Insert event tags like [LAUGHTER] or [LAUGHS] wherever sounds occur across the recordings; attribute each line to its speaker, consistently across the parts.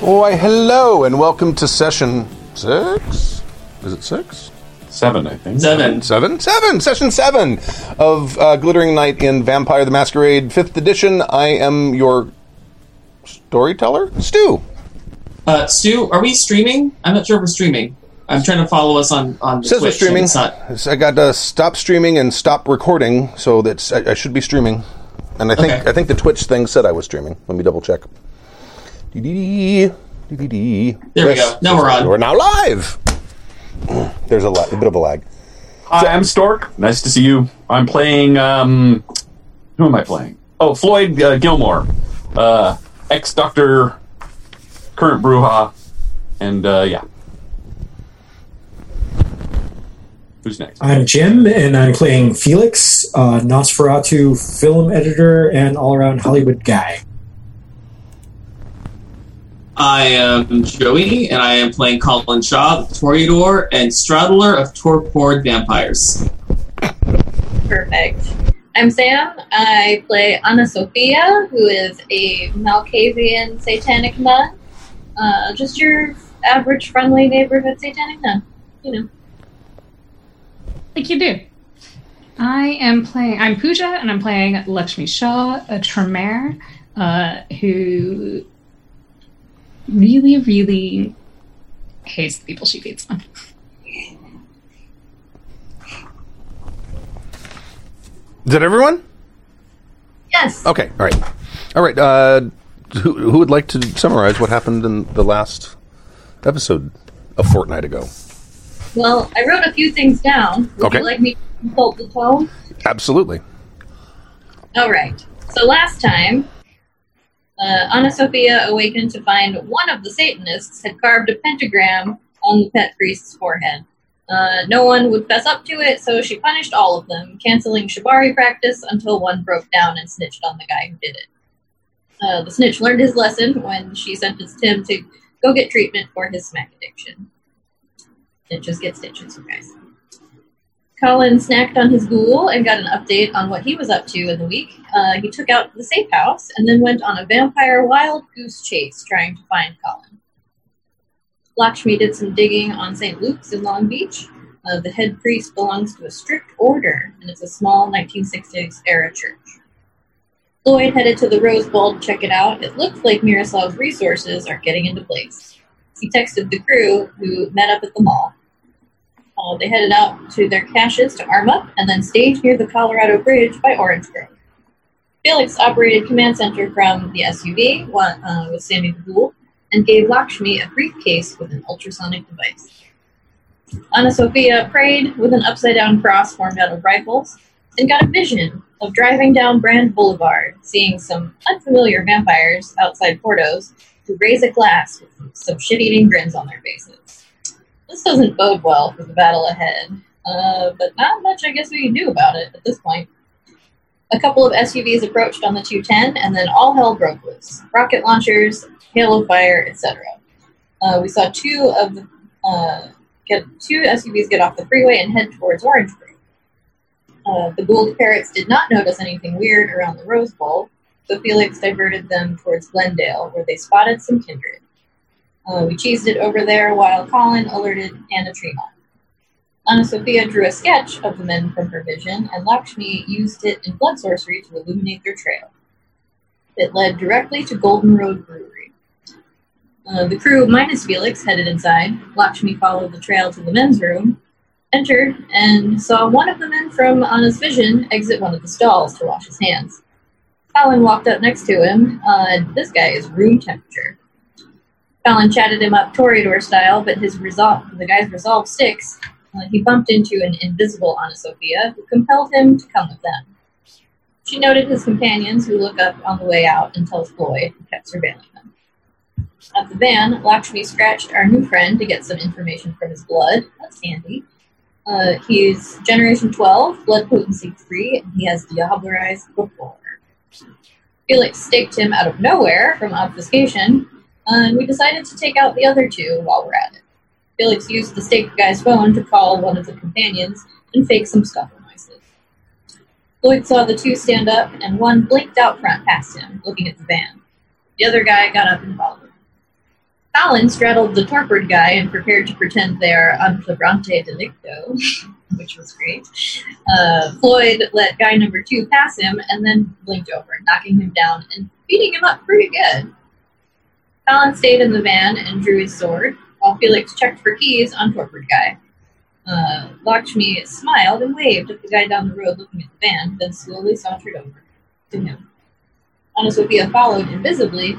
Speaker 1: Why, hello, and welcome to session six. Is it six? Seven, I think.
Speaker 2: Seven.
Speaker 1: Seven? Seven! Session seven of uh, Glittering Night in Vampire the Masquerade, fifth edition. I am your storyteller, Stu.
Speaker 2: Uh, Stu, are we streaming? I'm not sure if we're streaming. I'm trying to follow us on on
Speaker 1: Says we're
Speaker 2: Twitch and
Speaker 1: streaming.
Speaker 2: It's not.
Speaker 1: So I got to stop streaming and stop recording, so that's I, I should be streaming. And I think
Speaker 2: Okay.
Speaker 1: I think the Twitch thing said I was streaming. Let me double check. Dee-dee-dee, dee-dee-dee.
Speaker 2: There we
Speaker 1: Yes.
Speaker 2: go. Now we're on.
Speaker 1: We're now live. [CLEARS THROAT] There's a, la- a bit of a lag.
Speaker 3: Hi, I'm Stork. Nice to see you. I'm playing. Um, who am I playing? Oh, Floyd uh, Gilmore, uh, ex Doctor, current Bruja, and uh, yeah. Who's next?
Speaker 4: I'm Jim, and I'm playing Felix, uh, Nosferatu film editor and all around Hollywood guy.
Speaker 2: I am Joey, and I am playing Colin Shaw, the Toreador and Straddler of Torpor Vampires.
Speaker 5: Perfect. I'm Sam. I play Anna Sophia, who is a Malkavian satanic nun. Uh, just your average friendly neighborhood satanic nun. You know.
Speaker 6: Like you do. I am playing. I'm Pooja, and I'm playing Lakshmi Shah, a Tremere, uh, who really, really hates the people she feeds on.
Speaker 1: Is that everyone?
Speaker 5: Yes.
Speaker 1: Okay. All right. All right. Uh, who, who would like to summarize what happened in the last episode a fortnight ago?
Speaker 5: Well, I wrote a few things down. Would
Speaker 1: Okay.
Speaker 5: you like me to consult the tome?
Speaker 1: Absolutely.
Speaker 5: All right. So last time, uh, Anna Sophia awakened to find one of the Satanists had carved a pentagram on the pet priest's forehead. Uh, no one would fess up to it, so she punished all of them, canceling Shibari practice until one broke down and snitched on the guy who did it. Uh, the snitch learned his lesson when she sentenced him to go get treatment for his smack addiction. Snitches get stitches, you guys. Colin snacked on his ghoul and got an update on what he was up to in the week. Uh, he took out the safe house and then went on a vampire wild goose chase trying to find Colin. Lakshmi did some digging on St. Luke's in Long Beach. Uh, the head priest belongs to a strict order, and it's a small 1960s era church. Lloyd headed to the Rose Bowl to check it out. It looks like Miroslav's resources are getting into place. He texted the crew, who met up at the mall. Uh, they headed out to their caches to arm up and then staged near the Colorado Bridge by Orange Grove. Felix operated command center from the SUV one, uh, with Sammy Ghoul and gave Lakshmi a briefcase with an ultrasonic device. Anna Sophia prayed with an upside down cross formed out of rifles and got a vision of driving down Brand Boulevard, seeing some unfamiliar vampires outside Porto's who raise a glass with some shit eating grins on their faces this doesn't bode well for the battle ahead. Uh, but not much, I guess, we can do about it at this point. A couple of SUVs approached on the 210, and then all hell broke loose rocket launchers, hail of fire, etc. Uh, we saw two of the, uh, get two SUVs get off the freeway and head towards Orange Grove. Uh, the Gould Parrots did not notice anything weird around the Rose Bowl, so Felix diverted them towards Glendale, where they spotted some kindred. Uh, we cheesed it over there while Colin alerted Anna Tremont. Anna Sophia drew a sketch of the men from her vision, and Lakshmi used it in blood sorcery to illuminate their trail. It led directly to Golden Road Brewery. Uh, the crew, minus Felix, headed inside. Lakshmi followed the trail to the men's room, entered, and saw one of the men from Anna's vision exit one of the stalls to wash his hands. Colin walked up next to him, uh, and this guy is room temperature. Fallon chatted him up Toreador style, but his resolve, the guy's resolve sticks. Uh, he bumped into an invisible Anna Sophia, who compelled him to come with them. She noted his companions, who look up on the way out and tells Floyd, who kept surveilling them. At the van, Lakshmi scratched our new friend to get some information from his blood. That's handy. Uh, he's Generation 12, blood potency 3, and he has Diablerized before. Felix staked him out of nowhere from obfuscation, and Uh, we decided to take out the other two while we're at it. Felix used the stake guy's phone to call one of the companions and fake some scuffle noises. Lloyd saw the two stand up, and one blinked out front past him, looking at the van. The other guy got up and followed. Colin straddled the torpid guy and prepared to pretend they are on flagrante delicto, [LAUGHS] which was great. Uh, Floyd let guy number two pass him and then blinked over, knocking him down and beating him up pretty good. Colin stayed in the van and drew his sword, while Felix checked for keys on torpid guy. Uh, Lakshmi smiled and waved at the guy down the road looking at the van, then slowly sauntered over to him. Anna Sophia followed invisibly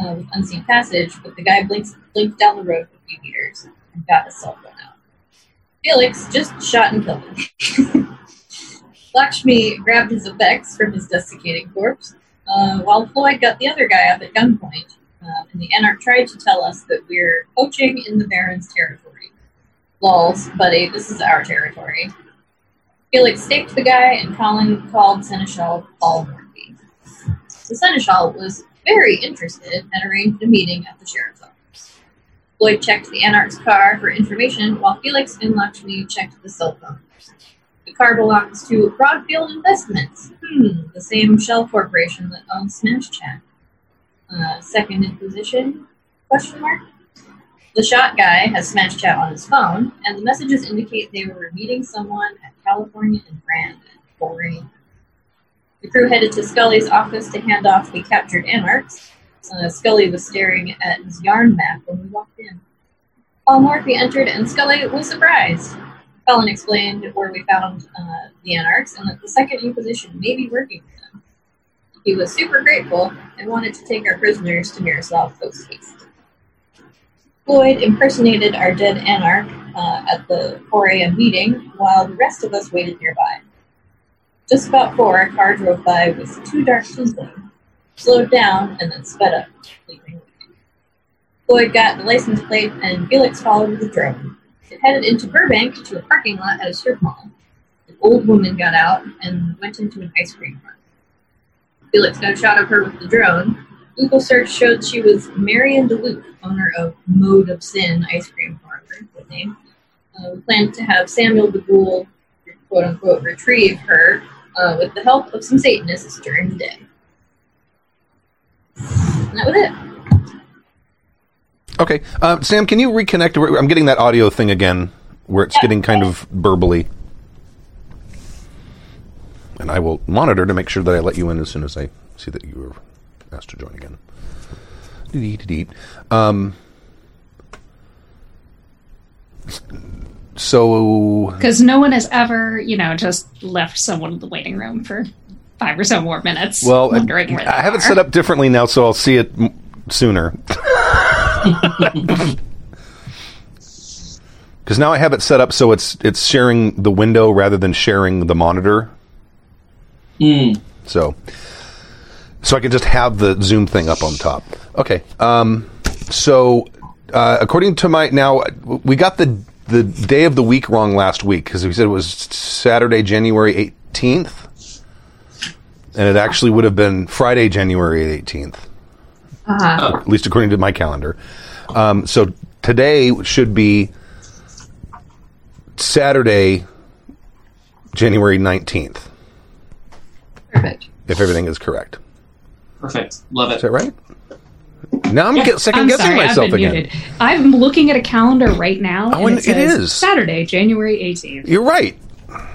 Speaker 5: uh, with unseen passage, but the guy blinked, blinked down the road for a few meters and got his cell phone out. Felix just shot and killed him. [LAUGHS] Lakshmi grabbed his effects from his desiccating corpse, uh, while Floyd got the other guy up at gunpoint, uh, and the Anarch tried to tell us that we're poaching in the Baron's territory. Lols, buddy, this is our territory. Felix staked the guy, and Colin called Seneschal Paul Morphy. The Seneschal was very interested and arranged a meeting at the sheriff's office. Floyd checked the Anarch's car for information while Felix and Lakshmi checked the cell phone. The car belongs to Broadfield Investments, hmm, the same shell corporation that owns Smash Chat. Uh, second in position? Question mark. The shot guy has Smash Chat on his phone, and the messages indicate they were meeting someone at California and Brand. Boring. The crew headed to Scully's office to hand off the captured anarchs. Uh, Scully was staring at his yarn map when we walked in. Paul Morphy entered, and Scully was surprised. Cullen explained where we found uh, the anarchs and that the Second Inquisition may be working with them. He was super grateful and wanted to take our prisoners to Miroslav post haste. Floyd impersonated our dead anarch uh, at the 4 a.m. meeting while the rest of us waited nearby. Just about four, a car drove by with two dark Chisling, slowed down, and then sped up, leaving. Floyd got the license plate, and Felix followed the drone. It headed into Burbank to a parking lot at a strip mall. An old woman got out and went into an ice cream park. Felix got a shot of her with the drone. Google search showed she was Marion Duluth, owner of Mode of Sin Ice Cream Parlor, the name. Uh, we planned to have Samuel the Ghoul, quote unquote, retrieve her uh, with the help of some Satanists during the day. And that was it.
Speaker 1: Okay, uh, Sam, can you reconnect? Where- I'm getting that audio thing again, where it's getting kind of burbly. And I will monitor to make sure that I let you in as soon as I see that you were asked to join again. Dee-dee-dee-dee. Um, s- so
Speaker 6: Because no one has ever, you know, just left someone in the waiting room for five or so more minutes.
Speaker 1: well, I,
Speaker 6: wondering where they
Speaker 1: I have it
Speaker 6: are.
Speaker 1: set up differently now, so I'll see it m- sooner. Because now I have it set up so it's it's sharing the window rather than sharing the monitor.
Speaker 2: Mm.
Speaker 1: So, so I can just have the Zoom thing up on top. Okay. Um, so, uh, according to my now, we got the the day of the week wrong last week because we said it was Saturday, January eighteenth, and it actually would have been Friday, January eighteenth,
Speaker 5: Uh-huh.
Speaker 1: at least according to my calendar. Um, so today should be Saturday, January nineteenth,
Speaker 5: Perfect.
Speaker 1: if everything is correct.
Speaker 2: Perfect. Love
Speaker 1: Is that
Speaker 2: it.
Speaker 1: right? Now I'm get second
Speaker 6: I'm
Speaker 1: guessing
Speaker 6: sorry,
Speaker 1: myself
Speaker 6: I've been
Speaker 1: again.
Speaker 6: muted. I'm looking at a calendar right now.
Speaker 1: Oh,
Speaker 6: and
Speaker 1: and
Speaker 6: it,
Speaker 1: it
Speaker 6: says
Speaker 1: is.
Speaker 6: Saturday, January 18th.
Speaker 1: You're right.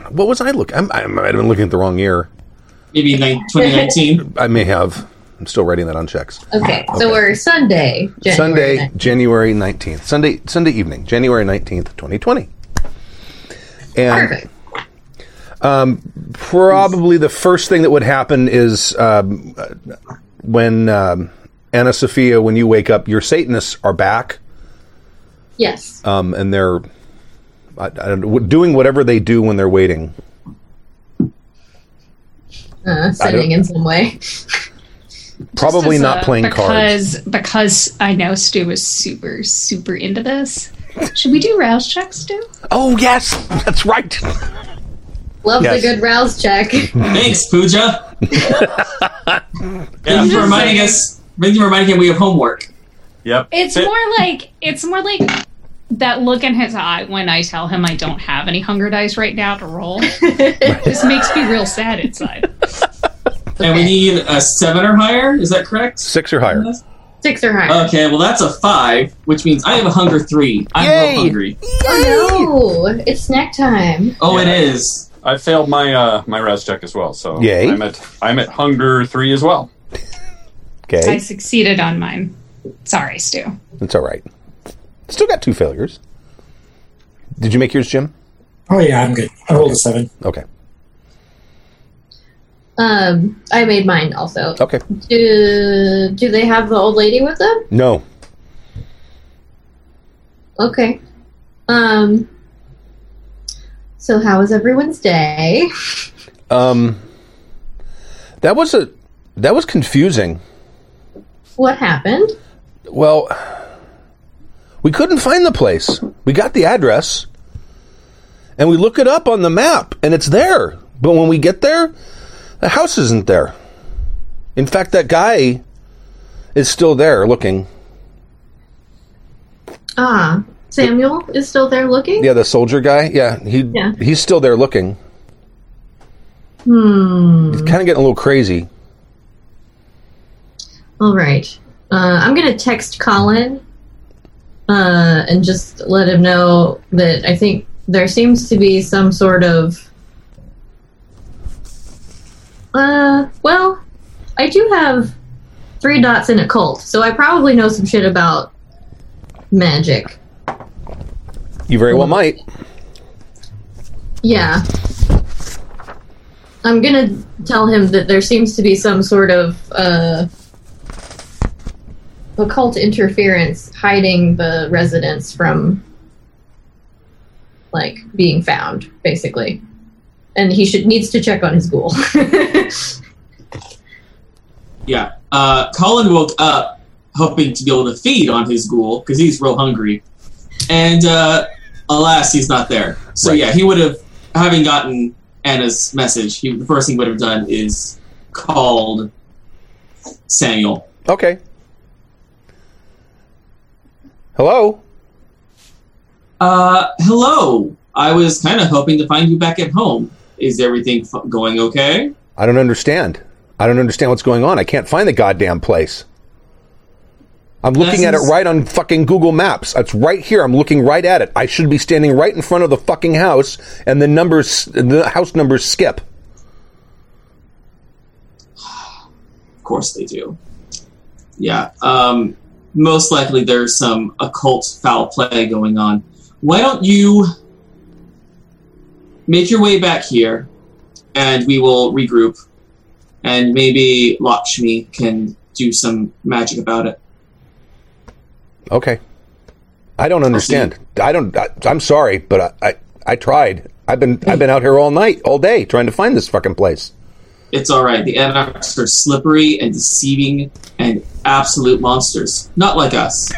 Speaker 1: What was I looking? I'm, I might have been looking at the wrong year.
Speaker 2: Maybe nine- [LAUGHS] 2019.
Speaker 1: I may have. I'm still writing that on checks.
Speaker 5: Okay, so we're Sunday, January
Speaker 1: Sunday,
Speaker 5: 9th.
Speaker 1: January 19th. Sunday, Sunday evening, January 19th, 2020. And
Speaker 5: Perfect.
Speaker 1: probably the first thing that would happen is um, uh, when um, Anna Sophia, when you wake up, your Satanists are back.
Speaker 5: Yes.
Speaker 1: um, and they're I, I don't, know, doing whatever they do when they're waiting.
Speaker 5: Uh, sending in some way.
Speaker 1: Probably
Speaker 6: Just as
Speaker 1: not
Speaker 6: a-
Speaker 1: playing cards.
Speaker 6: because, Because I know Stu is super, super into this. Should we do rouse checks, Stu?
Speaker 1: Oh yes, that's right.
Speaker 5: Loves
Speaker 1: Yes.
Speaker 5: a good
Speaker 1: [LAUGHS]
Speaker 5: rouse check.
Speaker 2: Thanks, [LAUGHS] Pooja.
Speaker 3: Yeah.
Speaker 2: Thank you for reminding us. Thank you for reminding him we have homework.
Speaker 3: Yep.
Speaker 6: It's
Speaker 3: Sit.
Speaker 6: more like it's more like that look in his eye when I tell him I don't have any hunger dice right now to roll. this makes me real sad inside.
Speaker 2: And we need a seven or higher. Is that correct?
Speaker 1: Six or higher.
Speaker 5: Six or
Speaker 1: Uh,
Speaker 5: higher.
Speaker 2: Okay, well that's a five, which means I have a hunger three. I'm
Speaker 1: Yay!
Speaker 2: real hungry.
Speaker 5: oh no! It's snack time.
Speaker 2: Oh,
Speaker 3: Yeah.
Speaker 2: it is.
Speaker 3: I failed my uh, my res check as well, so
Speaker 1: Yay.
Speaker 3: I'm at I'm at hunger three as well.
Speaker 6: I
Speaker 1: Okay,
Speaker 6: succeeded on mine. Sorry, Stu.
Speaker 1: that's all right. Still got two failures. Did you make yours, Jim?
Speaker 4: Oh yeah, I'm good. I rolled a seven.
Speaker 1: Okay.
Speaker 5: Um, I made mine also.
Speaker 1: Okay.
Speaker 5: Do Do they have the old lady with them?
Speaker 1: No.
Speaker 5: Okay. Um. So how was everyone's day?
Speaker 1: Um. That was a that was confusing.
Speaker 5: What happened?
Speaker 1: Well, we couldn't find the place. We got the address and we look it up on the map and it's there. But when we get there, the house isn't there. In fact, that guy is still there looking.
Speaker 5: Ah, Samuel is still there looking.
Speaker 1: Yeah, the soldier guy. Yeah, he
Speaker 5: Yeah.
Speaker 1: he's still there looking.
Speaker 5: Hmm.
Speaker 1: He's kind of getting a little crazy.
Speaker 5: All right. Uh, I'm gonna text Colin uh, and just let him know that I think there seems to be some sort of. Uh, well, I do have three dots in a cult, so I probably know some shit about magic.
Speaker 1: You very well might.
Speaker 5: Yeah. I'm gonna tell him that there seems to be some sort of uh, occult interference hiding the residents from like being found, basically. And he should needs to check on his ghoul. [LAUGHS]
Speaker 2: Yeah. Uh, Colin woke up hoping to be able to feed on his ghoul because he's real hungry, and uh, alas, he's not there. So
Speaker 1: Right.
Speaker 2: yeah, he would have, having gotten Anna's message, he, the first thing he would have done is called Samuel.
Speaker 1: Okay. Hello.
Speaker 2: Uh, hello. I was kind of hoping to find you back at home. Is everything f- going okay?
Speaker 1: I don't understand. I don't understand what's going on. I can't find the goddamn place. I'm looking at it
Speaker 2: Lessons-
Speaker 1: right on fucking Google Maps. It's right here. I'm looking right at it. I should be standing right in front of the fucking house, and the numbers, the house numbers skip.
Speaker 2: Of course they do. Yeah. Um, most likely there's some occult foul play going on. Why don't you make your way back here and we will regroup and maybe Lakshmi can do some magic about it.
Speaker 1: Okay. I don't understand. I don't. I, I'm sorry, but I, I, I tried. I've been, I've been out here all night, all day, trying to find this fucking place.
Speaker 2: It's all right. The Anarchs are slippery and deceiving and absolute monsters. Not like us.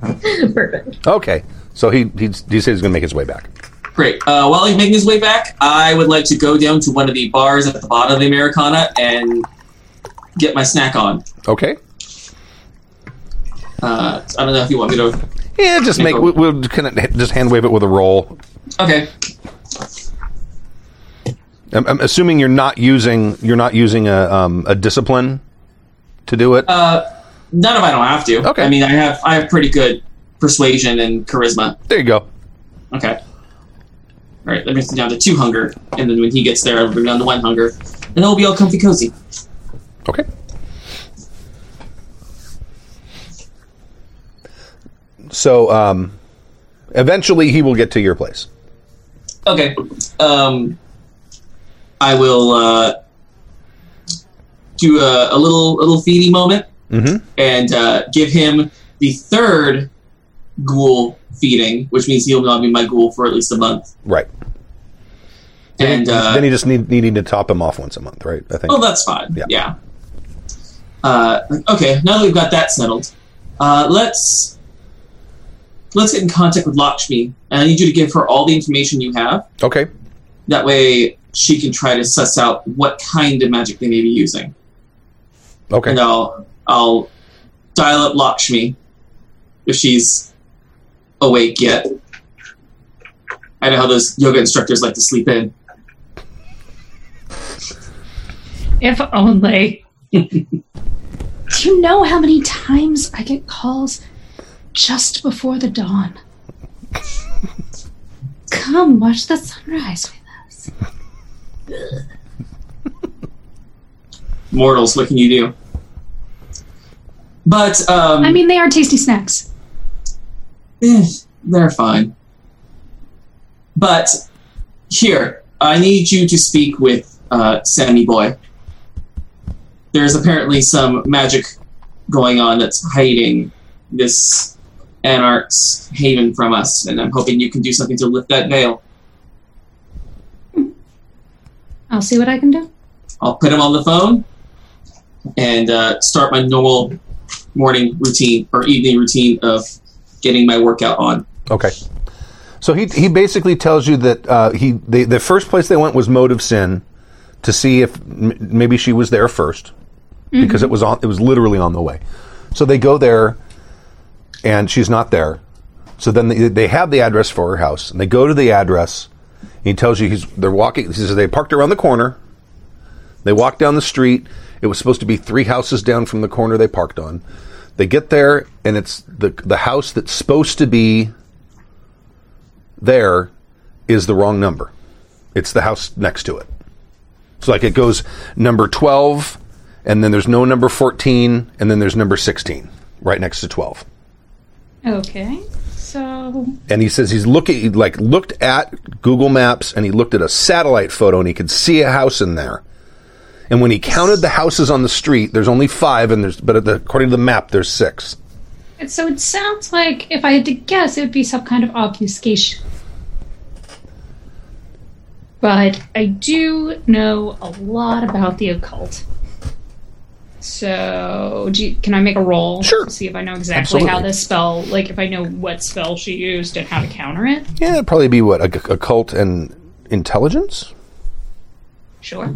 Speaker 5: Perfect.
Speaker 1: Okay. So he, he's, he said he's going to make his way back.
Speaker 2: Great. Uh, while he's making his way back, I would like to go down to one of the bars at the bottom of the Americana and get my snack on.
Speaker 1: Okay.
Speaker 2: Uh, I don't know if you want me to.
Speaker 1: Yeah, just make. we- We'll kind of just hand wave it with a roll.
Speaker 2: Okay.
Speaker 1: I'm, I'm assuming you're not using you're not using a um, a discipline to do it.
Speaker 2: Uh, not if I don't have to.
Speaker 1: Okay.
Speaker 2: I mean, I have I have pretty good persuasion and charisma.
Speaker 1: there you go.
Speaker 2: Okay. All right. That brings me down to two hunger, and then when he gets there, I'll bring down to one hunger, and then we'll be all comfy cozy.
Speaker 1: Okay. So um, eventually he will get to your place.
Speaker 2: Okay. Um, I will uh, do a, a little a little feedy moment.
Speaker 1: Mm-hmm.
Speaker 2: and uh, give him the third ghoul feeding, which means he'll not be my ghoul for at least a month.
Speaker 1: Right.
Speaker 2: And uh,
Speaker 1: then you just need needing to top him off once a month, right? I think.
Speaker 2: oh, that's fine.
Speaker 1: Yeah.
Speaker 2: Yeah. Uh, okay, now that we've got that settled, uh, let's let's get in contact with Lakshmi, and I need you to give her all the information you have.
Speaker 1: okay.
Speaker 2: That way, she can try to suss out what kind of magic they may be using.
Speaker 1: Okay.
Speaker 2: and I'll I'll dial up Lakshmi if she's awake yet. I know how those yoga instructors like to sleep in.
Speaker 6: If only. Do you know how many times I get calls just before the dawn? Come watch the sunrise with us.
Speaker 2: Mortals, what can you do? But um,
Speaker 6: I mean, they are tasty snacks.
Speaker 2: eh, they're fine. But here, I need you to speak with uh, Sammy Boy. There's apparently some magic going on that's hiding this anarch's haven from us, and I'm hoping you can do something to lift that veil.
Speaker 6: I'll see what I can do.
Speaker 2: I'll put him on the phone and uh, start my normal morning routine or evening routine of getting my workout on.
Speaker 1: Okay. So he he basically tells you that uh, he they, the first place they went was Motive Sin to see if m- maybe she was there 1st because it was on it was literally on the way. So they go there, and she's not there. So then they, they have the address for her house, and they go to the address. And he tells you he's they're walking. He says they parked around the corner. They walk down the street. It was supposed to be three houses down from the corner they parked on. They get there, and it's the the house that's supposed to be there is the wrong number. It's the house next to it. So like it goes number 12 and then there's no number 14 and then there's number 16 right next to 12.
Speaker 6: Okay. So
Speaker 1: And he says he's looking he like looked at Google Maps and he looked at a satellite photo and he could see a house in there. And when he counted the houses on the street, there's only 5 and there's but at the, according to the map there's 6.
Speaker 6: So it sounds like, if I had to guess, it would be some kind of obfuscation. But I do know a lot about the occult. So, do you, can I make a roll?
Speaker 1: Sure.
Speaker 6: To see if I know exactly how
Speaker 1: Absolutely.
Speaker 6: this spell, like if I know what spell she used and how to counter it.
Speaker 1: Yeah, it'd probably be what a, occult and intelligence?
Speaker 6: Sure.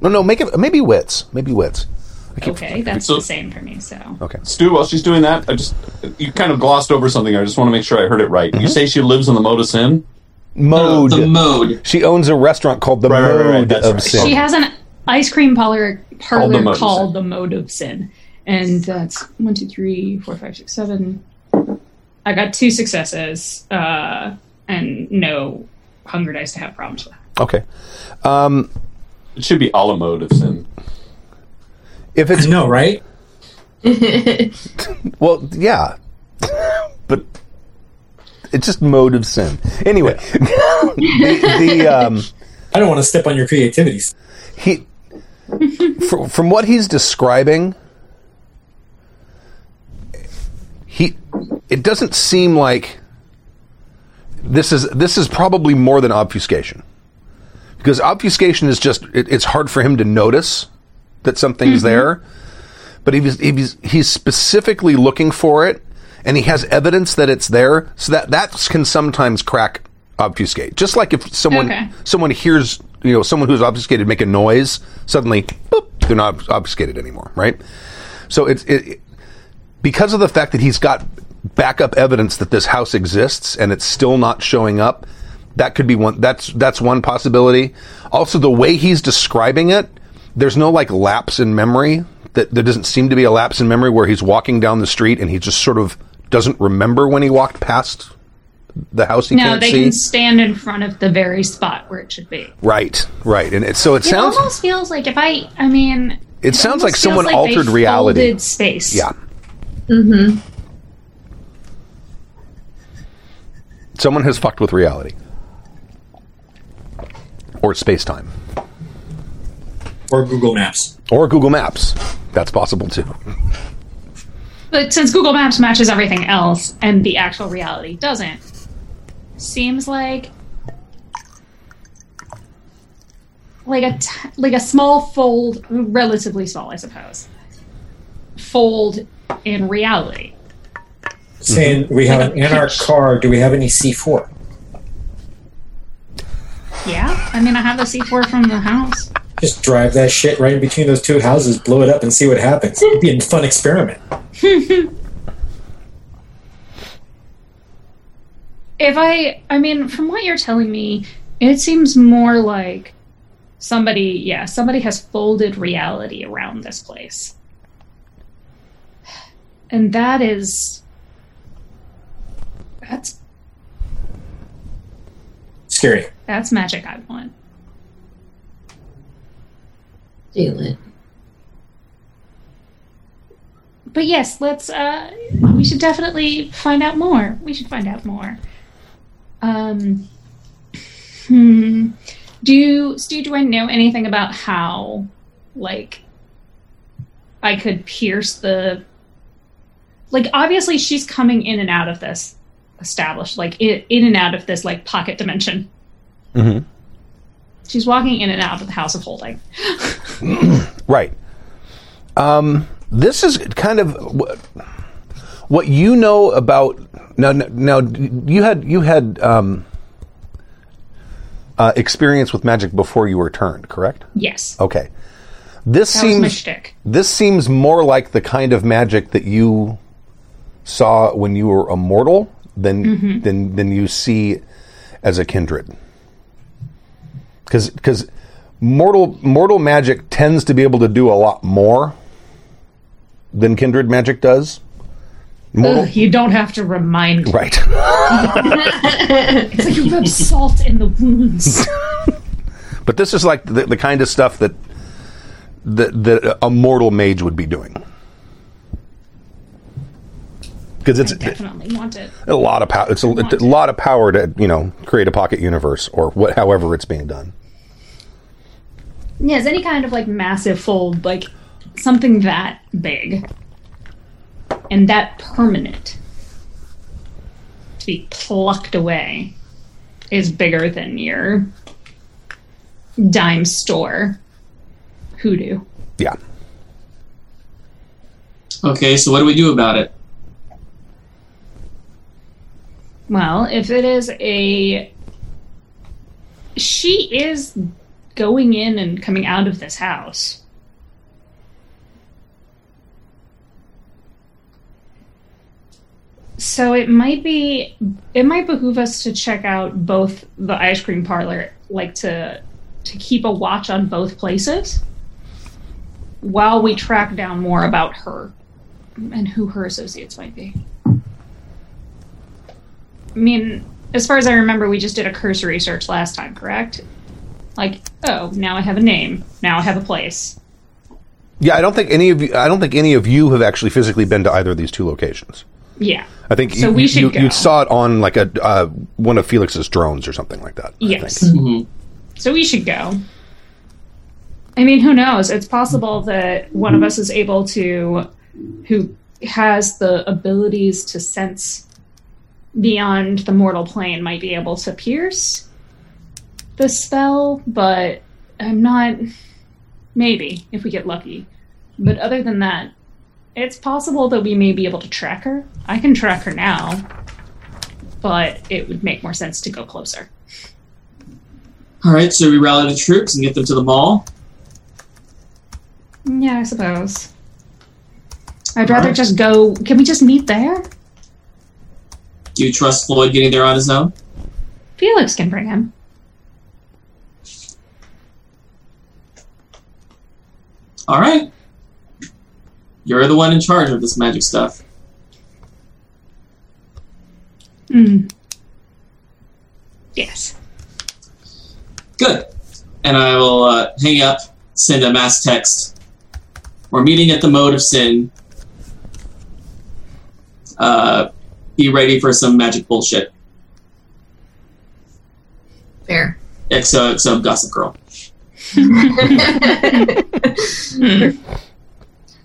Speaker 1: No, no, make it maybe wits, maybe wits.
Speaker 6: Okay, that's
Speaker 3: So-
Speaker 6: the same for me. So,
Speaker 1: Okay.
Speaker 3: Stu, while she's doing that, I just you kind of glossed over something. I just want to make sure I heard it right. You say she lives in the Moda Sin?
Speaker 1: Mode.
Speaker 2: The mode.
Speaker 1: She owns a restaurant called the
Speaker 3: Right, right,
Speaker 1: Mode
Speaker 3: right, right, that's
Speaker 1: of
Speaker 3: right.
Speaker 1: Sin.
Speaker 6: she has an ice cream parlor
Speaker 3: the
Speaker 6: parlor
Speaker 3: Mode of Sin.
Speaker 6: called the Mode of Sin, and that's one, two, three, four, five, six, seven. I got two successes uh, and no hunger dice to have problems with.
Speaker 1: Okay.
Speaker 3: It should be a la Mode of Sin.
Speaker 1: If it's
Speaker 4: No, right?
Speaker 1: well, yeah, [LAUGHS] but it's just mode of sin. Anyway, [LAUGHS] the, the um,
Speaker 4: I don't want to step on your creativity.
Speaker 1: he from, from what he's describing, he it doesn't seem like this is this is probably more than obfuscation because obfuscation is just it, it's hard for him to notice that something's there but if he's, if he's he's specifically looking for it and he has evidence that it's there so that that can sometimes crack obfuscate just like if someone
Speaker 6: Okay.
Speaker 1: someone hears you know someone who's obfuscated make a noise suddenly boop, they're not ob- obfuscated anymore right so it's it, it- because of the fact that he's got backup evidence that this house exists and it's still not showing up. That could be one. That's that's one possibility. Also, the way he's describing it, there's no like lapse in memory. That there doesn't seem to be a lapse in memory where he's walking down the street and he just sort of doesn't remember when he walked past the house he
Speaker 6: No,
Speaker 1: can't
Speaker 6: they
Speaker 1: see.
Speaker 6: can stand in front of the very spot where it should be.
Speaker 1: right, right, and it, so it
Speaker 6: It
Speaker 1: sounds.
Speaker 6: almost feels like if I, I mean,
Speaker 1: It sounds like
Speaker 6: almost feels
Speaker 1: someone
Speaker 6: like they
Speaker 1: altered reality.
Speaker 6: folded space.
Speaker 1: Yeah. Mm-hmm. Someone has fucked with reality. Or space time.
Speaker 4: Or Google Maps.
Speaker 1: Or Google Maps. That's possible too.
Speaker 6: But since Google Maps matches everything else and the actual reality doesn't, seems like like a t- like a small fold, relatively small, I suppose. Fold in reality.
Speaker 4: Saying we have an anarch car. Do we have any C4?
Speaker 6: Yeah, I mean, I have the C four from the house.
Speaker 4: Just drive that shit right in between those two houses, blow it up, and see what happens. It'd be a fun experiment.
Speaker 6: if I, I mean, from what you're telling me, it seems more like somebody, yeah, somebody has folded reality around this place. and that is that's
Speaker 4: Scary.
Speaker 6: that's magic I want.
Speaker 5: Feel it.
Speaker 6: But yes, let's. Uh, we should definitely find out more. We should find out more. Um. Hmm. Do you, Stu? Do I know anything about how, like, I could pierce the? Like, obviously, she's coming in and out of this established, like, in, in and out of this like pocket dimension.
Speaker 1: Mhm.
Speaker 6: She's walking in and out of the house of holding.
Speaker 1: Right. Um, this is kind of wh- what you know about now. Now you had you had um, uh, experience with magic before you were turned, correct?
Speaker 6: Yes,
Speaker 1: Okay. This
Speaker 6: that was my
Speaker 1: seems
Speaker 6: shtick.
Speaker 1: this seems more like the kind of magic that you saw when you were a mortal than
Speaker 6: Mm-hmm.
Speaker 1: than than you see as a kindred. Because because mortal mortal magic tends to be able to do a lot more than kindred magic does. Mortal,
Speaker 6: Ugh, you don't have to remind me.
Speaker 1: right? [LAUGHS]
Speaker 6: It's like you rub salt in the wounds.
Speaker 1: But this is like the, the kind of stuff that that, that a mortal mage would be doing. Because it's
Speaker 6: Definitely want it.
Speaker 1: a lot of power. It's a, it's a lot of power to you know create a pocket universe or what, however it's being done.
Speaker 6: Yeah, is any kind of like massive fold, like something that big and that permanent to be plucked away is bigger than your dime store hoodoo.
Speaker 1: Yeah.
Speaker 2: Okay, so what do we do about it?
Speaker 6: Well, if it is a. She is going in and coming out of this house. So it might be. It might behoove us to check out both the ice cream parlor, like to. To keep a watch on both places while we track down more about her and who her associates might be. I mean, as far as I remember, we just did a cursory search last time, correct? Like, oh, now I have a name. Now I have a place.
Speaker 1: Yeah, I don't think any of you. I don't think any of you have actually physically been to either of these two locations.
Speaker 6: Yeah.
Speaker 1: I think
Speaker 6: So
Speaker 1: you,
Speaker 6: we
Speaker 1: you-
Speaker 6: should
Speaker 1: you,
Speaker 6: go.
Speaker 1: you saw it on like a uh, one of Felix's drones or something like that. I
Speaker 6: Yes.
Speaker 1: think.
Speaker 2: Mhm.
Speaker 6: So we should go. I mean, who knows? It's possible that one of us is able to, who has the abilities to sense beyond the mortal plane, might be able to pierce the spell, but I'm not. Maybe, if we get lucky. But other than that, it's possible that we may be able to track her. I can track her now, but it would make more sense to go closer.
Speaker 2: All right, so we rally the troops and get them to the mall.
Speaker 6: Yeah, I suppose. I'd rather just go. Can we just meet there?
Speaker 2: Do you trust Floyd getting there on his own?
Speaker 6: Felix can bring him.
Speaker 2: All right. You're the one in charge of this magic stuff.
Speaker 6: Mm. Yes.
Speaker 2: Good. And I will uh, hang up, send a mass text. We're meeting at the Mode of Sin. Uh, be ready for some magic bullshit.
Speaker 5: Fair. [LAUGHS]
Speaker 2: XOXO Gossip Girl.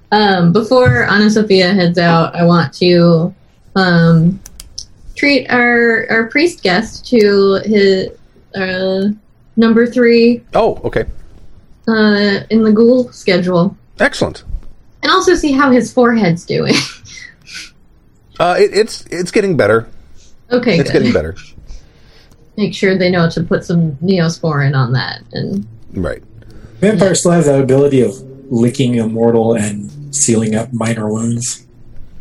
Speaker 5: Um, before Anna Sophia heads out, I want to um, treat our, our priest guest to his uh, number three
Speaker 1: Oh, okay.
Speaker 5: uh, in the ghoul schedule,
Speaker 1: Excellent.
Speaker 5: and also see how his forehead's doing. [LAUGHS]
Speaker 1: Uh, it, it's it's getting better.
Speaker 5: okay,
Speaker 1: It's
Speaker 5: good.
Speaker 1: getting better.
Speaker 5: Make sure they know to put some neosporin on that, and
Speaker 1: Right.
Speaker 4: Vampires still have that ability of licking immortal and sealing up minor wounds.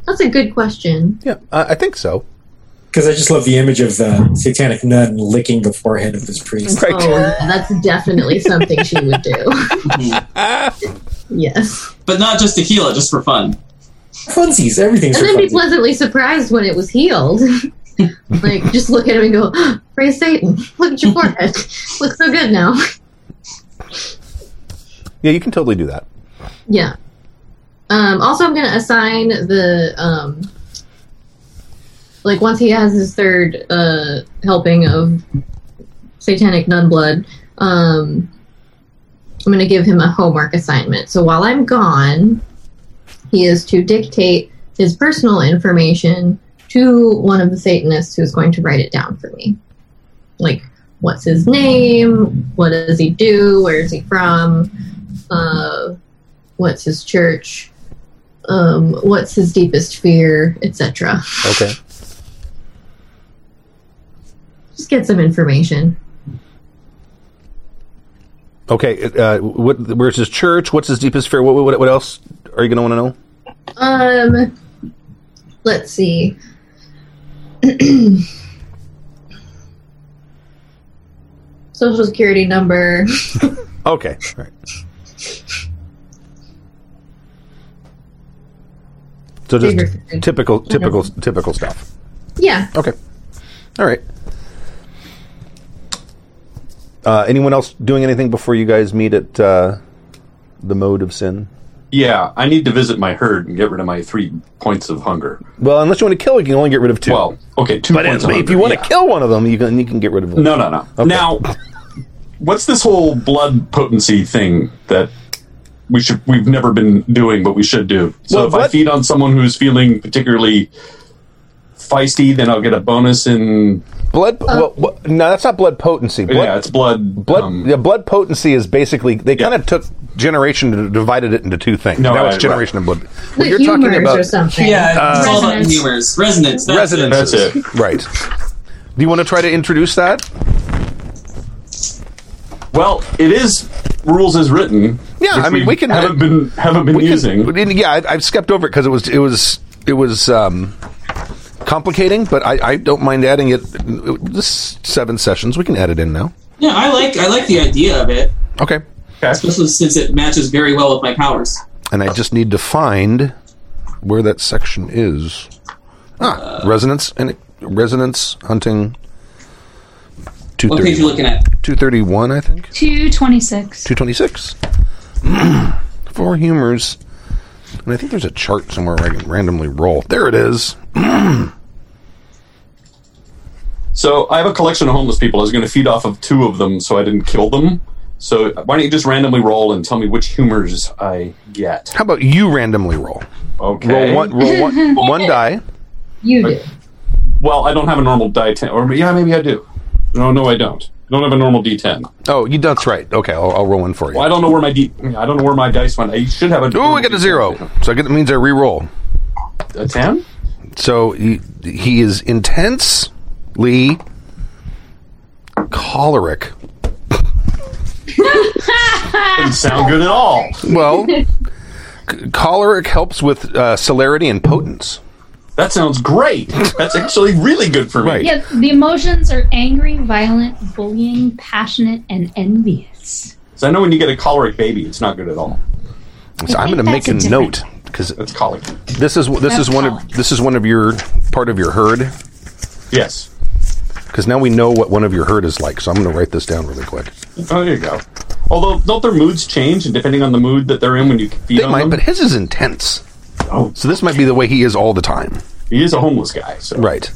Speaker 5: that's a good question.
Speaker 1: Yeah, uh, I think so. [LAUGHS]
Speaker 4: Because I just love the image of the satanic nun licking the forehead of this priest.
Speaker 1: Right.
Speaker 5: Oh, that's definitely something she would do.
Speaker 2: Mhm.
Speaker 5: yes.
Speaker 2: but not just to heal it, just for fun.
Speaker 4: Funsies. Everything's
Speaker 5: and
Speaker 4: for
Speaker 5: then be
Speaker 4: funsies.
Speaker 5: pleasantly surprised when it was healed. like, just look at him and go, praise Satan. Look at your forehead. Looks so good now.
Speaker 1: Yeah, you can totally do that.
Speaker 5: Yeah. Um, also, I'm going to assign the um, like once he has his third uh, helping of satanic nun blood. Um, I'm going to give him a homework assignment. So while I'm gone, he is to dictate his personal information to one of the Satanists who's going to write it down for me. Like, what's his name? What does he do? Where is he from? Uh, what's his church, um, what's his deepest fear, etc.
Speaker 1: Okay.
Speaker 5: Just get some information.
Speaker 1: Okay. Uh, what, where's his church? What's his deepest fear? What, what, what else are you going to want to know?
Speaker 5: Um, let's see. [CLEARS THROAT] Social security number. [LAUGHS]
Speaker 1: Okay. All right. So just
Speaker 5: Bigger thing.
Speaker 1: typical, typical, typical stuff.
Speaker 5: Yeah.
Speaker 1: Okay. All right. Uh, anyone else doing anything before you guys meet at uh, the mode of sin?
Speaker 3: Yeah, I need to visit my herd and get rid of my three points of hunger.
Speaker 1: Well, unless you want to kill, you can only get rid of two.
Speaker 3: Well, okay, two
Speaker 1: but
Speaker 3: points
Speaker 1: if,
Speaker 3: of
Speaker 1: if
Speaker 3: hunger,
Speaker 1: you want
Speaker 3: yeah.
Speaker 1: to kill one of them, you can you can get rid of them.
Speaker 3: No, no, no. Now, what's this whole blood potency thing that we should we've never been doing, but we should do? So
Speaker 1: Well,
Speaker 3: if I
Speaker 1: what-
Speaker 3: feed on someone who's feeling particularly feisty, then I'll get a bonus in
Speaker 1: Blood. well, well, no, that's not blood potency. Blood,
Speaker 3: yeah, it's blood.
Speaker 1: blood.
Speaker 3: um,
Speaker 1: yeah, blood potency is basically they
Speaker 3: Yeah.
Speaker 1: kind of took generation and divided it into two things.
Speaker 3: No,
Speaker 1: now
Speaker 3: right,
Speaker 1: it's generation and blood.
Speaker 5: The
Speaker 1: What Oh, you're
Speaker 5: humors
Speaker 1: talking about Uh,
Speaker 5: or something.
Speaker 2: Yeah, it's all about
Speaker 6: Resonance.
Speaker 2: humors. Resonance. That's
Speaker 1: resonances.
Speaker 3: That's it.
Speaker 1: Right. Do you want to try to introduce that?
Speaker 3: Well, it is rules as written.
Speaker 1: Yeah,
Speaker 3: which
Speaker 1: I mean, we can-
Speaker 3: haven't been haven't been
Speaker 1: We
Speaker 3: using.
Speaker 1: Could, we didn't- yeah, I, I've skipped over it because it was it was it was um, complicating, but I, I don't mind adding it. Just seven sessions, we can add it in now.
Speaker 2: it. Yeah, I like I like the idea of it,
Speaker 1: Okay,
Speaker 3: Okay.
Speaker 2: especially since it matches very well with my powers.
Speaker 1: and I just need to find where that section is. Ah, resonance and resonance hunting.
Speaker 2: What page are you looking at?
Speaker 1: 231, I think.
Speaker 6: 226.
Speaker 1: 226. [CLEARS THROAT] Four humors. And I think there's a chart somewhere where I can randomly roll. There it is.
Speaker 3: So I have a collection of homeless people. I was going to feed off of two of them, so I didn't kill them. So why don't you just randomly roll and tell me which humors I get?
Speaker 1: How about you randomly roll?
Speaker 3: Okay.
Speaker 1: Roll one, roll one,
Speaker 6: [LAUGHS]
Speaker 1: one die.
Speaker 5: You
Speaker 1: uh,
Speaker 5: do.
Speaker 3: Well, I don't have a normal d10, or yeah, maybe I do. No, no, I don't. I don't have a normal d10.
Speaker 1: Oh, you that's right. Okay, I'll, I'll roll one for you.
Speaker 3: Well, I don't know where my d. I don't know where my dice went. I should have a.
Speaker 1: Ooh, I got a zero. So I get, it means I re-roll.
Speaker 3: A ten.
Speaker 1: So he, he is intensely choleric.
Speaker 3: Didn't sound good at all.
Speaker 6: [LAUGHS]
Speaker 1: Well, c- choleric helps with uh, celerity and potence.
Speaker 3: That sounds great. That's actually really good for me.
Speaker 1: Right.
Speaker 6: Yeah, the emotions are angry, violent, bullying, passionate, and envious.
Speaker 3: So I know when you get a choleric baby, it's not good at all.
Speaker 1: So I'm
Speaker 6: think
Speaker 1: going to make
Speaker 6: that's
Speaker 1: a
Speaker 6: a
Speaker 1: note
Speaker 6: different-
Speaker 1: because
Speaker 3: It's colic.
Speaker 1: this is this is
Speaker 6: That's
Speaker 1: one of
Speaker 6: choleric.
Speaker 1: this is one of your part of your herd
Speaker 3: Yes.
Speaker 1: because now we know what one of your herd is like. So I'm going to write this down really quick.
Speaker 3: Oh, there you go. Although, don't their moods change, and depending on the mood that they're in when you feed
Speaker 1: They
Speaker 3: on
Speaker 1: might,
Speaker 3: them?
Speaker 1: but his is intense.
Speaker 3: oh,
Speaker 1: So this might be the way he is all the time.
Speaker 3: he is a homeless guy. So.
Speaker 1: Right.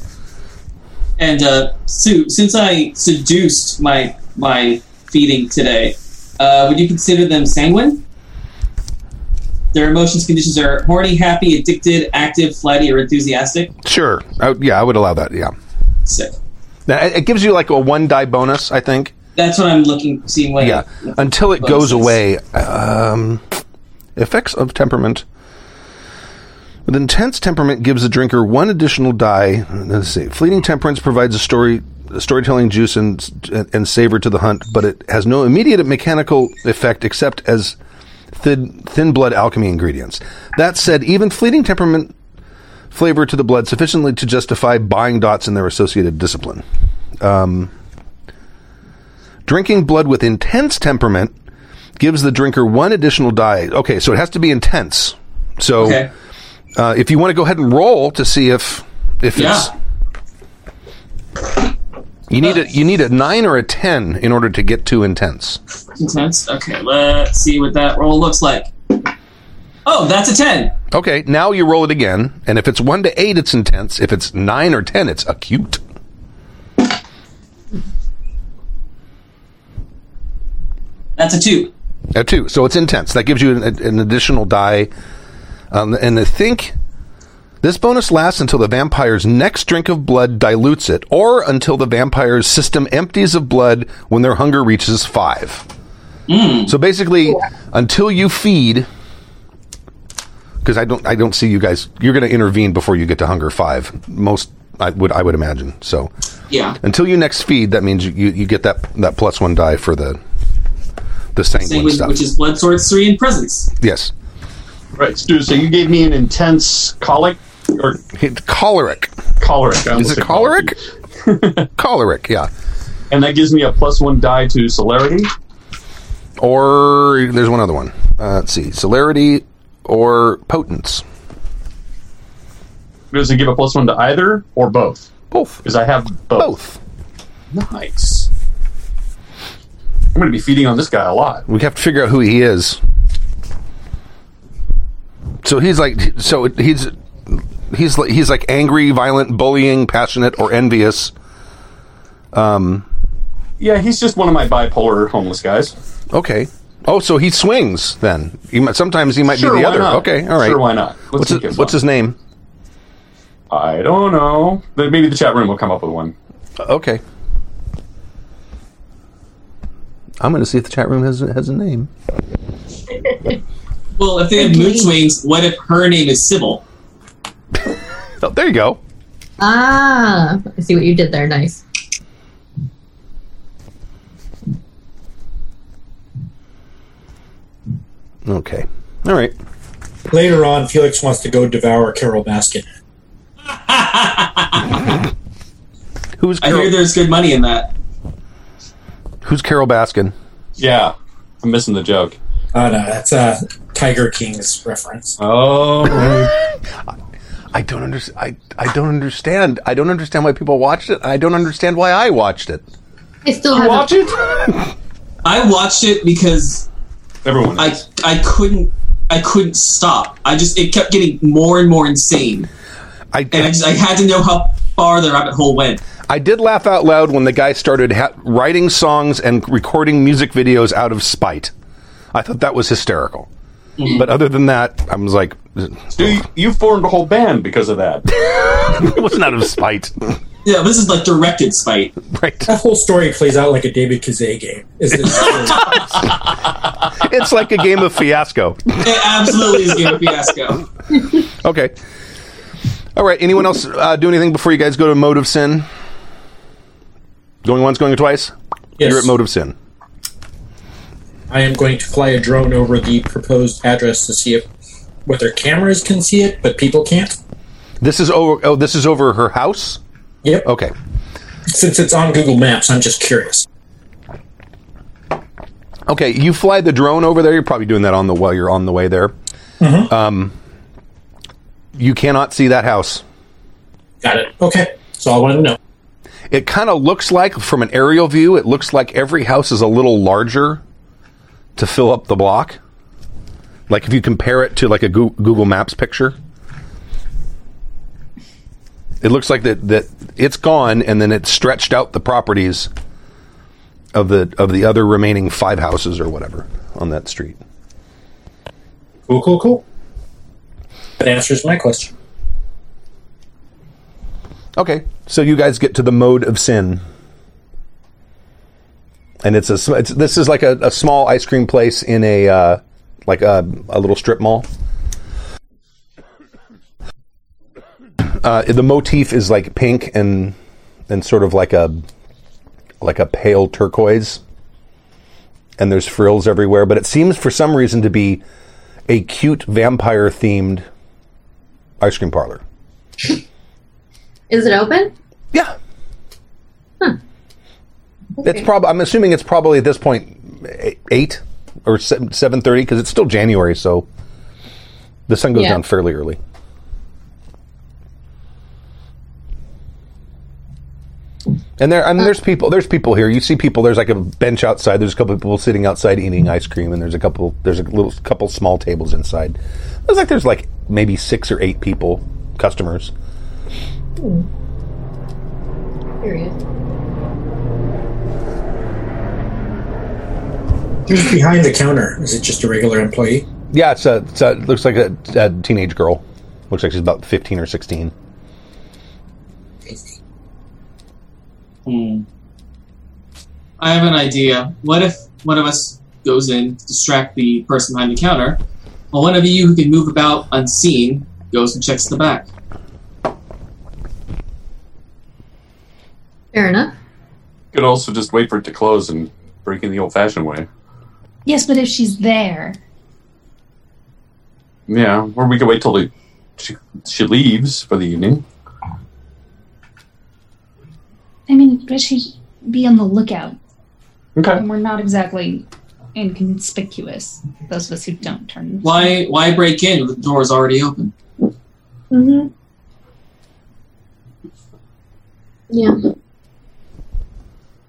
Speaker 2: And uh, Sue, since I seduced my my feeding today, uh, would you consider them sanguine? Their emotions conditions are horny, happy, addicted, active, flighty, or enthusiastic.
Speaker 1: Sure. I, would- yeah, I would allow that. Yeah.
Speaker 2: Sick.
Speaker 1: Now, it it gives you like a one die bonus, I think.
Speaker 2: That's what I'm looking, seeing what.
Speaker 1: Yeah. Until it goes away. Um, effects of temperament. With intense temperament gives the drinker one additional die. Let's see. Fleeting temperance provides a story, storytelling juice and and savor to the hunt, but it has no immediate mechanical effect except as thin thin blood alchemy ingredients. That said, even fleeting temperament flavor to the blood sufficiently to justify buying dots and their associated discipline. Um, Drinking blood with intense temperament gives the drinker one additional die. Okay, so it has to be intense. So
Speaker 2: Okay.
Speaker 1: Uh, if you want to go ahead and roll to see if if it's
Speaker 2: Yeah.
Speaker 1: you need a you need a nine or a ten in order to get too intense.
Speaker 2: Intense. Okay, let's see what that roll looks like. Oh, that's a ten.
Speaker 1: Okay, now you roll it again, and if it's one to eight, it's intense. If it's nine or ten, it's acute.
Speaker 2: That's a two.
Speaker 1: A Uh, two, so it's intense. That gives you an, an additional die. Um, and I think this bonus lasts until the vampire's next drink of blood dilutes it, or until the vampire's system empties of blood when their hunger reaches five.
Speaker 2: Hmm.
Speaker 1: So basically, until you feed, because I don't, I don't see you guys. You're going to intervene before you get to hunger five. Most I would, I would imagine. So
Speaker 2: Yeah.
Speaker 1: until you next feed, that means you, you, you get that that plus one die for the the sanguine
Speaker 2: Sanguine,
Speaker 1: stuff.
Speaker 2: which is blood sorcery and presence.
Speaker 1: yes.
Speaker 3: Right, Stu. So you gave me an intense colic or
Speaker 1: Hit choleric.
Speaker 3: choleric. I
Speaker 1: Is
Speaker 3: almost
Speaker 1: it
Speaker 3: said
Speaker 1: choleric? choleric, yeah.
Speaker 3: And that gives me a plus one die to celerity.
Speaker 1: Or there's one other one. Uh, let's see. Celerity or potence.
Speaker 3: Does it give a plus one to either or both?
Speaker 1: Both.
Speaker 3: Because I have both.
Speaker 1: Both.
Speaker 3: Nice. I'm going to be feeding on this guy a lot.
Speaker 1: We have to figure out who he is. So he's like so he's he's like he's like angry, violent, bullying, passionate, or envious.
Speaker 3: Yeah, he's just one of my bipolar homeless guys.
Speaker 1: Okay. Oh, so he swings then. He might, sometimes he might
Speaker 3: Sure,
Speaker 1: be the
Speaker 3: why
Speaker 1: other.
Speaker 3: not?
Speaker 1: Okay, all right.
Speaker 3: Sure, why not? Let's
Speaker 1: What's
Speaker 3: make
Speaker 1: his,
Speaker 3: it
Speaker 1: what's
Speaker 3: fun.
Speaker 1: his name?
Speaker 3: I don't know. But Maybe the chat room will come up with one.
Speaker 1: Okay. I'm going to see if the chat room has has a name.
Speaker 2: Well, if they have mood swings, what if her name is Sybil?
Speaker 1: Oh, there you go.
Speaker 5: Ah, I see what you did there. Nice.
Speaker 1: Okay. All right.
Speaker 4: Later on, Felix wants to go devour Carol Baskin.
Speaker 1: Who's
Speaker 2: I
Speaker 1: Carol,
Speaker 2: hear there's good money in that.
Speaker 1: Who's Carol Baskin?
Speaker 3: Yeah, I'm missing the joke.
Speaker 4: Oh no, that's a Tiger King's reference.
Speaker 3: Oh,
Speaker 1: I don't understand. I, I don't understand. I don't understand why people watched it. I don't understand why I watched it.
Speaker 5: I still
Speaker 3: you
Speaker 5: haven't.
Speaker 3: watch it?
Speaker 2: I watched it because
Speaker 3: Everyone.
Speaker 2: I
Speaker 3: is.
Speaker 2: I couldn't I couldn't stop. I just it kept getting more and more insane,
Speaker 1: [LAUGHS] I
Speaker 2: and I just I had to know how far the rabbit hole went.
Speaker 1: I did laugh out loud when the guy started ha- writing songs and recording music videos out of spite. I thought that was hysterical. But other than that, I was like, [LAUGHS]
Speaker 3: Stu, you, you formed a whole band because of that.
Speaker 1: it wasn't out of spite,
Speaker 2: Yeah, this is like directed spite.
Speaker 1: [LAUGHS] right?
Speaker 4: That whole story plays out like a David Kazay game. Is [LAUGHS] this
Speaker 1: It's like a game of fiasco.
Speaker 2: It absolutely is Game of Fiasco.
Speaker 1: Okay. All right. Anyone else uh, do anything before you guys go to mode of sin? Going once, going twice.
Speaker 4: Yes.
Speaker 1: You're at mode of sin.
Speaker 4: I am going to fly a drone over the proposed address to see if whether cameras can see it, but people can't.
Speaker 1: This is over. Oh, this is over her house.
Speaker 4: Yep.
Speaker 1: Okay.
Speaker 4: Since it's on Google Maps, I'm just curious.
Speaker 1: Okay. You fly the drone over there. You're probably doing that on the while you're on the way there.
Speaker 4: Mm-hmm.
Speaker 1: Um, you cannot see that house.
Speaker 4: Got it. Okay. That's all I wanted to know.
Speaker 1: It kind of looks like, from an aerial view, it looks like every house is a little larger to fill up the block. Like if you compare it to like a Goo- Google Maps picture, it looks like that that it's gone, and then it stretched out the properties of the of the other remaining five houses or whatever on that street.
Speaker 4: Cool, cool, cool. That answers my question.
Speaker 1: Okay, so you guys get to the mode of sin, and it's a sm- it's, this is like a, a small ice cream place in a uh, like a, a little strip mall. Uh, the motif is like pink and and sort of like a like a pale turquoise, and there's frills everywhere. But it seems for some reason to be a cute vampire themed ice cream parlor.
Speaker 5: Is it open?
Speaker 1: Yeah. It's probably. I'm assuming it's probably at this point eh, eight or seven thirty because it's still January, so the sun goes
Speaker 5: Yeah.
Speaker 1: down fairly early. And there, I mean, there's people. There's people here. You see people. There's like a bench outside. There's a couple people sitting outside eating ice cream, and there's a couple. There's a little couple small tables inside. Looks like there's like maybe six or eight people, customers.
Speaker 5: Period.
Speaker 4: Who's behind the counter? Is it just a regular employee?
Speaker 1: Yeah, it's a. It's a looks like a, a teenage girl. Looks like she's about fifteen or sixteen.
Speaker 2: Hmm. I have an idea. What if one of us goes in to distract the person behind the counter, while one of you who can move about unseen goes and checks the back?
Speaker 5: Fair enough.
Speaker 3: Could also just wait for it to close and break in the old fashioned way.
Speaker 6: Yes, but if she's there,
Speaker 3: Yeah, or we could wait till the, she, she leaves for the evening.
Speaker 6: I mean, but she be on the lookout,
Speaker 3: Okay.
Speaker 6: and we're not exactly inconspicuous. Those of us who don't turn.
Speaker 2: Why why break in when the door is already open?
Speaker 7: Mm-hmm.
Speaker 5: Yeah.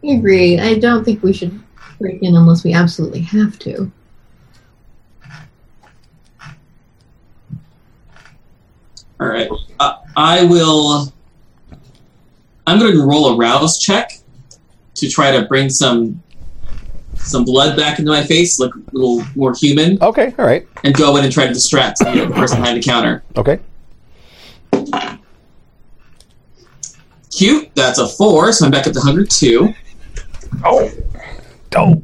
Speaker 5: I agree. I don't think we should break in unless we absolutely have to.
Speaker 2: All right. Uh, I will. I'm going to roll a rouse check to try to bring some some blood back into my face, look a little more human,
Speaker 1: Okay, all right,
Speaker 2: and go in and try to distract you know, the person behind the counter.
Speaker 1: okay.
Speaker 2: Cute. That's a four, so I'm back up to 102.
Speaker 1: Dope.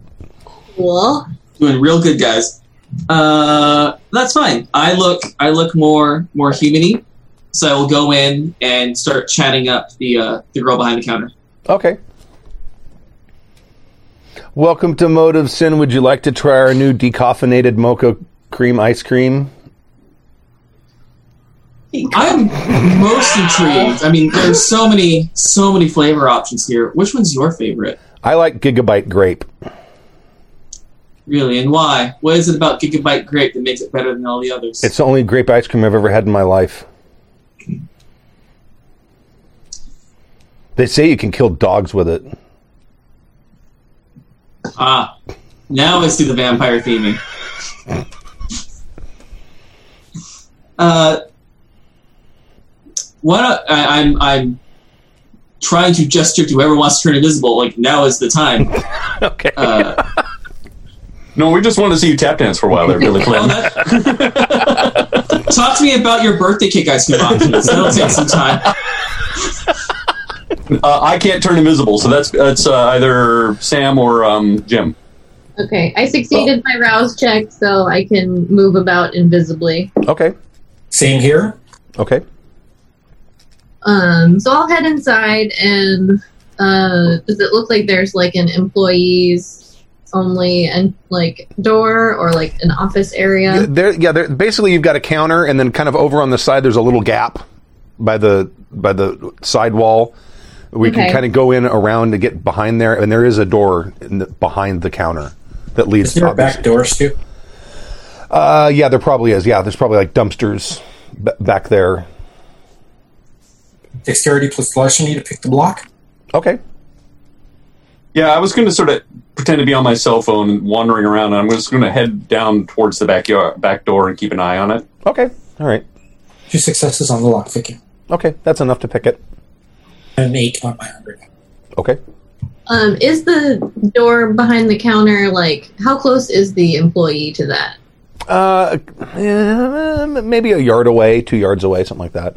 Speaker 5: Cool.
Speaker 2: Doing real good, guys. Uh, that's fine. I look I look more more humany, so I will go in and start chatting up the uh, the girl behind the counter.
Speaker 1: Okay. Welcome to Motive Sin. Would you like to try our new decaffeinated mocha cream ice cream?
Speaker 2: I'm most intrigued. I mean, there's so many, so many flavor options here. Which one's your favorite,
Speaker 1: I like gigabyte grape.
Speaker 2: really, and why? What is it about Gigabyte Grape that makes it better than all the others?
Speaker 1: It's the only grape ice cream I've ever had in my life. They say you can kill dogs with it.
Speaker 2: ah, now I see the vampire theming. Uh, what a- I, I'm I'm trying to gesture to whoever wants to turn invisible. Like now is the time.
Speaker 1: [LAUGHS] Okay.
Speaker 2: Uh,
Speaker 3: No, we just wanted to see you tap dance for a while there, Billy
Speaker 2: [LAUGHS]
Speaker 3: Clinton.
Speaker 2: Talk to me about your birthday cake ice cream options. That'll take some time.
Speaker 3: Uh, I can't turn invisible, so that's that's uh, either Sam or um, Jim.
Speaker 5: Okay, I succeeded my rouse check, so I can move about invisibly.
Speaker 1: okay.
Speaker 4: Same here.
Speaker 1: Okay.
Speaker 5: Um, so I'll head inside, and uh, does it look like there's like an employees only and like door or like an office
Speaker 1: Yeah,
Speaker 5: area?
Speaker 1: there, yeah there, basically you've got a counter and then kind of over on the side there's a little gap by the by the side wall. We can
Speaker 5: Okay.
Speaker 1: kind of go in around to get behind there and there is a door in the, behind the counter that leads
Speaker 4: Is there a back door, Stu?
Speaker 1: Uh, yeah, there probably is. Yeah, there's probably like dumpsters b- back there.
Speaker 4: Dexterity plus larceny to pick the block.
Speaker 1: Okay.
Speaker 3: Yeah, I was going to sort of pretend to be on my cell phone and wandering around. And I'm just going to head down towards the backyard, back door and keep an eye on it.
Speaker 1: Okay. All right.
Speaker 4: Two successes on the lock picking.
Speaker 1: Okay, that's enough to pick it.
Speaker 4: And an eight on my hundred.
Speaker 1: Okay.
Speaker 5: Um, is the door behind the counter like how close is the employee to that?
Speaker 1: Uh, eh, maybe a yard away, two yards away, something like that.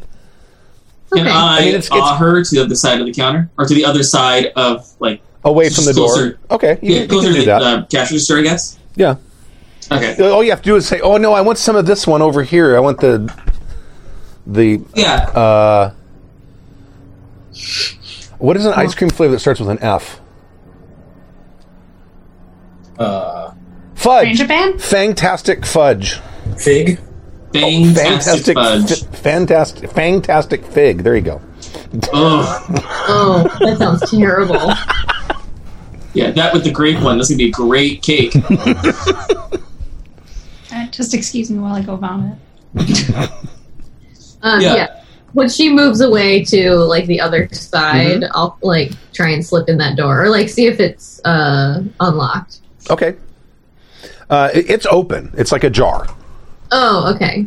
Speaker 2: Can
Speaker 5: Okay.
Speaker 2: I,
Speaker 1: I mean, it's- it's-
Speaker 2: awe her to the other side of the counter or to the other side of like
Speaker 1: Away from the
Speaker 2: Closer.
Speaker 1: door. Okay, you,
Speaker 2: yeah,
Speaker 1: you
Speaker 2: closer
Speaker 1: can
Speaker 2: to
Speaker 1: do
Speaker 2: the
Speaker 1: that.
Speaker 2: uh, cash register, I guess?
Speaker 1: Yeah.
Speaker 2: Okay.
Speaker 1: All you have to do is say, "Oh no, I want some of this one over here. I want the the
Speaker 2: Yeah.
Speaker 1: uh, what is an ice cream flavor that starts with an F?
Speaker 4: Uh,
Speaker 6: Ranger
Speaker 1: Fudge.
Speaker 6: Band?
Speaker 1: Fantastic fudge.
Speaker 4: fig.
Speaker 2: fantastic
Speaker 1: oh, Fantastic.
Speaker 2: fudge.
Speaker 1: fi- fantastic. Fantastic fig. There you go.
Speaker 2: Oh,
Speaker 5: oh, that sounds terrible.
Speaker 2: yeah, that with the grape one. That's gonna be a
Speaker 1: [LAUGHS]
Speaker 2: great cake.
Speaker 6: Uh, just excuse me while I go vomit.
Speaker 5: Um,
Speaker 2: Yeah.
Speaker 5: yeah. when she moves away to like the other side, I'll like try and slip in that door or like see if it's uh unlocked.
Speaker 1: Okay. Uh, it- it's open. It's like a jar.
Speaker 5: Oh, okay.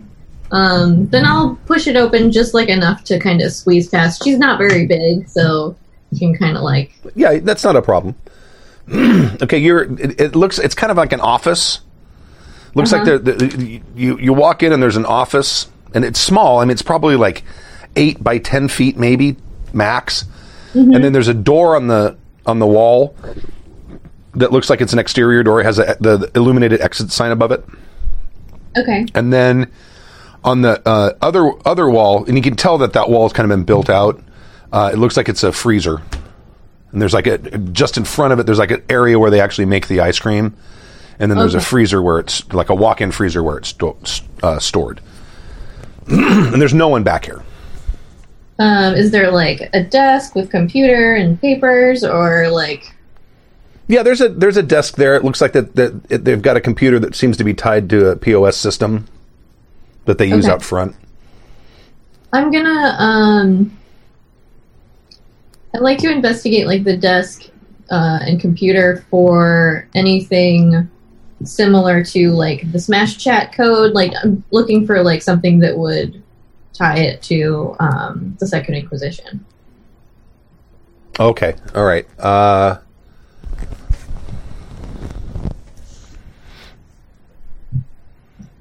Speaker 5: Um, then I'll push it open just like enough to kind of squeeze past. She's not very big, so you can kind of like
Speaker 1: Yeah, that's not a problem. [CLEARS THROAT] okay, you're. It, it looks. It's kind of like an office. Looks like there. The, you you walk in and there's an office and it's small. I mean, it's probably like eight by ten feet, maybe max. And then there's a door on the on the wall that looks like it's an exterior door. It has a, the, the illuminated exit sign above it.
Speaker 5: okay.
Speaker 1: And then on the uh, other other wall, and you can tell that that wall has kind of been built out. Uh, it looks like it's a freezer, and there's like a just in front of it. There's like an area where they actually make the ice cream, and then there's a
Speaker 5: Okay.
Speaker 1: freezer where it's like a walk-in freezer where it's sto- s- uh, stored. [CLEARS THROAT] and there's no one back here.
Speaker 5: Um, is there like a desk with computer and papers or like
Speaker 1: Yeah, there's a there's a desk there. It looks like that that it, they've got a computer that seems to be tied to a POS system that they use
Speaker 5: Okay.
Speaker 1: up front.
Speaker 5: I'm gonna um I'd like to investigate like the desk uh, and computer for anything similar to like the smash chat code like I'm looking for like something that would tie it to um, the second inquisition
Speaker 1: Okay. All right. Uh,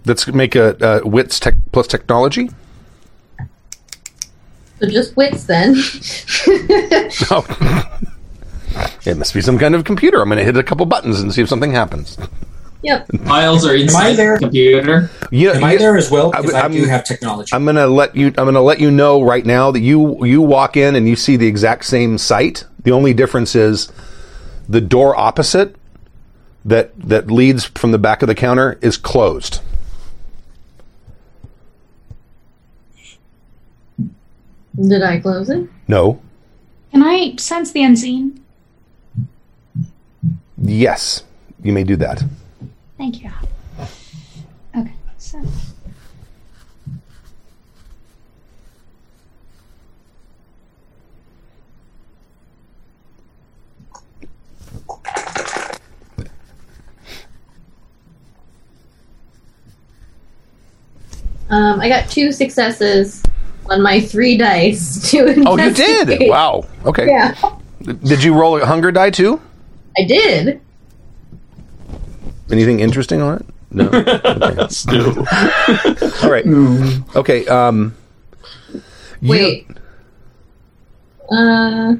Speaker 1: let's make a uh, wits tech plus
Speaker 4: [LAUGHS]
Speaker 1: technology.
Speaker 5: so just wits then [LAUGHS]
Speaker 1: Oh. it must be some kind of computer. I'm going to hit a couple buttons and see if something happens.
Speaker 5: yep
Speaker 2: Files are inside
Speaker 4: there?
Speaker 2: the computer.
Speaker 1: You,
Speaker 4: Am I
Speaker 1: you-
Speaker 4: there as well?
Speaker 1: I-
Speaker 4: Because I,
Speaker 1: I'm-
Speaker 4: do have technology.
Speaker 1: I'm gonna let you. I'm gonna let you know right now that you you walk in and you see the exact same site. The only difference is the door opposite that that leads from the back of the counter is closed.
Speaker 5: did I close it
Speaker 1: No.
Speaker 6: Can I sense the unseen?
Speaker 1: Yes, you may do that.
Speaker 6: Thank you. Okay, so.
Speaker 5: um, I got two successes on my three dice to
Speaker 1: Oh, you did!
Speaker 5: [LAUGHS] investigate.
Speaker 1: Wow. Okay.
Speaker 5: yeah
Speaker 1: Did you roll a hunger die too?
Speaker 5: I did
Speaker 1: Anything interesting on it? No.
Speaker 5: [LAUGHS]
Speaker 3: Stu.
Speaker 1: All right. Okay. Um. you-
Speaker 5: Wait. Uh,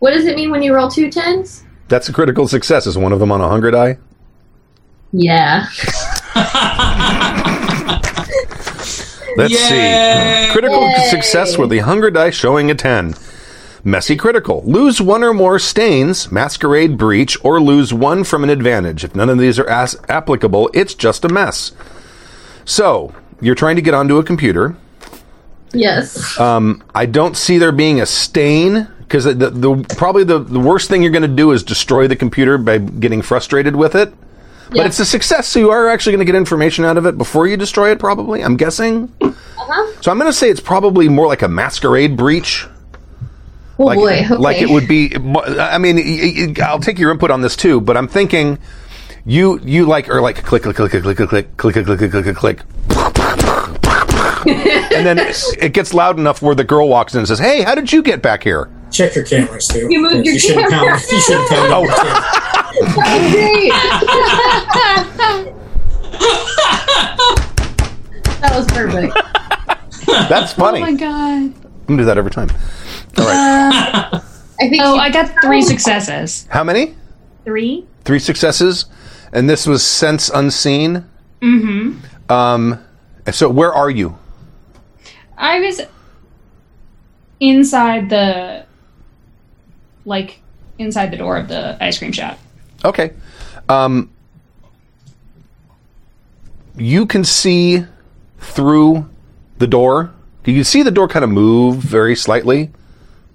Speaker 5: what does it mean when you roll two tens?
Speaker 1: that's a critical success. Is one of them on a hunger die?
Speaker 5: Yeah.
Speaker 1: Let's
Speaker 2: Yay!
Speaker 1: see. Critical
Speaker 5: Yay.
Speaker 1: success with the hunger die showing a 10. Messy critical. Lose one or more stains, masquerade breach, or lose one from an advantage. If none of these are as applicable, it's just a mess. So, you're trying to get onto a computer.
Speaker 5: Yes.
Speaker 1: Um, I don't see there being a stain because the, the, probably the, the worst thing you're going to do is destroy the computer by getting frustrated with it. But
Speaker 5: Yeah.
Speaker 1: it's a success, so you are actually going to get information out of it before you destroy it. Probably, I'm guessing.
Speaker 5: Uh-huh.
Speaker 1: So I'm going to say it's probably more like a masquerade breach.
Speaker 5: Oh
Speaker 1: Like,
Speaker 5: boy. Okay.
Speaker 1: like
Speaker 5: [LAUGHS]
Speaker 1: it would be. I mean, y- y- I'll take your input on this too, but I'm thinking you you like or like click click click click click click click click click click click click click. and then it gets loud enough where the girl walks in and says, "Hey, how did you get back here?"
Speaker 4: Check your cameras, too.
Speaker 5: You moved your
Speaker 4: shouldn't
Speaker 5: camera.
Speaker 4: Count, you shouldn't count. on the
Speaker 1: Oh.
Speaker 4: camera.
Speaker 5: Great. that was perfect.
Speaker 1: That's
Speaker 6: Oh my Uh.
Speaker 1: funny.
Speaker 6: god.
Speaker 1: I'm gonna do that every time. All right.
Speaker 5: I think.
Speaker 6: Oh,
Speaker 5: she-
Speaker 6: I got three successes.
Speaker 1: How many?
Speaker 6: Three?
Speaker 1: Three successes, and this was sense unseen.
Speaker 6: Mm-hmm.
Speaker 1: Um, so where are you?
Speaker 6: I was inside the like inside the door of the ice cream shop.
Speaker 1: Okay. Um, you can see through the door. You can see the door kind of move very slightly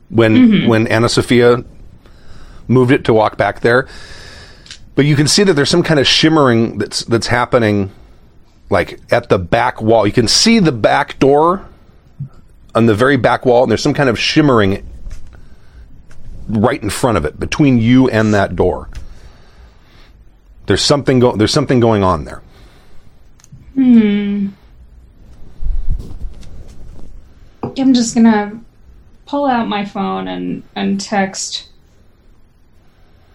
Speaker 1: when when Anna Sophia moved it to walk back there. But you can see that there's some kind of shimmering that's that's happening like at the back wall. You can see the back door on the very back wall, and there's some kind of shimmering right in front of it between you and that door. There's something go- there's something going on there.
Speaker 6: Hmm. I'm just gonna pull out my phone and, and text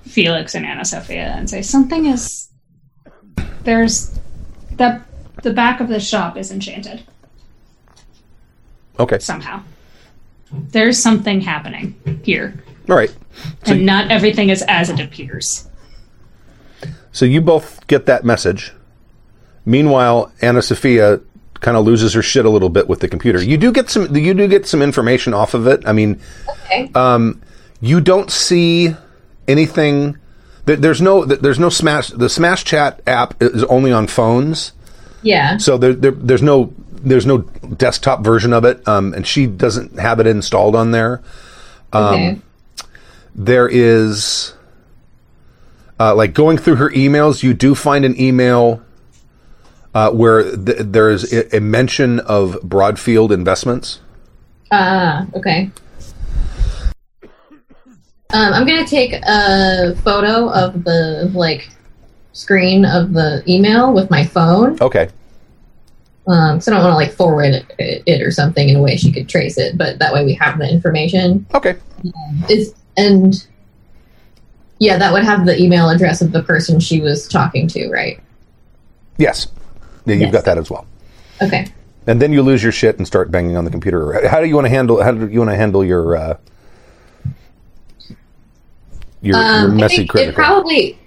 Speaker 6: Felix and Anna Sophia and say something is there's that the back of the shop is enchanted
Speaker 1: Okay.
Speaker 6: somehow. There's something happening here.
Speaker 1: All right.
Speaker 6: and not everything is as it appears.
Speaker 1: So you both get that message. Meanwhile, Anna Sophia kind of loses her shit a little bit with the computer. You do get some you do get some information off of it. I mean, um,
Speaker 7: Okay.
Speaker 1: you don't see anything there, there's no there's no smash the smash chat app is only on phones.
Speaker 7: yeah.
Speaker 1: So there, there there's no there's no desktop version of it um, and she doesn't have it installed on there. Um,
Speaker 7: Okay.
Speaker 1: there is uh, like going through her emails you do find an email uh, where th- there is a, a mention of broadfield investments
Speaker 5: Ah, okay. Um, I'm gonna take a photo of the like screen of the email with my phone,
Speaker 1: okay
Speaker 5: um, so I don't want to like forward it, it or something in a way she could trace it, but that way we have the information.
Speaker 1: okay
Speaker 5: Is and yeah, that would have the email address of the person she was talking to, right?
Speaker 1: yes yeah you've
Speaker 5: Yes.
Speaker 1: got that as well
Speaker 5: Okay.
Speaker 1: and then you lose your shit and start banging on the computer how do you want to handle how do you want to handle your uh, your, your
Speaker 5: Um, I
Speaker 1: messy
Speaker 5: think
Speaker 1: critical
Speaker 5: it probably.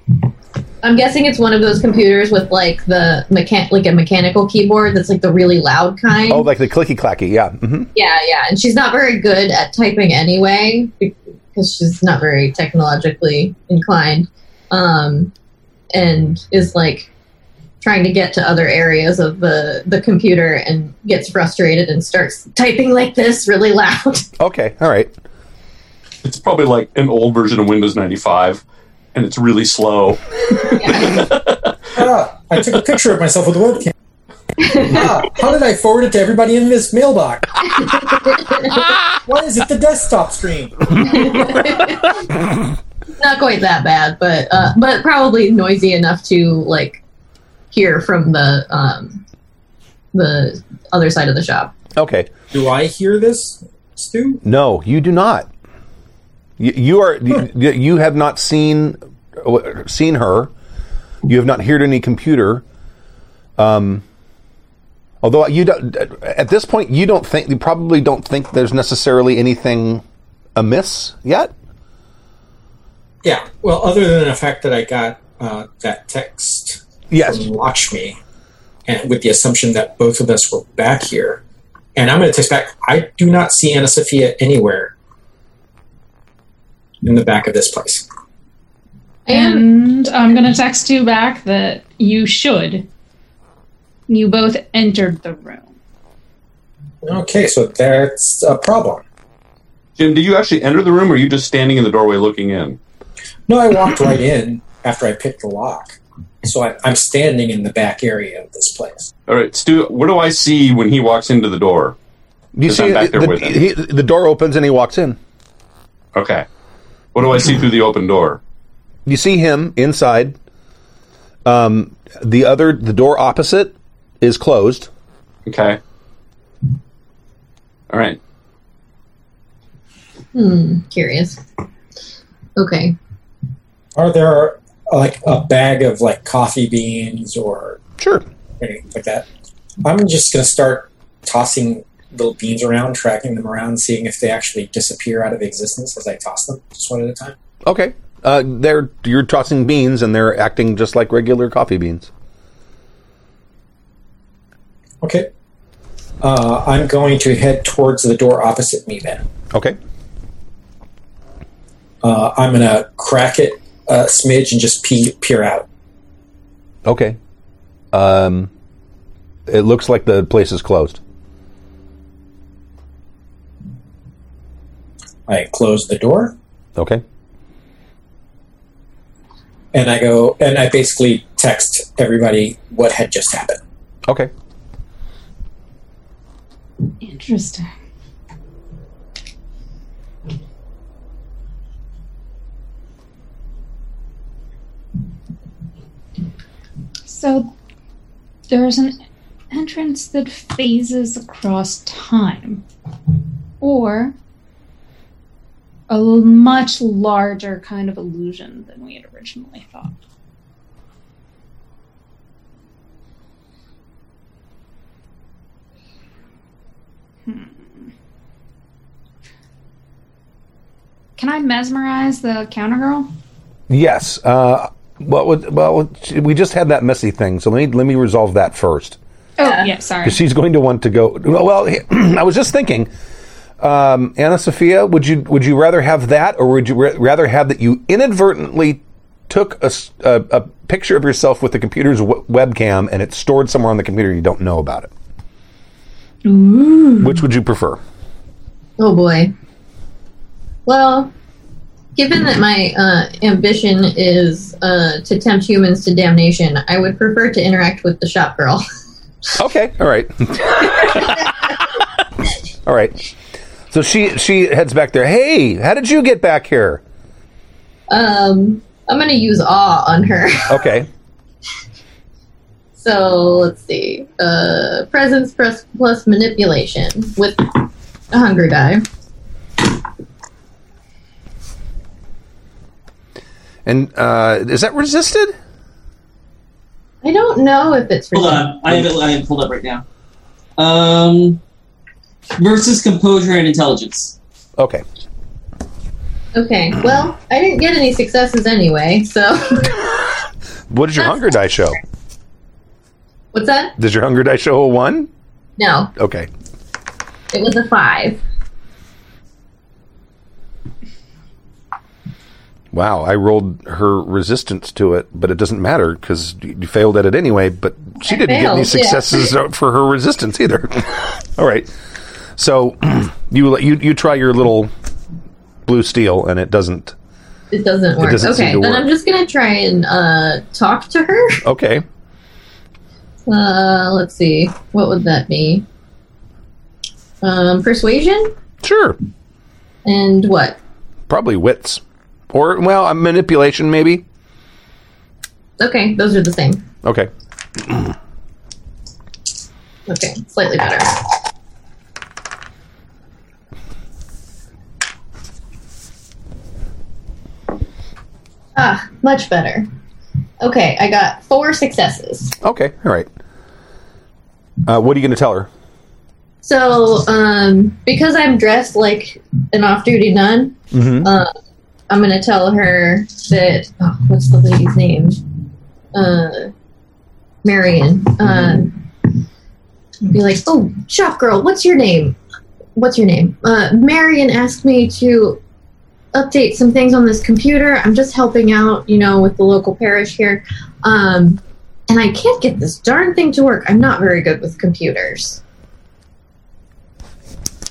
Speaker 5: I'm guessing it's one of those computers with like the mechan- like a mechanical keyboard that's like the really loud kind.
Speaker 1: oh like the clicky clacky yeah hmm
Speaker 5: Yeah, yeah. And she's not very good at typing anyway because she's not very technologically inclined um, and is like trying to get to other areas of the, the computer and gets frustrated and starts typing like this really loud. [LAUGHS]
Speaker 1: okay all right
Speaker 3: It's probably like an old version of Windows 95, and it's really slow.
Speaker 4: Ah, [LAUGHS] I took a picture of myself with a webcam.
Speaker 5: [LAUGHS]
Speaker 4: ah, how did I forward it to everybody in this mailbox? Why is it the desktop screen?
Speaker 5: not quite that bad, but uh, but probably noisy enough to like hear from the um, the other side of the shop.
Speaker 1: okay
Speaker 4: Do I hear this, Stu?
Speaker 1: No, you do not. You, you are you, you have not seen uh, seen her. You have not heard any computer. Um, although you don't, at this point you don't think you probably don't think there's necessarily anything amiss yet.
Speaker 4: Yeah. Well, other than the fact that I got uh, that text
Speaker 1: Yes.
Speaker 4: from Watch Me, and with the assumption that both of us were back here, and I'm going to text back. I do not see Anna Sophia anywhere in the back of this place.
Speaker 5: And
Speaker 6: And I'm gonna text you back that you should. You both entered the room.
Speaker 4: Okay, so that's a problem.
Speaker 3: Jim, did you actually enter the room, or are you just standing in the doorway looking in?
Speaker 4: No, I walked right in after I picked the lock. So I, I'm standing in the back area of this place.
Speaker 3: All right, Stu, what do I see when he walks into the door?
Speaker 1: You
Speaker 3: Because I'm
Speaker 1: see,
Speaker 3: back there
Speaker 1: the,
Speaker 3: with him.
Speaker 1: he, the door opens and he walks in.
Speaker 3: Okay. What do I see through the open door?
Speaker 1: You see him inside. Um, the other the door opposite is closed.
Speaker 3: Okay. All right.
Speaker 5: hmm, curious. Okay.
Speaker 4: Are there like a bag of like coffee beans or
Speaker 1: Sure.
Speaker 4: anything like that? I'm just going to start tossing little beans around, tracking them around, seeing if they actually disappear out of existence as I toss them, just one at a time.
Speaker 1: Okay. Uh, they're you're tossing beans and they're acting just like regular coffee beans.
Speaker 4: Okay. Uh, I'm going to head towards the door opposite me then.
Speaker 1: Okay.
Speaker 4: Uh, I'm going to crack it a smidge and just pee, peer out.
Speaker 1: Okay. Um, it looks like the place is closed.
Speaker 4: I close the door.
Speaker 1: Okay.
Speaker 4: and I go and I basically text everybody what had just happened.
Speaker 1: Okay.
Speaker 6: Interesting. So there's an entrance that phases across time, or a l- much larger kind of illusion than we had originally thought. Can I mesmerize the counter girl?
Speaker 1: Yes. Uh, what would, well, what- we just had that messy thing, so let me let me resolve that first.
Speaker 6: Oh, yeah, sorry.
Speaker 1: Because she's going to want to go. Well, well, [CLEARS THROAT] I was just thinking, um, Anna Sophia, would you would you rather have that, or would you ra- rather have that you inadvertently took a, s- a- a picture of yourself with the computer's w- webcam and it's stored somewhere on the computer you don't know about it? Which would you prefer?
Speaker 5: Oh boy. Well, given that my uh, ambition is uh, to tempt humans to damnation, I would prefer to interact with the shop girl. [LAUGHS]
Speaker 1: Okay, all right, [LAUGHS] all right. So she she heads back there. Hey, how did you get back here?
Speaker 5: Um, I'm gonna use awe on her. [LAUGHS]
Speaker 1: Okay,
Speaker 5: so let's see. Uh, presence plus, plus manipulation with a hunger die.
Speaker 1: and uh, is that resisted?
Speaker 5: I don't know if it's
Speaker 2: Hold
Speaker 5: resist-
Speaker 2: on, I have it. I have it pulled up right now. Um, versus composure and intelligence.
Speaker 1: Okay.
Speaker 5: Okay. Well, I didn't get any successes anyway. So [LAUGHS]
Speaker 1: What did your hunger die show?
Speaker 5: what's that?
Speaker 1: Does your hunger die show a one?
Speaker 5: No,
Speaker 1: Okay.
Speaker 5: it was a five.
Speaker 1: Wow, I rolled her resistance to it, but it doesn't matter because you failed at it anyway. But she
Speaker 5: I
Speaker 1: didn't get any
Speaker 5: failed, yeah. [LAUGHS]
Speaker 1: successes uh, for her resistance either. All right, so [CLEARS THROAT] you you you try your little blue steel, and it doesn't.
Speaker 5: It doesn't work.
Speaker 1: doesn't
Speaker 5: okay,
Speaker 1: seem to
Speaker 5: then
Speaker 1: work.
Speaker 5: I'm just gonna try and uh, talk to her.
Speaker 1: Okay,
Speaker 5: Uh, let's see, what would that be? Um, persuasion
Speaker 1: sure,
Speaker 5: and what?
Speaker 1: probably wits, or well, uh, manipulation maybe.
Speaker 5: Okay, those are the same.
Speaker 1: Okay,
Speaker 5: Okay, slightly better. Ah, much better. Okay, I got four successes.
Speaker 1: okay, all right. Uh, what are you going to tell her?
Speaker 5: So, um, because I'm dressed like an off-duty nun,
Speaker 1: Mhm.
Speaker 5: uh, I'm gonna tell her that oh, what's the lady's name? Uh, Marion. Uh, be like, oh, shop girl, what's your name? What's your name? Uh, Marion asked me to update some things on this computer. I'm just helping out, you know, with the local parish here, um, and I can't get this darn thing to work. I'm not very good with computers.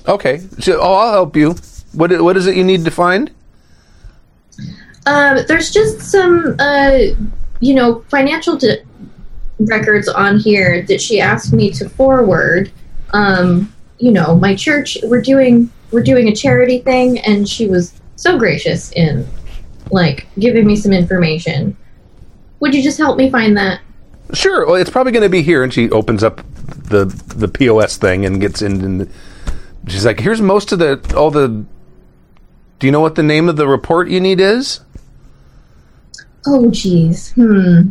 Speaker 1: Okay, so oh, I'll help you. What i- what is it you need to find?
Speaker 5: Um, there's just some, uh, you know, financial di- records on here that she asked me to forward. Um, you know, my church we're doing we're doing a charity thing, and she was so gracious in like giving me some information. Would you just help me find that?
Speaker 1: Sure. Well, it's probably going to be here, and she opens up the the POS thing and gets in. And she's like, "Here's most of the all the. Do you know what the name of the report you need is?
Speaker 5: Oh, geez. Hmm.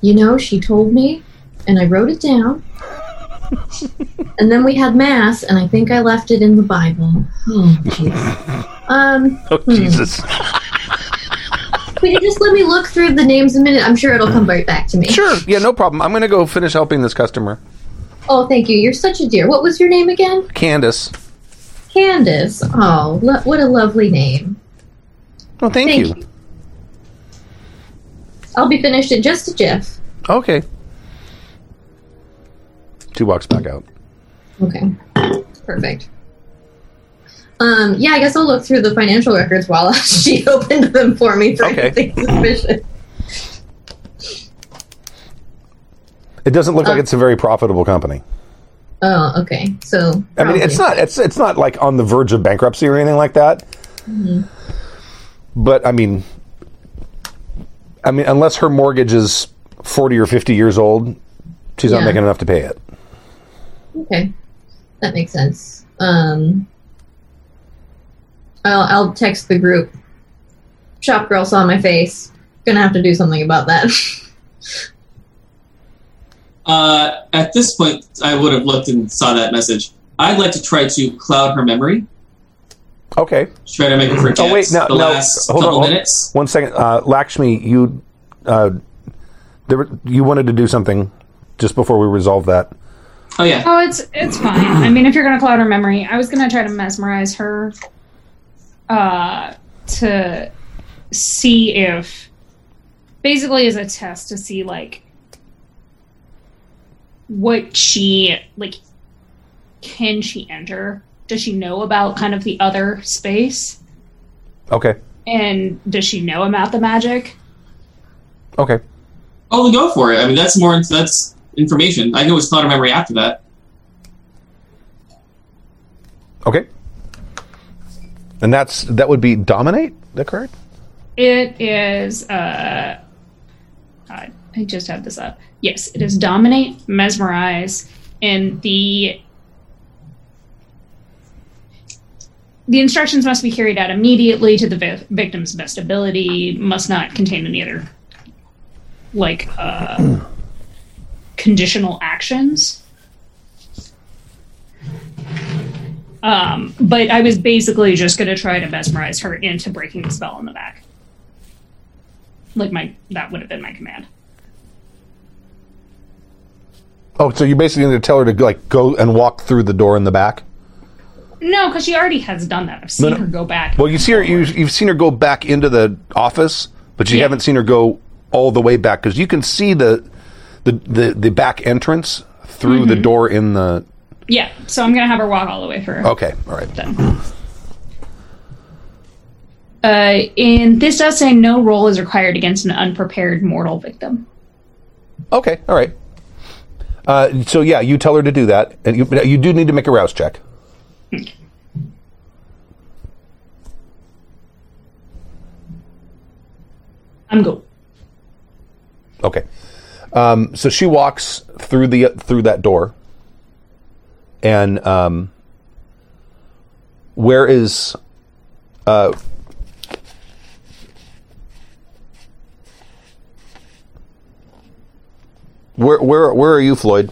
Speaker 5: You know, she told me, and I wrote it down. and then we had mass, and I think I left it in the Bible. Oh, jeez. Um,
Speaker 1: Oh Jesus!
Speaker 5: could you just let me look through the names a minute? I'm sure it'll come right back to
Speaker 1: [LAUGHS]
Speaker 5: me.
Speaker 1: sure. Yeah, no problem. I'm going to go finish helping this customer,
Speaker 5: Oh, thank you. You're such a dear. What was your name again?
Speaker 1: Candace.
Speaker 5: Candace. Oh, lo- what a lovely name.
Speaker 1: Well, Oh, thank,
Speaker 5: Thank
Speaker 1: you.
Speaker 5: you. I'll be finished in just a jiff.
Speaker 1: Okay. She walks back out.
Speaker 5: Okay. Perfect. Um, yeah, I guess I'll look through the financial records while [LAUGHS] she opened them for me for
Speaker 1: Okay.
Speaker 5: anything suspicious.
Speaker 1: It doesn't look like
Speaker 5: Uh,
Speaker 1: it's a very profitable company.
Speaker 5: Oh, okay. So
Speaker 1: I mean, it's not it's it's not like on the verge of bankruptcy or anything like that. But I mean, I mean, unless her mortgage is forty or fifty years old, she's not
Speaker 5: Yeah.
Speaker 1: making enough to pay it.
Speaker 5: Okay, that makes sense. Um, I'll I'll text the group. Shop girl saw my face. Gonna have to do something about that.
Speaker 2: Uh, at this point, I would have looked and saw that message. I'd like to try to cloud her memory,
Speaker 1: Okay,
Speaker 2: try to make her forget
Speaker 1: Oh, wait, no,
Speaker 2: the
Speaker 1: no,
Speaker 2: last
Speaker 1: hold on,
Speaker 2: couple
Speaker 1: hold-
Speaker 2: minutes.
Speaker 1: one second, uh, Lakshmi, you uh, there, were- you wanted to do something just before we resolve that.
Speaker 2: Oh yeah,
Speaker 6: Oh, it's it's fine. I mean, if you're gonna cloud her memory, I was gonna try to mesmerize her, uh, to see if, basically, as a test to see like what she like can she enter? Does she know about kind of the other space?
Speaker 1: Okay,
Speaker 6: And does she know about the magic?
Speaker 1: okay,
Speaker 2: oh, then go for it. I mean, that's more that's information. I can always cloud her memory after that.
Speaker 1: okay. And that's that would be dominate. Is that correct?
Speaker 6: It is. Uh, God, I just had this up. Yes, it is dominate, mesmerize, and the the instructions must be carried out immediately to the vi- victim's best ability. Must not contain any other like uh, [CLEARS THROAT] conditional actions. Um, but I was basically just going to try to mesmerize her into breaking the spell on the back. Like my that would have been my command.
Speaker 1: Oh, so you're basically going to tell her to like go and walk through the door in the back.
Speaker 6: No, because she already has done that. I've seen
Speaker 1: no.
Speaker 6: her go back.
Speaker 1: Well, you see her. You, you've seen her go back into the office, but you
Speaker 6: Yeah.
Speaker 1: haven't seen her go all the way back because you can see the the the, the back entrance through the door in the.
Speaker 6: yeah, so I'm gonna have her walk all the way through.
Speaker 1: Okay, all right.
Speaker 6: Then. Uh, and this does say no roll is required against an unprepared mortal victim.
Speaker 1: Okay, all right. Uh, so yeah, you tell her to do that, and you you do need to make a rouse check.
Speaker 6: I'm go.
Speaker 1: Okay. Um, so she walks through the through that door, and um, where is uh, where where where are you, Floyd?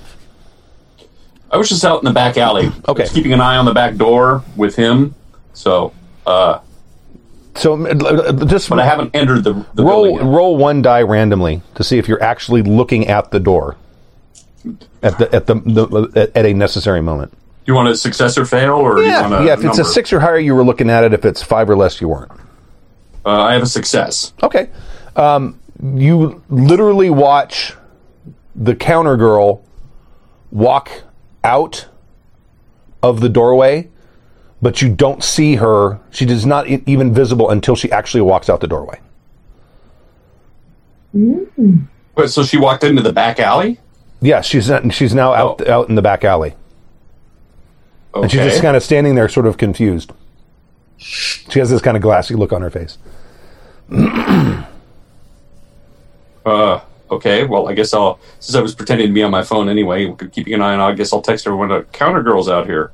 Speaker 3: I was just out in the back alley.
Speaker 1: Okay.
Speaker 3: Just keeping an eye on the back door with him. So, uh,
Speaker 1: So um, just
Speaker 3: but I haven't entered the, the
Speaker 1: roll
Speaker 3: building yet.
Speaker 1: roll one die randomly to see if you're actually looking at the door at the at the, the at a necessary moment.
Speaker 3: Do you want a success or fail, or do you
Speaker 1: Yeah,
Speaker 3: want a
Speaker 1: yeah. If it's
Speaker 3: number?
Speaker 1: a six or higher, you were looking at it. If it's five or less, you weren't.
Speaker 3: Uh, I have a success.
Speaker 1: Okay. Um, you literally watch the counter girl walk out of the doorway, but you don't see her. She is not e- even visible until she actually walks out the doorway.
Speaker 3: Wait, so she walked into the back alley.
Speaker 1: Yeah, she's not, she's now out
Speaker 3: Oh.
Speaker 1: out in the back alley,
Speaker 3: Okay.
Speaker 1: and she's just kind of standing there, sort of confused. She has this kind of glassy look on her face.
Speaker 3: Uh, okay, well, I guess I'll since I was pretending to be on my phone anyway, keeping an eye on. I guess I'll text everyone. The counter girls out here.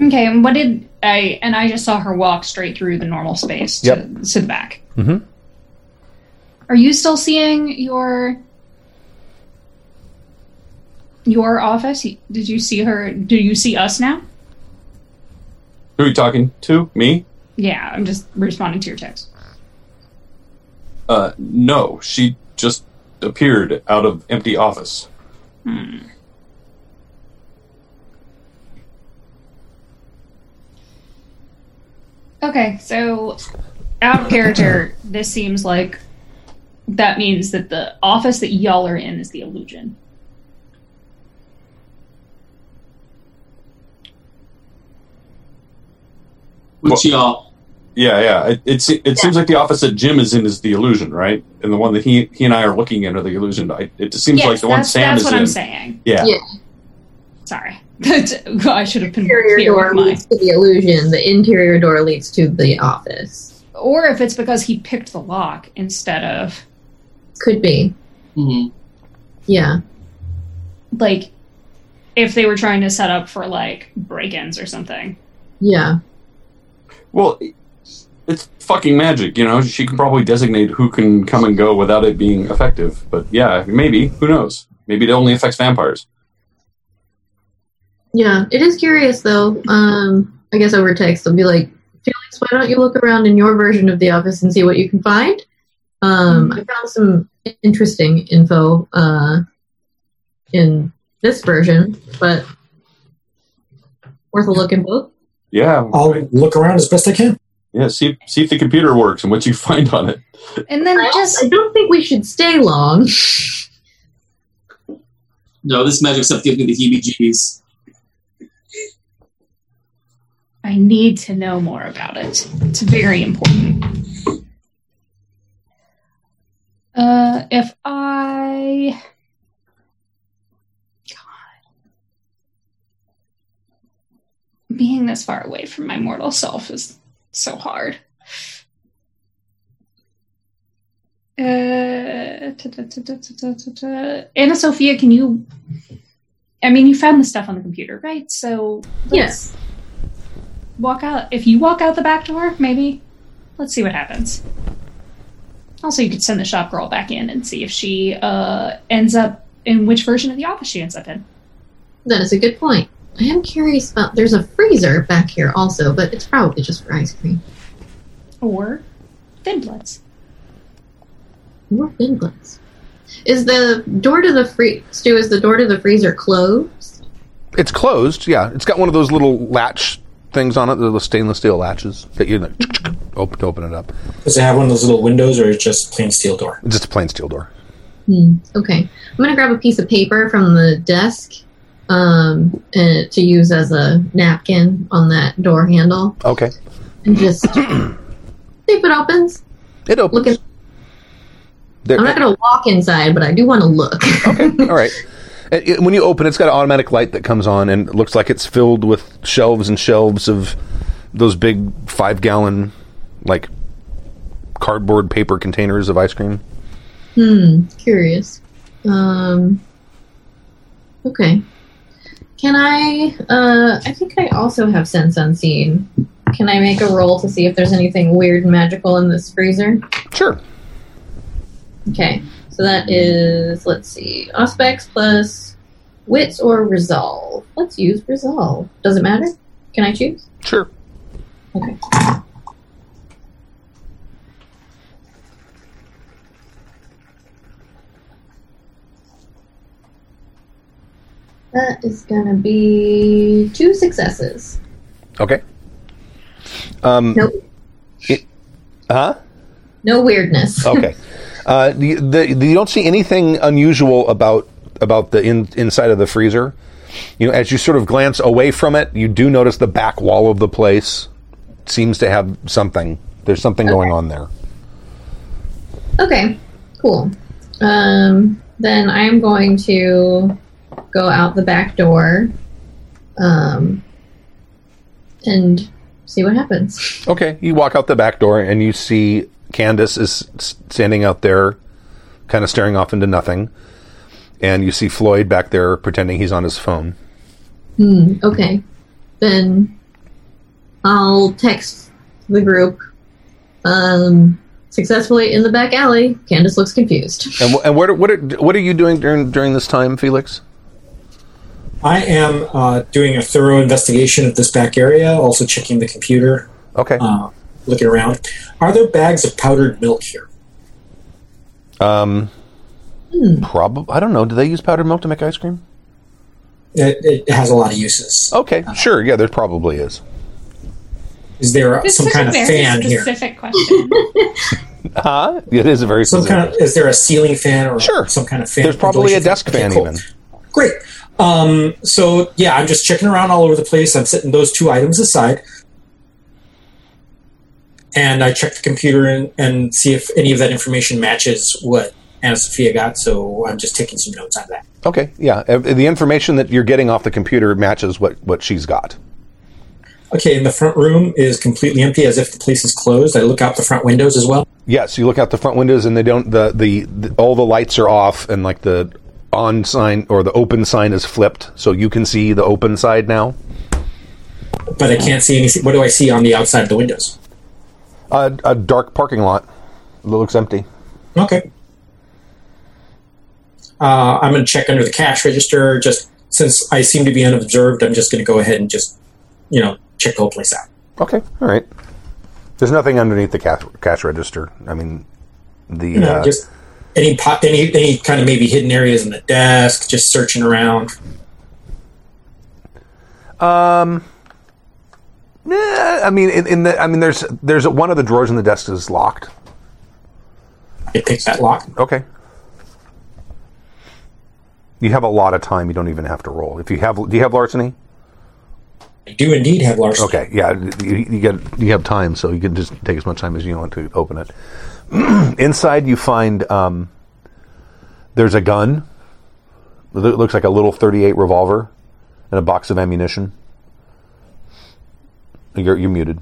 Speaker 6: Okay, and what did I? And I just saw her walk straight through the normal space to,
Speaker 1: Yep. Mm-hmm.
Speaker 6: to the back. Are you still seeing your your office? Did you see her? Do you see us now?
Speaker 3: Who are you talking to? Me?
Speaker 6: Yeah, I'm just responding to your text.
Speaker 3: Uh, no, she just appeared out of empty office.
Speaker 6: Hmm. Okay, so out of character, this seems like that means that the office that y'all are in is the illusion.
Speaker 2: Which
Speaker 3: What-
Speaker 2: y'all?
Speaker 3: Yeah, yeah. It it, se- it seems like the office that Jim is in is the illusion, right? And the one that he he and I are looking in are the illusion. I, it just seems
Speaker 6: yes,
Speaker 3: like the one
Speaker 6: that's,
Speaker 3: Sam
Speaker 6: that's
Speaker 3: is
Speaker 6: what
Speaker 3: in.
Speaker 6: I'm saying.
Speaker 3: Yeah.
Speaker 5: Yeah.
Speaker 6: Sorry. [LAUGHS] I should have been
Speaker 5: Exterior [LAUGHS]
Speaker 6: clear
Speaker 5: door
Speaker 6: with my.
Speaker 5: leads to the illusion. The interior door leads to the office.
Speaker 6: Or if it's because he picked the lock instead of
Speaker 5: Could be.
Speaker 2: Mhm.
Speaker 5: Yeah.
Speaker 6: like if they were trying to set up for like break-ins or something.
Speaker 5: Yeah.
Speaker 3: Well, it's fucking magic, you know. She can probably designate who can come and go without it being effective. But yeah, maybe who knows? Maybe it only affects vampires.
Speaker 5: Yeah. It is curious though. Um I guess over text they'll be like, Felix, why don't you look around in your version of the office and see what you can find? Um I found some interesting info uh in this version, but worth a look in both.
Speaker 1: Oh.
Speaker 3: Yeah,
Speaker 4: I'll
Speaker 3: right.
Speaker 4: look around as best I can.
Speaker 3: yeah. See see if the computer works and what you [LAUGHS] find on it.
Speaker 6: And then
Speaker 5: I
Speaker 6: just
Speaker 5: I don't think we should stay long.
Speaker 2: No, this magic stuff gives me the heebie-jeebies.
Speaker 6: I need to know more about it. It's very important. Uh, if I. God. Being this far away from my mortal self is so hard. Uh, ta- ta- ta- ta- ta- ta- ta- ta. Anna Sophia, can you? I mean, you found the stuff on the computer, right? So
Speaker 5: [LAUGHS]
Speaker 6: let's-
Speaker 5: Yes.
Speaker 6: walk out if you walk out the back door maybe let's see what happens also you could send the shop girl back in and see if she uh, ends up in which version of the office she ends up in
Speaker 5: That is a good point. I am curious about. There's a freezer back here also, but it's probably just for ice cream.
Speaker 6: or thin bloods
Speaker 5: More thin glass. Is the door to the free Stu? Is the door to the freezer closed?
Speaker 1: It's closed. Yeah, it's got one of those little latch things on it, the little stainless steel latches that you like, open to open it up.
Speaker 4: Does it have one of those little windows or is it just plain steel door?
Speaker 1: It's just a plain steel door.
Speaker 5: Hmm. Okay, I'm gonna grab a piece of paper from the desk um, and, to use as a napkin on that door handle,
Speaker 1: Okay,
Speaker 5: and just see if it opens.
Speaker 1: it opens.
Speaker 5: Look at.
Speaker 1: There-
Speaker 5: I'm not gonna walk inside, but I do want to look.
Speaker 1: [LAUGHS]
Speaker 5: [LAUGHS]
Speaker 1: All right. It- it- when you open, it's got an automatic light that comes on, and it looks like it's filled with shelves and shelves of those big five gallon, like, cardboard paper containers of ice cream.
Speaker 5: Hmm, curious. Um, okay. Can I? Uh, I think I also have sense unseen. Can I make a roll to see if there's anything weird and magical in this freezer?
Speaker 1: Sure.
Speaker 5: Okay, so that is let's see, aspects plus wits or resolve. Let's use resolve. Does it matter? Can I choose?
Speaker 1: Sure.
Speaker 5: That is gonna be two successes.
Speaker 1: Okay. Um,
Speaker 5: Nope.
Speaker 1: Huh?
Speaker 5: No weirdness.
Speaker 1: Okay. uh, the, the, the- you don't see anything unusual about about the in, inside of the freezer. You know, as you sort of glance away from it, you do notice the back wall of the place seems to have something. There's something going on there.
Speaker 5: Okay, cool. Um, then I'm going to go out the back door um, and see what happens.
Speaker 1: Okay, you walk out the back door and you see Candace is s- standing out there, kind of staring off into nothing. And you see Floyd back there pretending he's on his phone.
Speaker 5: Hmm, okay, then I'll text the group. Um, successfully in the back alley. Candace looks confused. [LAUGHS]
Speaker 1: And, wh- and what, are, what, are, what are you doing during, during this time, Felix?
Speaker 4: I am uh, doing a thorough investigation of this back area, also checking the computer,
Speaker 1: Okay.
Speaker 4: uh, looking around. Are there bags of powdered milk here?
Speaker 1: Um,
Speaker 4: Hmm.
Speaker 1: probably. I don't know. Do they use powdered milk to make ice cream?
Speaker 4: It, it has a lot of
Speaker 6: Oh.
Speaker 4: uses.
Speaker 1: Okay, sure. Yeah, there probably is.
Speaker 4: Is there
Speaker 6: this
Speaker 4: some
Speaker 6: is
Speaker 4: kind
Speaker 6: a
Speaker 4: of
Speaker 6: very
Speaker 4: fan here?
Speaker 6: specific question
Speaker 1: Huh? It is a very
Speaker 4: Some kind of, is there a ceiling fan or
Speaker 1: Sure.
Speaker 4: some kind of fan?
Speaker 1: There's probably a
Speaker 4: ventilation
Speaker 1: desk
Speaker 4: Okay,
Speaker 1: fan
Speaker 4: cool.
Speaker 1: even.
Speaker 4: Great. Um, so yeah, I'm just checking around all over the place. I'm setting those two items aside. and I check the computer and, and see if any of that information matches what Anna Sophia got. So I'm just taking some notes on that.
Speaker 1: Okay, yeah. Uh, The information that you're getting off the computer matches what, what she's got.
Speaker 4: Okay, and the front room is completely empty, as if the place is closed. I look out the front windows as well.
Speaker 1: Yes, you look out the front windows and they don't the, the the all the lights are off and like the on sign or the open sign is flipped so you can see the open side now.
Speaker 4: but I can't see anything. What do I see on the outside of the windows?
Speaker 1: A, a dark parking lot that looks empty.
Speaker 4: Okay. Uh, I'm going to check under the cash register. Just since I seem to be unobserved, I'm just going to go ahead and just, you know, check the whole place out.
Speaker 1: Okay, all right. There's nothing underneath the cash, cash register. I mean, the
Speaker 4: You know,
Speaker 1: uh,
Speaker 4: just any pot, any any kind of maybe hidden areas in the desk. Just searching around.
Speaker 1: Um, nah, I mean, in, in the, I mean, there's there's one of the drawers in the desk is locked.
Speaker 4: It picks that lock.
Speaker 1: Okay. You have a lot of time. You don't even have to roll. If you have, do you have larceny?
Speaker 4: I do indeed have large.
Speaker 1: Okay, yeah, you, you get you have time, so you can just take as much time as you want to open it. [CLEARS THROAT] Inside, you find um, there's a gun. It loo- looks like a little 38 revolver and a box of ammunition. You're, you're muted.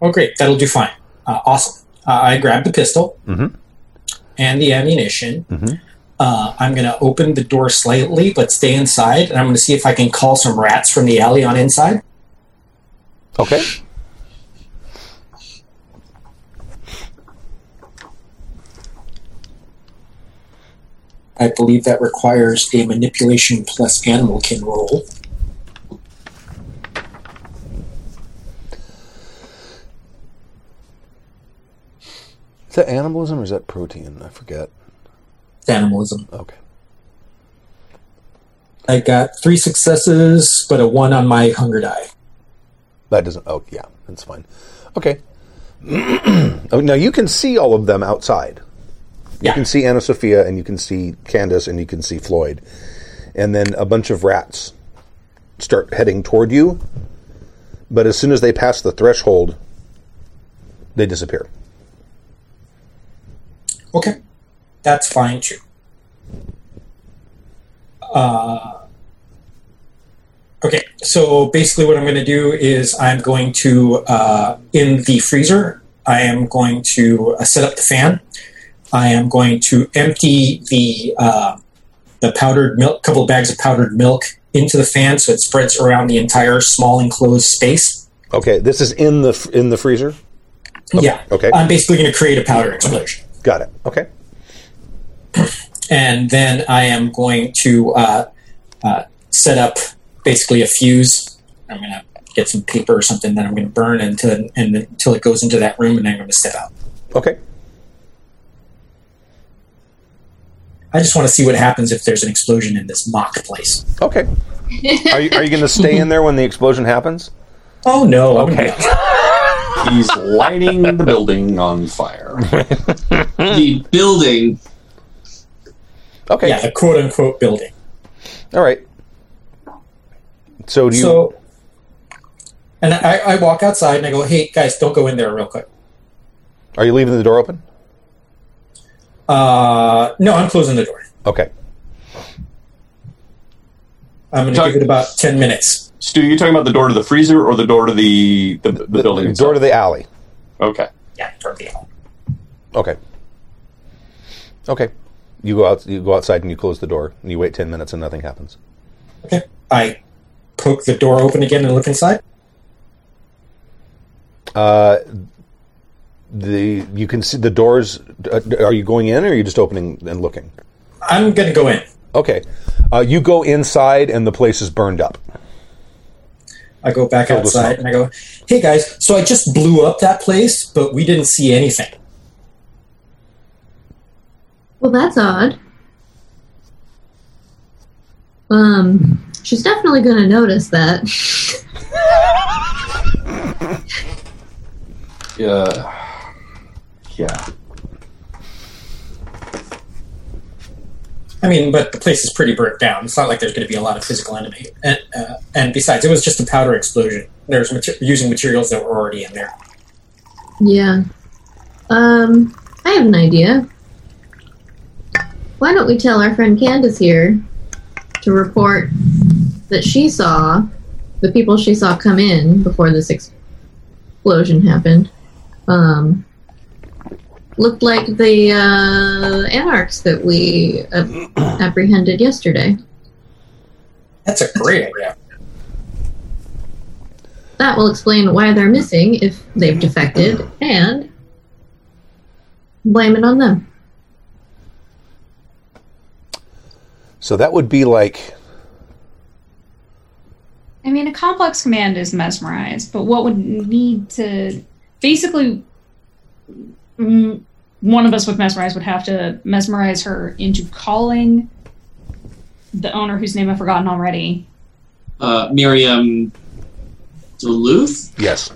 Speaker 4: Oh, great. That'll do fine. Uh, awesome. Uh, I grab the pistol
Speaker 1: Mhm.
Speaker 4: and the ammunition.
Speaker 1: Mhm.
Speaker 4: Uh, I'm going to open the door slightly, but stay inside, and I'm going to see if I can call some rats from the alley on inside.
Speaker 1: Okay.
Speaker 4: I believe that requires a manipulation plus animal kin roll.
Speaker 1: Is that animalism or is that protein? I forget.
Speaker 4: It's animalism.
Speaker 1: Okay.
Speaker 4: I got three successes, but a one on my hunger die.
Speaker 1: That doesn't. Oh, yeah, that's fine. Okay. [CLEARS THROAT] oh, now you can see all of them outside. You
Speaker 4: Yeah.
Speaker 1: can see Anna Sophia, and you can see Candace, and you can see Floyd, and then a bunch of rats start heading toward you. But as soon as they pass the threshold, they disappear.
Speaker 4: Okay, that's fine too. Uh, okay, so basically, what I'm going to do is I'm going to uh, in the freezer. I am going to uh, set up the fan. I am going to empty the uh, the powdered milk, couple of bags of powdered milk into the fan, so it spreads around the entire small enclosed space.
Speaker 1: Okay, this is in the f- in the freezer.
Speaker 4: Yeah,
Speaker 1: okay.
Speaker 4: I'm basically going to create a powder explosion.
Speaker 1: Got it. Okay.
Speaker 4: and then I am going to uh, uh, set up basically a fuse. I'm going to get some paper or something that I'm going to burn until and until it goes into that room, and then I'm going to step out.
Speaker 1: Okay.
Speaker 4: I just want to see what happens if there's an explosion in this mock place. [LAUGHS]
Speaker 1: Okay. Are you are you going to stay in there when the explosion happens?
Speaker 4: Oh no! I'm gonna
Speaker 1: Okay.
Speaker 4: be out.
Speaker 3: He's lighting the building on fire.
Speaker 1: Hmm.
Speaker 2: the building.
Speaker 1: Okay.
Speaker 4: yeah, the quote unquote building.
Speaker 1: All right. So do you?
Speaker 4: So, and I, I walk outside and I go, "Hey guys, don't go in there real quick."
Speaker 1: are you leaving the door open?
Speaker 4: Uh, no, I'm closing the door.
Speaker 1: Okay.
Speaker 4: I'm going to
Speaker 3: Sorry.
Speaker 4: give it about ten minutes.
Speaker 3: Stu, you talking about the door to the freezer or the door to the the, the, building?
Speaker 1: The
Speaker 3: itself?
Speaker 1: door to the alley.
Speaker 3: Okay.
Speaker 4: Yeah, toward the alley.
Speaker 1: Okay. Okay. You go out. You go outside and you close the door and you wait ten minutes and nothing happens.
Speaker 4: Okay. I poke the door open again and look inside.
Speaker 1: Uh, the you can see the doors. Uh, are you going in or are you just opening and looking?
Speaker 4: I'm gonna go in.
Speaker 1: Okay. Uh, you go inside and the place is burned up.
Speaker 4: I go back
Speaker 1: Filled with
Speaker 4: outside
Speaker 1: smoke.
Speaker 4: and I go, "Hey guys, so I just blew up that place, but we didn't see anything."
Speaker 5: Well, that's odd. Um, she's definitely gonna notice that. [LAUGHS]
Speaker 3: Yeah. Yeah.
Speaker 4: I mean, but the place uh, is pretty burnt down. It's not like there's going to be a lot of physical enemy. And, uh, and besides, it was just a powder explosion. there's mater- using materials that were already in there.
Speaker 5: Yeah. Um, I have an idea. Why don't we tell our friend Candace here to report that she saw the people she saw come in before this explosion happened? Um, looked like the uh, anarchs that we uh, apprehended yesterday.
Speaker 4: That's a great idea.
Speaker 5: That will explain why they're missing if they've defected and blame it on them.
Speaker 1: So that would be like
Speaker 6: I mean, a complex command is mesmerized, but what would need to basically mm, one of us with mesmerize would have to mesmerize her into calling the owner whose name I've forgotten already.
Speaker 2: Uh, Miriam Duluth?
Speaker 1: yes,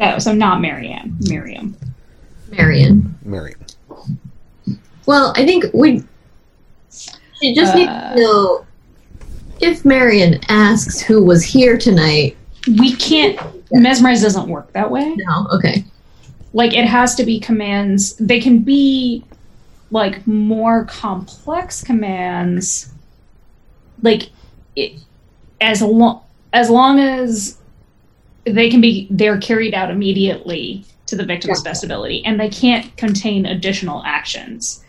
Speaker 6: No, so not Marianne, Miriam.
Speaker 5: Marion.
Speaker 1: Mary.
Speaker 5: Well, I think we she just needs
Speaker 6: Uh.
Speaker 5: to know if Marion asks who was here tonight.
Speaker 6: We can't mesmerize doesn't work that way.
Speaker 5: No, okay.
Speaker 6: like it has to be commands they can be like more complex commands like it, as long as long as they can be they're carried out immediately to the victim's best ability and they can't contain additional actions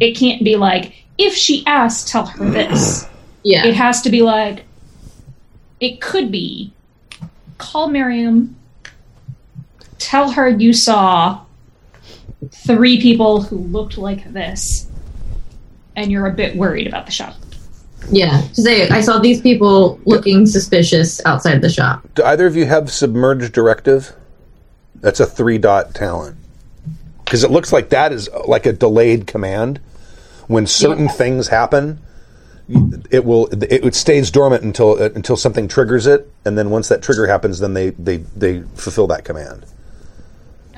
Speaker 6: it can't be like if she asks tell her this
Speaker 5: Yeah.
Speaker 6: it has to be like it could be call Miriam, tell her you saw three people who looked like this, and you're a bit worried about the shop.
Speaker 5: Yeah. Say I saw these people looking suspicious outside the shop.
Speaker 1: Do either of you have submerged directive? That's a three dot talent. Because it looks like that is uh, like a delayed command. When certain things happen, it will it, it stays dormant until uh, until something triggers it, and then once that trigger happens, then they they they fulfill that command.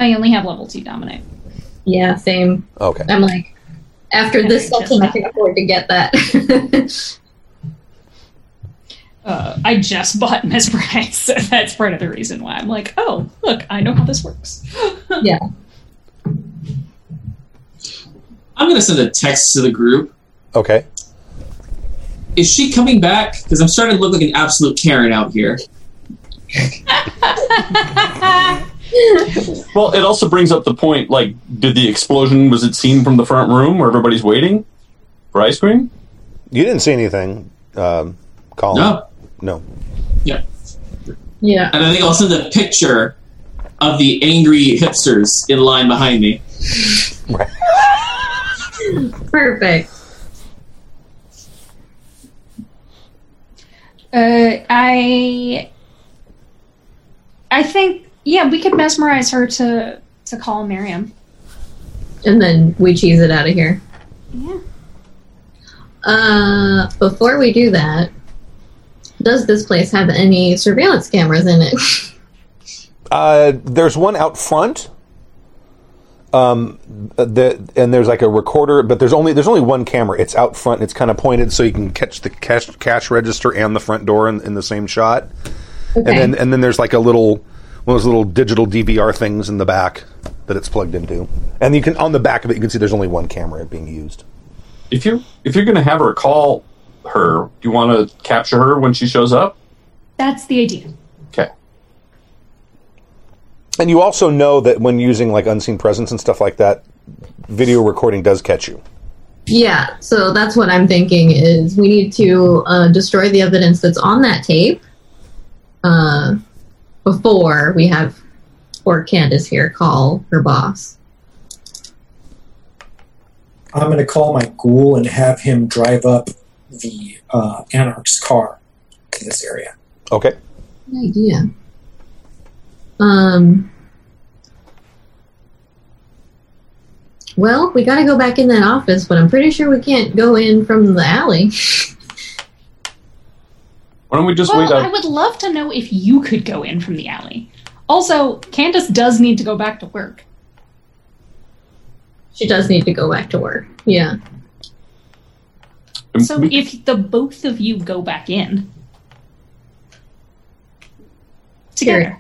Speaker 6: I only have level two dominate.
Speaker 5: Yeah, same.
Speaker 1: Okay.
Speaker 5: I'm like after
Speaker 6: Yeah,
Speaker 5: this
Speaker 6: just
Speaker 5: session I
Speaker 6: that.
Speaker 5: can afford to get that.
Speaker 6: Uh, I just bought Mesmerize, so [LAUGHS] that's part of the reason why I'm like, oh, look, I know how this works. [LAUGHS]
Speaker 5: yeah.
Speaker 2: I'm going to send a text to the group.
Speaker 1: Okay.
Speaker 2: Is she coming back? Because I'm starting to look like an absolute Karen out here.
Speaker 3: Well, it also brings up the point like, did the explosion, was it seen from the front room where everybody's waiting for ice cream?
Speaker 1: You didn't see anything, um, Colin.
Speaker 2: No.
Speaker 1: No.
Speaker 2: Yeah.
Speaker 5: [LAUGHS] Yeah.
Speaker 2: And I think I'll send a picture of the angry hipsters in line behind me.
Speaker 5: Perfect.
Speaker 6: Uh, I, I think, yeah, we could mesmerize her to to call Miriam.
Speaker 5: And then we cheese it out of here.
Speaker 6: Yeah.
Speaker 5: Uh, before we do that, does this place have any surveillance cameras in it? [LAUGHS]
Speaker 1: Uh, there's one out front. Um, the and there's like a recorder, but there's only there's only one camera. It's out front. And it's kind of pointed so you can catch the cash cash register and the front door in, in the same shot.
Speaker 5: Okay.
Speaker 1: And then and then there's like a little one of those little digital DVR things in the back that it's plugged into. And you can on the back of it you can see there's only one camera being used.
Speaker 3: If you're if you're gonna have her call her, do you wanna capture her when she shows up?
Speaker 6: That's the idea.
Speaker 3: Okay.
Speaker 1: And you also know that when using like unseen presence and stuff like that, video recording does catch you.
Speaker 5: yeah, so that's what I'm thinking is we need to uh, destroy the evidence that's on that tape uh, before we have or Candace here call her boss.
Speaker 4: I'm going to call my ghoul and have him drive up the uh, anarch's car to this area.
Speaker 1: Okay.
Speaker 5: Good idea. Um. Well, we got to go back in that office, but I'm pretty sure we can't go in from the alley. [LAUGHS]
Speaker 3: Why don't we just wait
Speaker 6: Well, I
Speaker 3: out
Speaker 6: would love to know if you could go in from the alley. Also, Candace does need to go back to work.
Speaker 5: She does need to go back to work. Yeah.
Speaker 3: Um,
Speaker 6: So if the both of you go back in, together.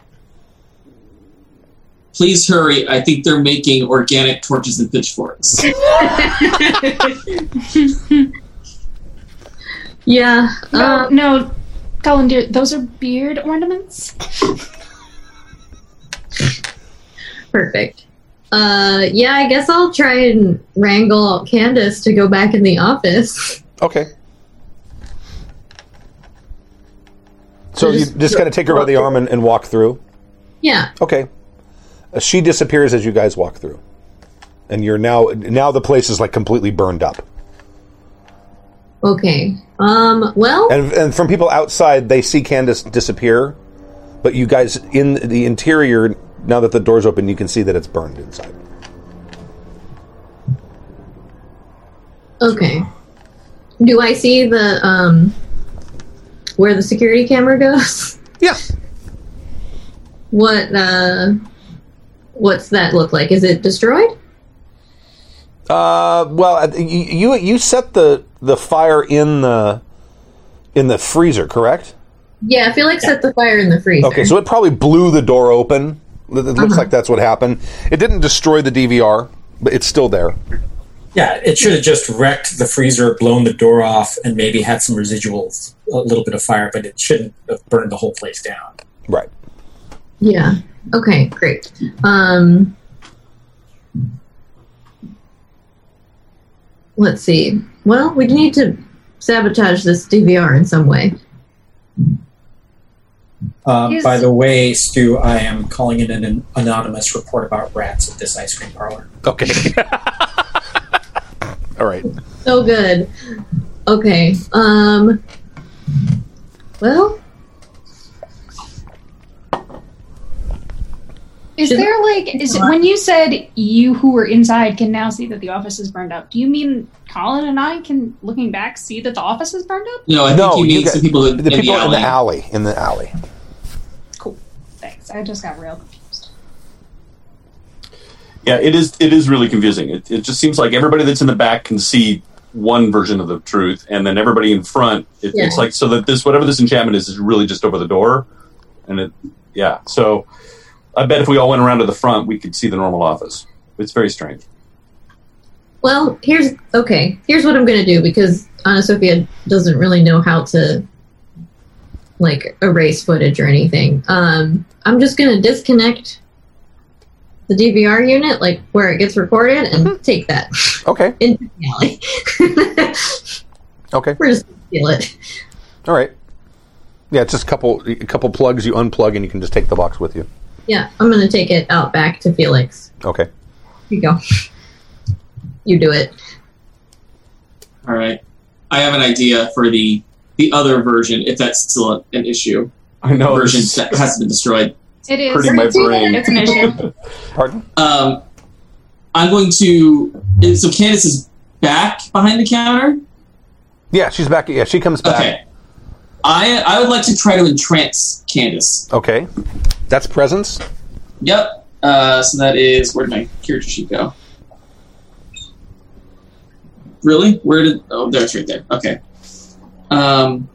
Speaker 2: Please hurry. I think they're making organic torches and pitchforks.
Speaker 6: [LAUGHS]
Speaker 5: Yeah.
Speaker 6: No,
Speaker 5: Um,
Speaker 6: no, Colin, dear, those are beard ornaments.
Speaker 5: Perfect. Uh, yeah, I guess I'll try and wrangle Candace to go back in the office. [LAUGHS]
Speaker 1: Okay. So you just kind of take her by the arm and, and walk through.
Speaker 5: Yeah.
Speaker 1: Okay. Uh, she disappears as you guys walk through, and you're now now the place is like completely burned up.
Speaker 5: Okay. Um. Well.
Speaker 1: And and from people outside, they see Candace disappear, but you guys in the interior now that the door's open, you can see that it's burned inside.
Speaker 5: Okay. Do I see the um where the security camera [LAUGHS] goes?
Speaker 1: Yeah.
Speaker 5: What uh what's that look like? Is it destroyed?
Speaker 1: Uh, well, I- you, you you set the the fire in the in the freezer, correct?
Speaker 5: Yeah, Felix set the fire in the freezer.
Speaker 1: Okay, so it probably blew the door open. It it looks like that's what happened. It didn't destroy the DVR, but it's still there.
Speaker 4: Yeah, it should have just wrecked the freezer, blown the door off, and maybe had some residual, a little bit of fire, but it shouldn't have burned the whole place down.
Speaker 1: Right.
Speaker 5: Yeah. Okay, great. Um Let's see. Well, we need to sabotage this DVR in some way.
Speaker 4: Uh,
Speaker 6: Is-
Speaker 4: by the way, Stu, I am calling in an anonymous report about rats at this ice cream parlor.
Speaker 1: Okay. [LAUGHS] All right.
Speaker 5: So good. Okay. Um Well,
Speaker 6: Is
Speaker 5: Should-
Speaker 6: there like is it, when you said you who were inside can now see that the office is burned up? Do you mean Colin and I can, looking back, see that the office is burned up?
Speaker 2: No, I think
Speaker 1: No,
Speaker 2: you
Speaker 1: you
Speaker 2: mean
Speaker 1: got-
Speaker 2: some people in,
Speaker 1: The
Speaker 2: in the
Speaker 1: people in
Speaker 2: alley.
Speaker 1: the alley. In the alley.
Speaker 6: Cool. Thanks. I just got real confused.
Speaker 3: Yeah, it is. It is really confusing. It, it just seems like everybody that's in the back can see one version of the truth, and then everybody in front. It,
Speaker 5: Yeah.
Speaker 3: It's like so that this whatever this enchantment is is really just over the door, and it. Yeah, so I bet if we all went around to the front, we could see the normal office. It's very strange.
Speaker 5: Well, here's okay. Here's what I'm gonna do because Anna Sophia doesn't really know how to like erase footage or anything. Um, I'm just gonna disconnect the DVR unit, like where it gets recorded, and take that
Speaker 1: Okay.
Speaker 5: into the alley. [LAUGHS]
Speaker 1: Okay.
Speaker 5: We're just gonna steal it.
Speaker 1: All right. Yeah, it's just a couple a couple plugs you unplug and you can just take the box with you.
Speaker 5: Yeah, I'm gonna take it out back to Felix.
Speaker 1: Okay.
Speaker 5: Here you go. You do it.
Speaker 2: All right. I have an idea for the the other version, if that's still an issue.
Speaker 3: I know.
Speaker 2: version
Speaker 3: it's
Speaker 2: that hasn't been destroyed.
Speaker 6: It is.
Speaker 3: hurting my brain.
Speaker 6: It's
Speaker 3: [LAUGHS]
Speaker 6: an issue.
Speaker 1: Pardon?
Speaker 2: Um, I'm going to. So Candace is back behind the counter.
Speaker 1: Yeah, she's back. Yeah, she comes back.
Speaker 2: Okay. I I would like to try to entrance Candace.
Speaker 1: Okay. That's presence.
Speaker 2: Yep. Uh, so that is where did my character sheet go? Really? Where did? Oh, there it's right there. Okay. Um,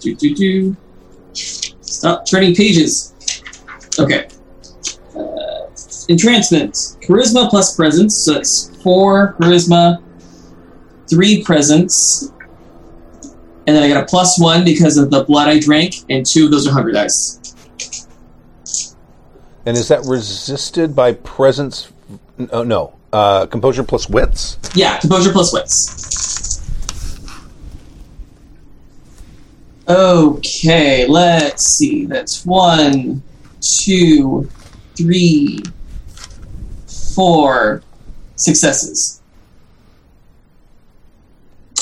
Speaker 2: do do do. Stop turning pages. Okay. Uh, entrancement. Charisma plus presence. So that's four charisma, three presence, and then I got a plus one because of the blood I drank, and two of those are hunger dice.
Speaker 1: And is that resisted by presence? Oh, no. Uh, composure plus wits?
Speaker 2: Yeah, composure plus wits. Okay, let's see. That's one, two, three, four successes.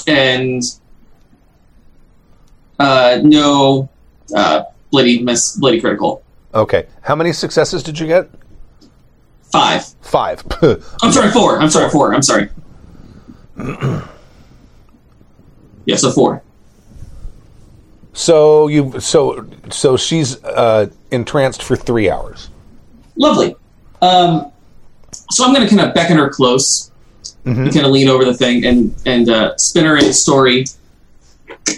Speaker 2: And uh, no uh, bloody miss, bloody critical.
Speaker 1: Okay. How many successes did you get?
Speaker 2: Five.
Speaker 1: Five. [LAUGHS]
Speaker 2: I'm sorry, four. I'm sorry, four. I'm sorry. [CLEARS THROAT] yeah, so four.
Speaker 1: so you so so she's uh, entranced for three hours.
Speaker 2: Lovely. Um, so I'm going to kind of beckon her close,
Speaker 1: Mhm.
Speaker 2: kind of lean over the thing, and and uh, spin her in a story.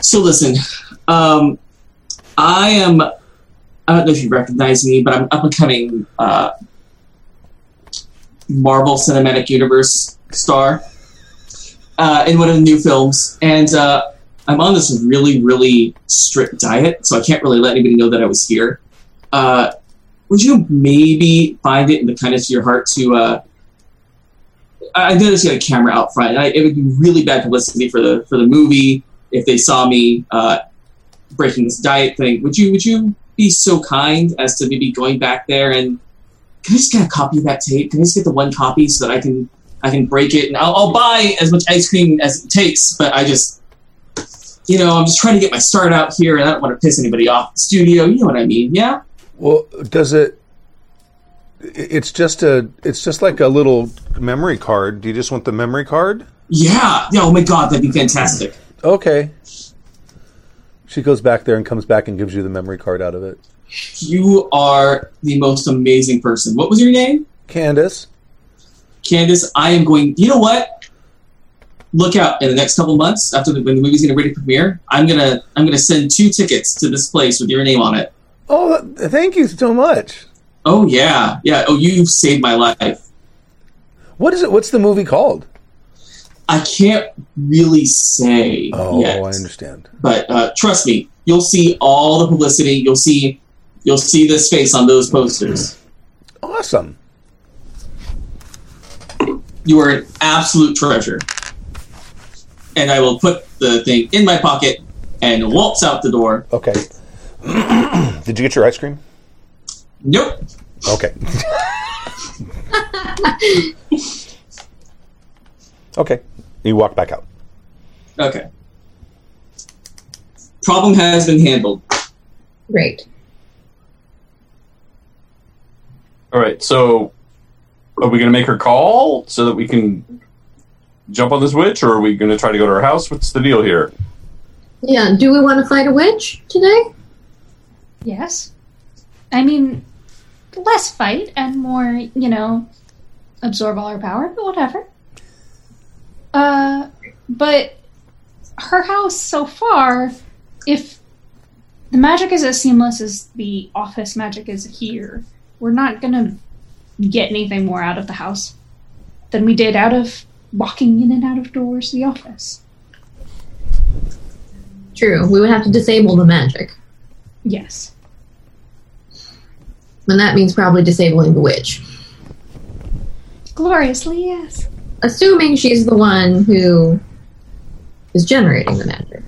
Speaker 2: So listen, um, I am I don't know if you recognize me, but I'm an up and coming uh, Marvel Cinematic Universe star uh, in one of the new films, and uh, I'm on this really, really strict diet, so I can't really let anybody know that I was here. Uh, would you maybe find it in the kindness of your heart to? Uh, I I know there's got a camera out front. And I, it would be really bad publicity for the for the movie if they saw me uh, breaking this diet thing. Would you Would you be so kind as to maybe going back there and can I just get a copy of that tape? Can I just get the one copy so that I can I can break it and I'll, I'll buy as much ice cream as it takes. But I just you know I'm just trying to get my start out here and I don't want to piss anybody off at the studio. You know what I mean? Yeah.
Speaker 1: Well, does it? It's just a. It's just like a little memory card. Do you just want the memory card?
Speaker 2: Yeah. Yeah. Oh my God, that'd be fantastic.
Speaker 1: Okay. She goes back there and comes back and gives you the memory card out of it.
Speaker 2: You are the most amazing person. What was your name?
Speaker 1: Candace,
Speaker 2: Candace, I am going. You know what? Look out! In the next couple months, after the, when the movie's getting ready to premiere, I'm gonna I'm gonna send two tickets to this place with your name on it.
Speaker 1: Oh, th- thank you so much.
Speaker 2: Oh yeah, yeah. Oh, you've saved my life.
Speaker 1: What is it? What's the movie called?
Speaker 2: I can't really say
Speaker 1: Oh,
Speaker 2: yet,
Speaker 1: I understand.
Speaker 2: but uh, trust me, you'll see all the publicity. You'll see you'll see this face on those posters.
Speaker 1: Awesome.
Speaker 2: You are an absolute treasure, and I will put the thing in my pocket and waltz out the door.
Speaker 1: Okay. [CLEARS THROAT] Did you get your ice cream?
Speaker 2: Nope.
Speaker 1: Okay. okay. You walk back out.
Speaker 2: Okay. Problem has been handled.
Speaker 5: Great.
Speaker 3: All right, so are we going to make her call so that we can jump on this witch, or are we going to try to go to her house? What's the deal here?
Speaker 5: Yeah. Do we want to fight a witch today?
Speaker 6: Yes. I mean, less fight and more, you know, absorb all her power, but whatever. Uh, but her house so far, if the magic is as seamless as the office magic is here, we're not gonna get anything more out of the house than we did out of walking in and out of doors the office.
Speaker 5: True. We would have to disable the magic,
Speaker 6: Yes.
Speaker 5: and that means probably disabling the witch.
Speaker 6: Gloriously, yes.
Speaker 5: Assuming she's the one who is generating the magic.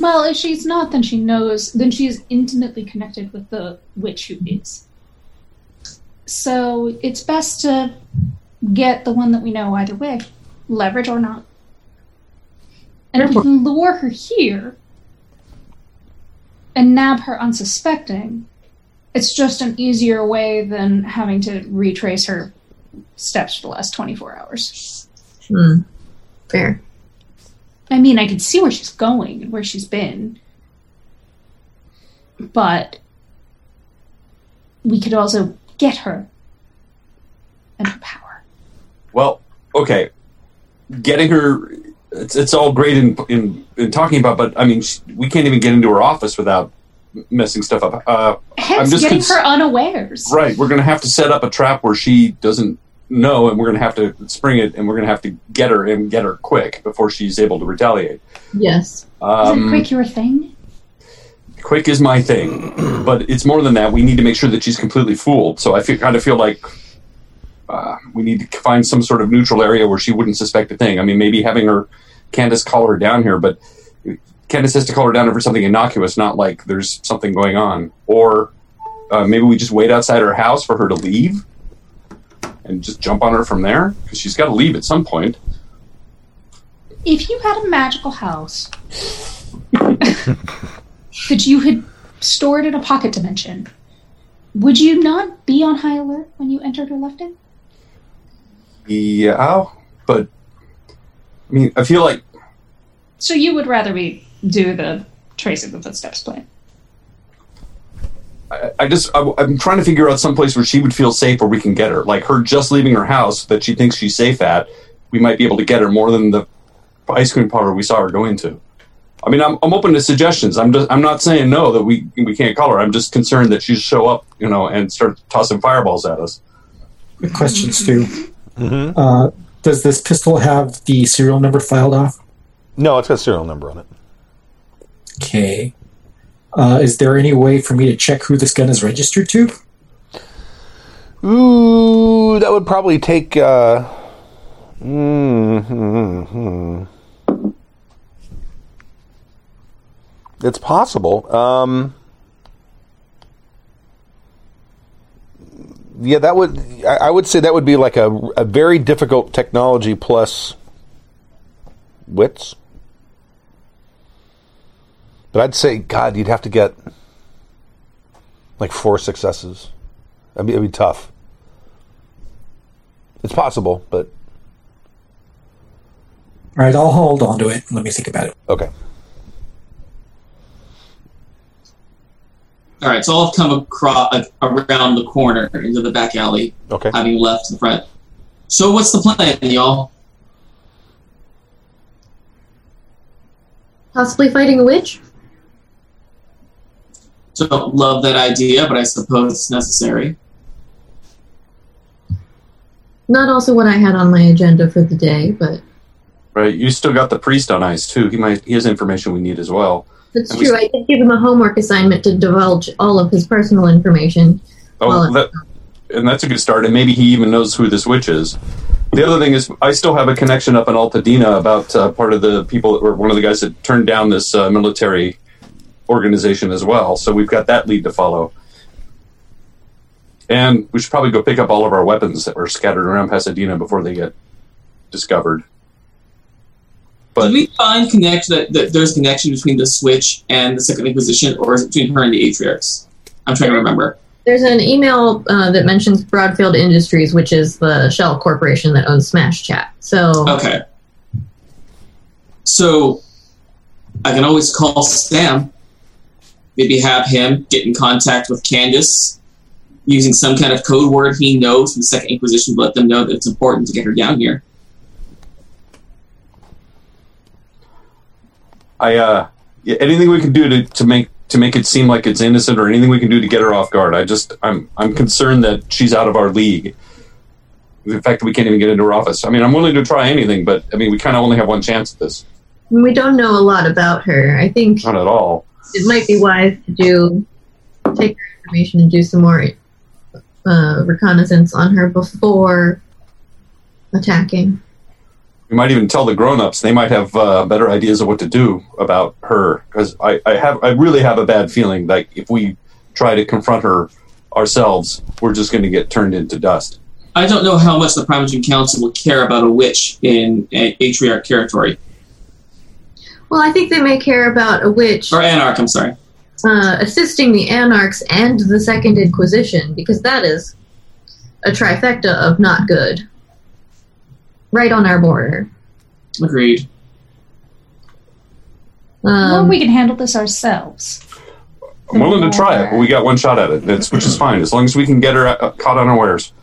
Speaker 6: Well, if she's not, then she knows. Then she is intimately connected with the witch who is. So it's best to get the one that we know either way, leverage or not. And if we can lure her here and nab her unsuspecting, it's just an easier way than having to retrace her steps for the last 24 hours.
Speaker 5: Hmm. Fair.
Speaker 6: I mean, I can see where she's going and where she's been. But we could also get her and her power.
Speaker 3: Well, okay, getting her. It's, it's all great in, in in talking about, but I mean, sh we can't even get into her office without messing stuff up. Uh,
Speaker 6: Hence,
Speaker 3: just
Speaker 6: getting
Speaker 3: cons-
Speaker 6: her unawares.
Speaker 3: right, we're going to have to set up a trap where she doesn't know, and we're going to have to spring it, and we're going to have to get her and get her quick before she's able to retaliate.
Speaker 5: Yes.
Speaker 3: Um,
Speaker 6: Isn't quick your thing?
Speaker 3: quick is my thing, [CLEARS THROAT] but it's more than that. We need to make sure that she's completely fooled. So I feel, kind of feel like uh, we need to find some sort of neutral area where she wouldn't suspect a thing. I mean, maybe having her, Candace, call her down here, but Candace has to call her down here for something innocuous, not like there's something going on. Or uh, maybe we just wait outside her house for her to leave and just jump on her from there because she's got to leave at some point.
Speaker 6: If you had a
Speaker 3: [LAUGHS]
Speaker 6: magical house that you had stored in a pocket dimension, would you not be on high alert when you entered or left it?
Speaker 3: Yeah, but I mean, I feel like
Speaker 6: So you would rather we do the tracing the footsteps plan.
Speaker 3: I- I just I, am trying to figure out some place where she would feel safe, where we can get her. Like her just leaving her house that she thinks she's safe at, we might be able to get her more than the ice cream parlor we saw her go into. I mean, I'm, I'm open to suggestions. I'm just I'm not saying no that we we can't call her. I'm just concerned that she'd show up, you know, and start tossing fireballs at us.
Speaker 4: Good questions too. Uh, does this pistol have the serial number filed off?
Speaker 1: No, it's got a serial number on it.
Speaker 4: Okay. Uh, is there any way for me to check who this gun is registered to?
Speaker 1: Ooh, that would probably take. Uh, mm, mm, mm. It's possible. Um, yeah, that would. I, I would say that would be like a, a very difficult technology plus wits. But I'd say, God, you'd have to get like four successes. I mean, it'd be tough. It's possible, but
Speaker 4: All right, I'll hold on to it. and Let me think about it.
Speaker 1: okay.
Speaker 2: All right, so I'll come across around the corner into the back alley,
Speaker 1: Okay.
Speaker 2: having left the front. So what's the plan, y'all?
Speaker 5: Possibly fighting a witch?
Speaker 2: Don't love that idea, but I suppose it's necessary.
Speaker 5: Not also what I had on my agenda for the day, but
Speaker 3: Right? You still got the priest on ice too. He might he has information we need as well.
Speaker 5: that's
Speaker 3: And we-
Speaker 5: true. I did give him a homework assignment to divulge all of his personal information.
Speaker 3: Oh,
Speaker 5: Well,
Speaker 3: that, and that's a good start. And maybe he even knows who this witch is. The other thing is, I still have a connection up in Altadena about uh, part of the people that were one of the guys that turned down this uh, military organization as well. So we've got that lead to follow. And we should probably go pick up all of our weapons that were scattered around Pasadena before they get discovered. But
Speaker 2: Did we find connect that, that there's connection between the Switch and the Second Inquisition, or is it between her and the Atriarchs? I'm trying to remember.
Speaker 5: There's an email uh, that mentions Broadfield Industries, which is the shell corporation that owns Smash Chat. So
Speaker 2: Okay. So, I can always call Sam. Maybe have him get in contact with Candace using some kind of code word he knows from the Second Inquisition to let them know that it's important to get her down here.
Speaker 3: I uh, yeah, anything we can do to, to make to make it seem like it's innocent or anything we can do to get her off guard. I just I'm I'm concerned that she's out of our league. The fact that we can't even get into her office. I mean, I'm willing to try anything, but I mean, we kind of only have one chance at this.
Speaker 5: we don't know a lot about her. I think
Speaker 3: Not at all.
Speaker 5: it might be wise to do take her information and do some more uh, reconnaissance on her before attacking.
Speaker 3: We might even tell the grown-ups. They might have uh, better ideas of what to do about her because I, I have I really have a bad feeling like if we try to confront her ourselves, we're just going to get turned into dust.
Speaker 2: I don't know how much the Primogene Council will care about a witch in a- Atriarch territory.
Speaker 5: Well, I think they may care about a witch
Speaker 2: Or Anarch, I'm sorry.
Speaker 5: uh, assisting the Anarchs and the Second Inquisition because that is a trifecta of not good. Right on our border.
Speaker 2: Agreed.
Speaker 6: Well,
Speaker 5: Um,
Speaker 6: we can handle this ourselves.
Speaker 3: I'm willing to try it, but we got one shot at it, that's, which is fine, as long as we can get her uh, caught unawares.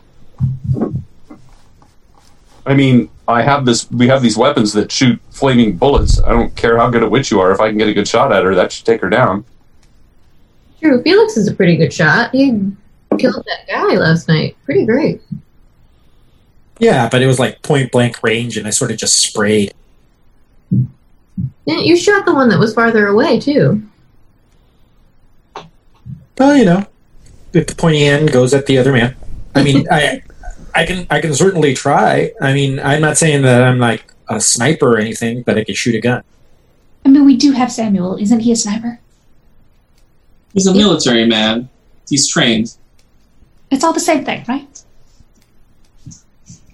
Speaker 3: I mean, I have this. We have these weapons that shoot flaming bullets. I don't care how good a witch you are. If I can get a good shot at her, that should take her down.
Speaker 5: True, Felix is a pretty good shot. He killed that guy last night. Pretty great.
Speaker 4: Yeah, but it was like point blank range, and I sort of just sprayed.
Speaker 5: Yeah, you shot the one that was farther away too.
Speaker 4: Well, you know, if the pointy end goes at the other man. I [LAUGHS] mean, I, I can, I can certainly try. I mean, I'm not saying that I'm like a sniper or anything, but I can shoot a gun.
Speaker 6: I mean, we do have Samuel. Isn't he a sniper?
Speaker 2: He's a military man. He's trained.
Speaker 6: It's all the same thing, right?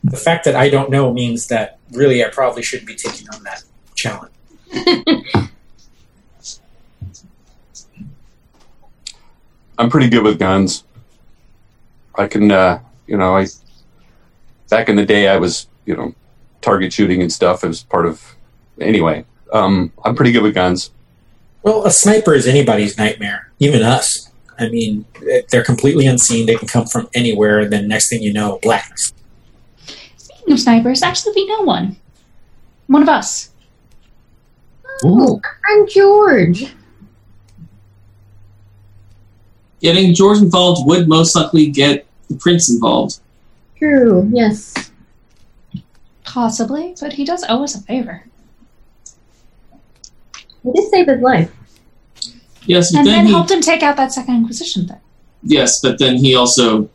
Speaker 4: The fact that I don't know means that really I probably shouldn't be taking on that challenge.
Speaker 3: I'm pretty good with guns. I can, uh, you know, I back in the day I was, you know, target shooting and stuff as part of. Anyway, um, I'm pretty good with guns.
Speaker 4: Well, a sniper is anybody's nightmare, even us. I mean, eh, they're completely unseen. They can come from anywhere, and then next thing you know, blackness.
Speaker 6: Speaking of snipers, actually, we know one. One of us.
Speaker 5: Oh, I'm George.
Speaker 2: Getting George involved would most likely get the prince involved.
Speaker 5: True. Yes.
Speaker 6: Possibly, but he does owe us a favor.
Speaker 5: It did save his life.
Speaker 2: Yes, but
Speaker 6: And
Speaker 2: then
Speaker 6: then
Speaker 2: he
Speaker 6: helped him take out that second Inquisition thing.
Speaker 2: yes, but then he also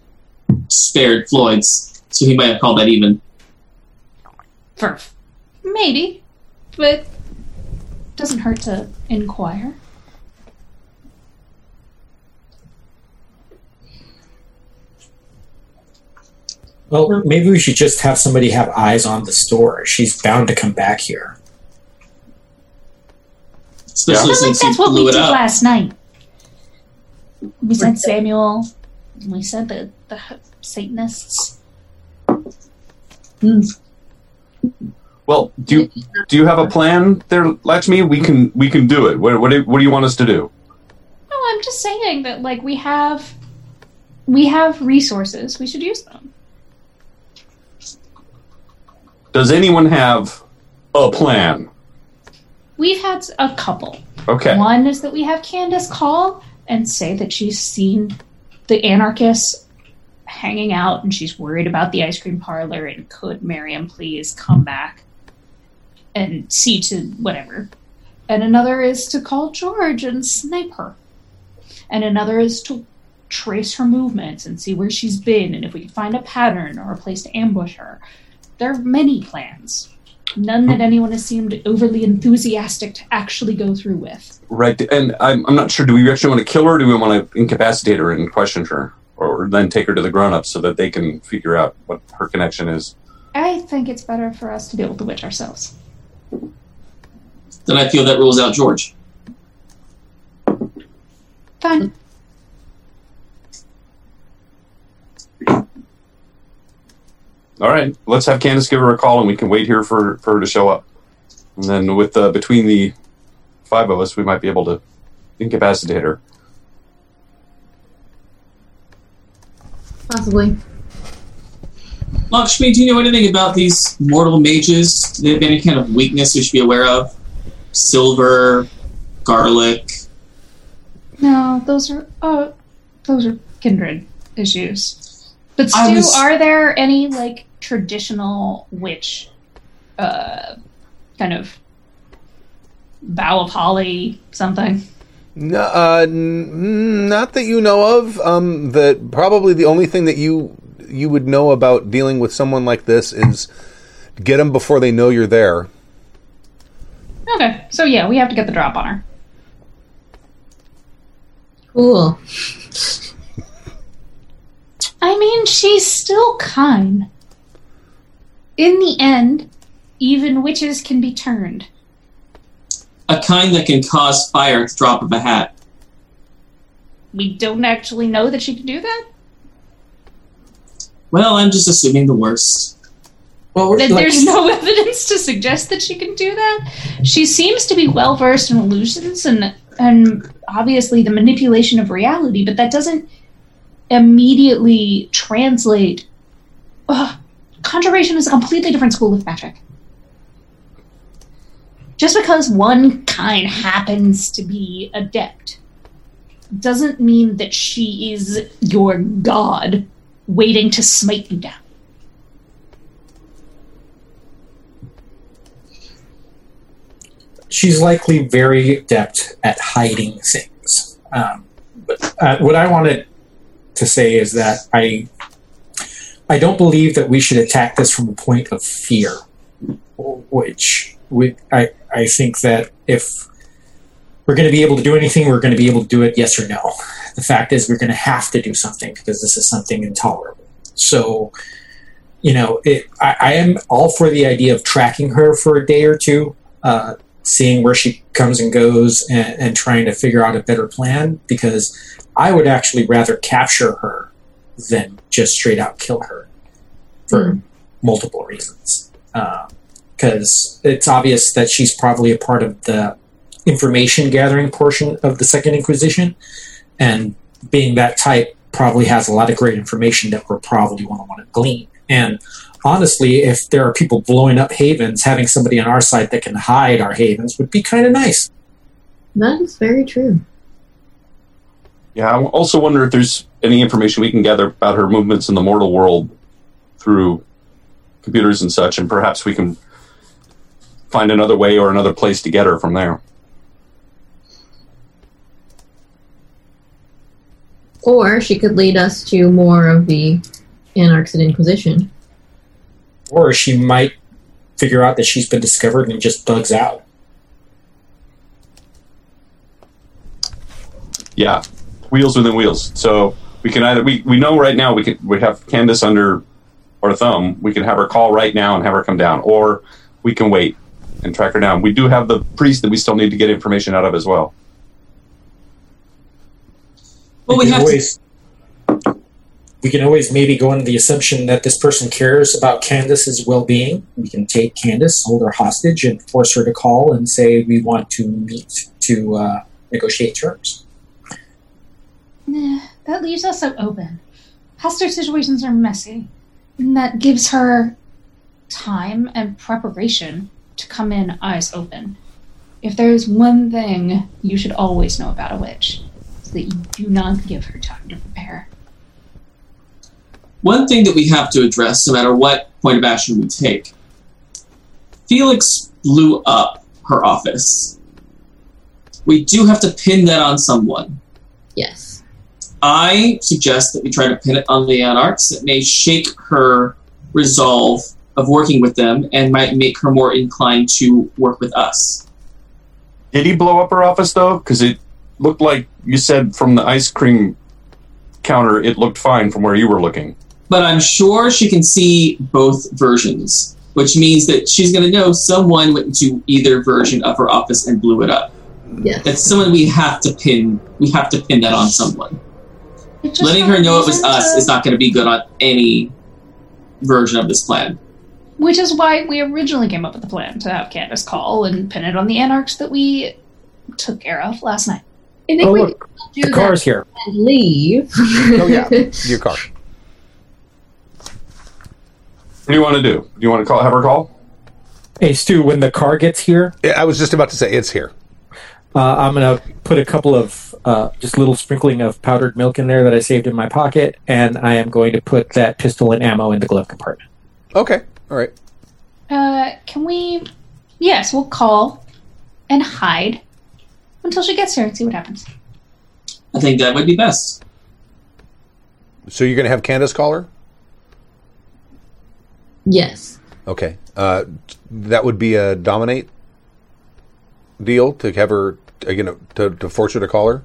Speaker 2: spared Floyd's, so he might have called that even.
Speaker 6: For maybe, but doesn't hurt to inquire.
Speaker 4: Well, maybe we should just have somebody have eyes on the store. She's bound to come back here.
Speaker 2: Especially
Speaker 6: Sounds like
Speaker 2: since
Speaker 6: that's
Speaker 2: he
Speaker 6: what we
Speaker 2: blew
Speaker 6: did
Speaker 2: it up.
Speaker 6: last night. We said Samuel. We said the, the Satanists.
Speaker 3: Well, do you, do you have a plan there, Lakshmi? We can we can do it. What what do, what do you want us to do?
Speaker 6: No, I'm just saying that like we have we have resources. We should use them.
Speaker 3: Does anyone have a plan?
Speaker 6: We've had a couple.
Speaker 3: Okay.
Speaker 6: One is that we have Candace call and say that she's seen the anarchists hanging out and she's worried about the ice cream parlor and could Miriam please come back and see to whatever. And another is to call George and snipe her. And another is to trace her movements and see where she's been and if we can find a pattern or a place to ambush her. There are many plans. None that anyone has seemed overly enthusiastic to actually go through with.
Speaker 3: Right. And I'm, I'm not sure. Do we actually want to kill her? Or do we want to incapacitate her and question her, or then take her to the grown-ups so that they can figure out what her connection is?
Speaker 6: I think it's better for us to deal with the witch ourselves.
Speaker 2: Then I feel that rules out George.
Speaker 6: Fine.
Speaker 3: All right. Let's have Candace give her a call, and we can wait here for for her to show up. And then with uh, between the five of us, we might be able to incapacitate her.
Speaker 5: Possibly.
Speaker 2: Lakshmi, do you know anything about these mortal mages? Do they have any kind of weakness we should be aware of? Silver, garlic.
Speaker 6: No, those are uh, those are kindred issues. But
Speaker 2: I
Speaker 6: Stu,
Speaker 2: was-
Speaker 6: are there any like traditional witch, uh, kind of vow of holly something?
Speaker 1: No, uh, n- not that you know of. Um, that probably the only thing that you you would know about dealing with someone like this is get them before they know you're there.
Speaker 6: Okay, so yeah, we have to get the drop on her.
Speaker 5: Cool.
Speaker 6: I mean, she's still kind. In the end, even witches can be turned.
Speaker 2: A kind that can cause fire at the drop of a hat.
Speaker 6: We don't actually know that she can do that.
Speaker 2: Well, I'm just assuming the worst.
Speaker 4: Well, we're,
Speaker 6: that
Speaker 4: like-
Speaker 6: there's [LAUGHS] no evidence to suggest that she can do that. She seems to be well versed in illusions and and obviously the manipulation of reality, but that doesn't immediately translate. Ugh, conjuration is a completely different school of magic. Just because one kind happens to be adept doesn't mean that she is your god waiting to smite you down.
Speaker 4: she's likely very adept at hiding things. Um, but uh, what I wanted to say is that I I don't believe that we should attack this from a point of fear, which we, I I think that if we're going to be able to do anything, we're going to be able to do it yes or no. The fact is, we're going to have to do something because this is something intolerable. So. You know, it, I, I am all for the idea of tracking her for a day or two, uh, seeing where she comes and goes and, and trying to figure out a better plan because I would actually rather capture her than just straight out kill her for multiple reasons. Because it's obvious that she's probably a part of the information gathering portion of the Second Inquisition, and being that type probably has a lot of great information that we're probably going to want to glean. And honestly, if there are people blowing up havens, having somebody on our side that can hide our havens would be kind of nice.
Speaker 5: That is very true.
Speaker 3: Yeah, I also wonder if there's any information we can gather about her movements in the mortal world through computers and such, and perhaps we can find another way or another place to get her from there.
Speaker 5: Or she could lead us to more of the Anarchist Inquisition.
Speaker 4: Or she might figure out that she's been discovered and just bugs out.
Speaker 3: Yeah, wheels within wheels. So we can either we, we know right now we can we have Candace under our thumb. We can have her call right now and have her come down, or we can wait and track her down. We do have the priest that we still need to get information out of as well.
Speaker 2: Well, we
Speaker 4: can
Speaker 2: have to
Speaker 4: always, we can always maybe go under the assumption that this person cares about Candace's well-being. We can take Candace, hold her hostage, and force her to call and say we want to meet to uh, negotiate terms.
Speaker 6: Nah, that leaves us so open. Hostage situations are messy, and that gives her time and preparation to come in eyes open. If there's one thing you should always know about a witch, it's that you do not give her time to prepare.
Speaker 2: One thing that we have to address, no matter what point of action we take, Felix blew up her office. We do have to pin that on someone.
Speaker 5: Yes.
Speaker 2: I suggest that we try to pin it on the Anarchs. It may shake her resolve of working with them and might make her more inclined to work with us.
Speaker 3: Did he blow up her office though? Because it looked like you said from the ice cream counter, it looked fine from where you were looking.
Speaker 2: But I'm sure she can see both versions, which means that she's going to know someone went into either version of her office and blew it up.
Speaker 1: Oh,
Speaker 5: Yes.
Speaker 2: That's someone we have to pin. We have to pin that on someone.
Speaker 6: It just
Speaker 2: Letting
Speaker 6: got
Speaker 2: her know it was
Speaker 6: reason
Speaker 2: us
Speaker 6: to-
Speaker 2: is not going to be good on any version of this plan.
Speaker 6: Which is why we originally came up with the plan to have Candace call and pin it on the anarchs that we took care of last night.
Speaker 5: I think
Speaker 4: Oh,
Speaker 5: we
Speaker 4: look,
Speaker 5: could do that
Speaker 4: car's here.
Speaker 5: and leave.
Speaker 1: Oh
Speaker 5: [LAUGHS]
Speaker 1: yeah, your car.
Speaker 3: What do you want to do? Do you want to call have her call?
Speaker 4: Hey, Stu, when the car gets here,
Speaker 1: Yeah, I was just about to say it's here.
Speaker 4: Uh, I'm going to put a couple of uh, just little sprinkling of powdered milk in there that I saved in my pocket, and I am going to put that pistol and ammo in the glove compartment.
Speaker 1: Okay, all right.
Speaker 6: Uh, can we? Yes, we'll call and hide until she gets here and see what happens.
Speaker 2: I think that would be best.
Speaker 1: So you're going to have Candace call her.
Speaker 5: yes.
Speaker 1: Okay, uh, that would be a dominate deal to have her again to, to force her to call her.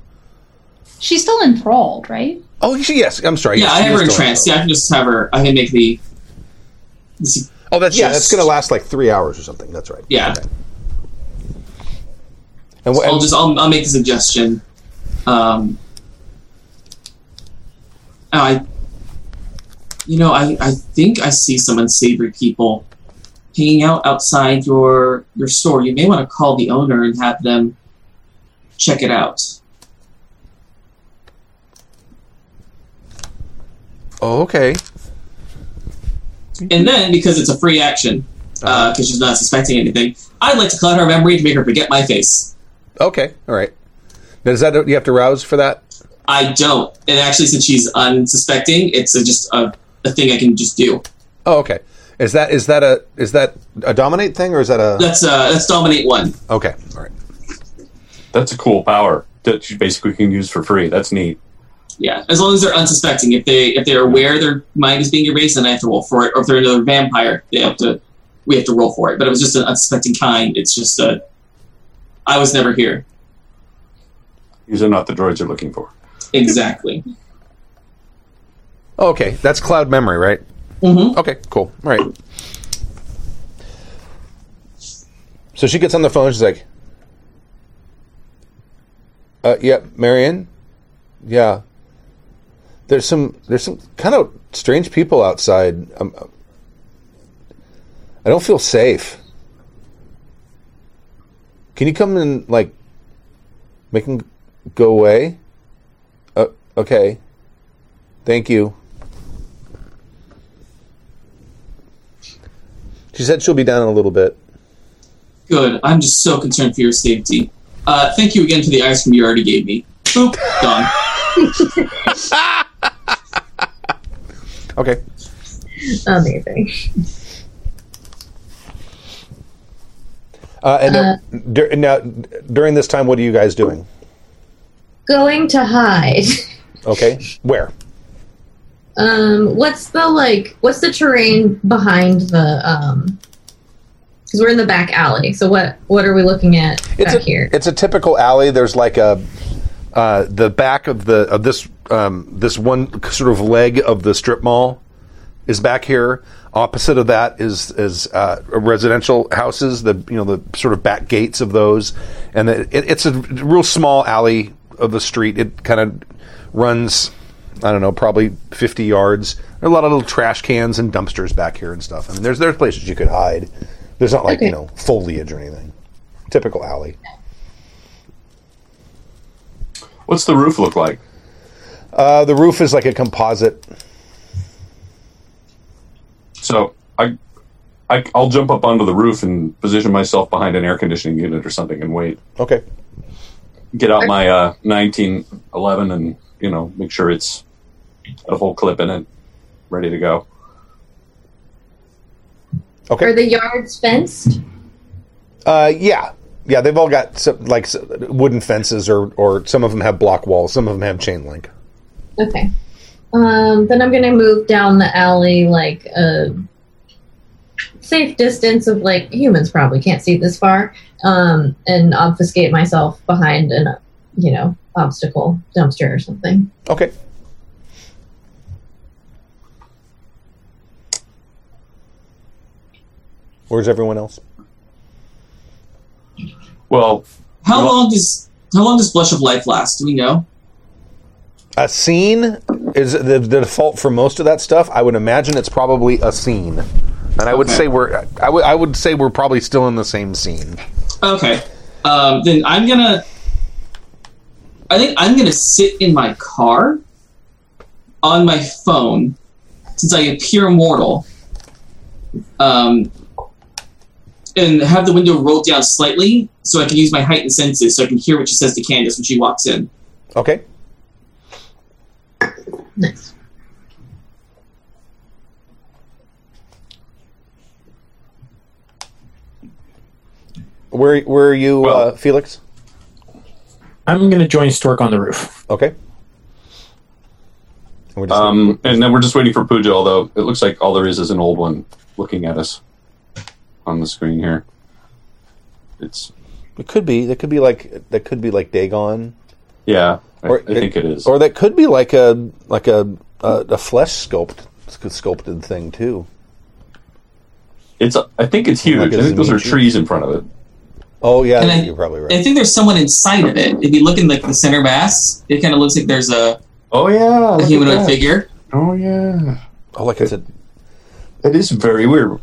Speaker 6: She's still enthralled, right?
Speaker 1: Oh, she, yes. I'm sorry.
Speaker 2: yeah,
Speaker 1: yes,
Speaker 2: I
Speaker 1: she
Speaker 2: have
Speaker 1: is
Speaker 2: her in
Speaker 1: still
Speaker 2: trance. Yeah, I can just have her. I can make the. this-
Speaker 1: Oh, that's yeah. That's
Speaker 2: Yes.
Speaker 1: going to last like three hours or something. That's right.
Speaker 2: Yeah.
Speaker 1: And, wh-
Speaker 2: I'll
Speaker 1: and
Speaker 2: just. I'll, I'll make the suggestion. Um, I. You know, I, I think I see some unsavory people hanging out outside your your store. You may want to call the owner and have them check it out.
Speaker 1: oh, okay.
Speaker 2: And then, because it's a free action, because she's not suspecting anything, I'd like to cloud her memory to make her forget my face.
Speaker 1: Okay. All right. Now, does that you have to rouse for that?
Speaker 2: I don't. And actually, since she's unsuspecting, it's a, just a, a thing I can just do.
Speaker 1: Oh, okay. Is that is that a is that a dominate thing or is that a
Speaker 2: That's uh, that's dominate one.
Speaker 1: okay? All right.
Speaker 3: That's a cool power that you basically can use for free. That's neat.
Speaker 2: Yeah, as long as they're unsuspecting. If they if they're aware their mind is being erased, then I have to roll for it. Or if they're another vampire, they have to we have to roll for it. But it was just an unsuspecting kind. It's just a I was never here.
Speaker 3: These are not the droids you're looking for.
Speaker 2: Exactly.
Speaker 1: Okay, that's cloud memory, right?
Speaker 2: hmm
Speaker 1: Okay, cool. All right. So she gets on the phone. She's like, uh, "Yep, Marion. Yeah. There's some there's some kind of strange people outside. Um, I don't feel safe. Can you come and like make them go away? Uh, okay. Thank you." She said she'll be down in a little bit.
Speaker 2: Good. I'm just so concerned for your safety. Uh, thank you again for the ice cream you already gave me. Boop. Done.
Speaker 1: Okay.
Speaker 5: Amazing.
Speaker 1: Uh, and now, dur- now, during this time, what are you guys doing?
Speaker 5: Going to hide.
Speaker 1: Okay. Where?
Speaker 5: Um, what's the like? What's the terrain behind the um? Because we're in the back alley. So what? What are we looking at
Speaker 1: It's
Speaker 5: back
Speaker 1: a,
Speaker 5: here?
Speaker 1: It's a typical alley. There's like a uh, the back of the of this um, this one sort of leg of the strip mall is back here. Opposite of that is is uh, residential houses. The you know the sort of back gates of those, and the, it, it's a real small alley of the street. It kind of runs. I don't know, probably 50 yards. There are a lot of little trash cans and dumpsters back here and stuff. I mean, there's there's places you could hide. There's not like you
Speaker 5: Okay.
Speaker 1: know foliage or anything. Typical alley.
Speaker 3: What's the roof look like?
Speaker 1: Uh, the roof is like a composite.
Speaker 3: So I, I, I'll jump up onto the roof and position myself behind an air conditioning unit or something and wait.
Speaker 1: Okay.
Speaker 3: Get out my uh, 1911 and you know make sure it's a whole clip in it, ready to go.
Speaker 5: Are
Speaker 1: Okay.
Speaker 5: the yards fenced?
Speaker 1: Uh, yeah. Yeah, they've all got some, like s- wooden fences, or or some of them have block walls, some of them have chain link.
Speaker 5: Okay. Um, then I'm gonna move down the alley like a safe distance of like humans probably can't see this far, um, and obfuscate myself behind an uh, you know obstacle dumpster or something.
Speaker 1: Okay. Where's everyone else?
Speaker 3: Well,
Speaker 2: How
Speaker 3: Well-
Speaker 2: long does how long does blush of life last? Do we know?
Speaker 1: A scene is the, the default for most of that stuff. I would imagine it's probably a scene, and I would
Speaker 2: Okay.
Speaker 1: say we're I would I would say we're probably still in the same scene.
Speaker 2: Okay. Um, then I'm gonna. I think I'm gonna sit in my car on my phone since I appear mortal. Um, and have the window rolled down slightly so I can use my heightened senses so I can hear what she says to Candace when she walks in.
Speaker 1: Okay.
Speaker 5: Nice.
Speaker 1: Where where are you, uh,
Speaker 3: Well-
Speaker 1: Felix?
Speaker 4: I'm going to join Stork on the roof.
Speaker 1: Okay. And we're just-
Speaker 3: um, and then we're just waiting for Pooja. Although it looks like all there is is an old one looking at us on the screen here. It's
Speaker 1: it could be that could be like that could be like Dagon,
Speaker 3: yeah, I,
Speaker 1: Or-
Speaker 3: I think it is.
Speaker 1: or that could be like a like a a, a flesh sculpt sculpted thing too.
Speaker 3: It's I think it's
Speaker 1: Like
Speaker 3: huge.
Speaker 1: it's
Speaker 3: I think those are
Speaker 1: huge.
Speaker 3: trees in front of it.
Speaker 1: Oh yeah,
Speaker 2: And I-
Speaker 1: you're probably
Speaker 2: I
Speaker 1: right.
Speaker 2: think there's someone inside of it. If you look in like the center mass, it kind of looks like there's a,
Speaker 3: Oh yeah,
Speaker 2: a
Speaker 3: look at
Speaker 2: humanoid
Speaker 3: that.
Speaker 2: figure.
Speaker 3: Oh yeah.
Speaker 1: Oh, like I said,
Speaker 3: It is very weird.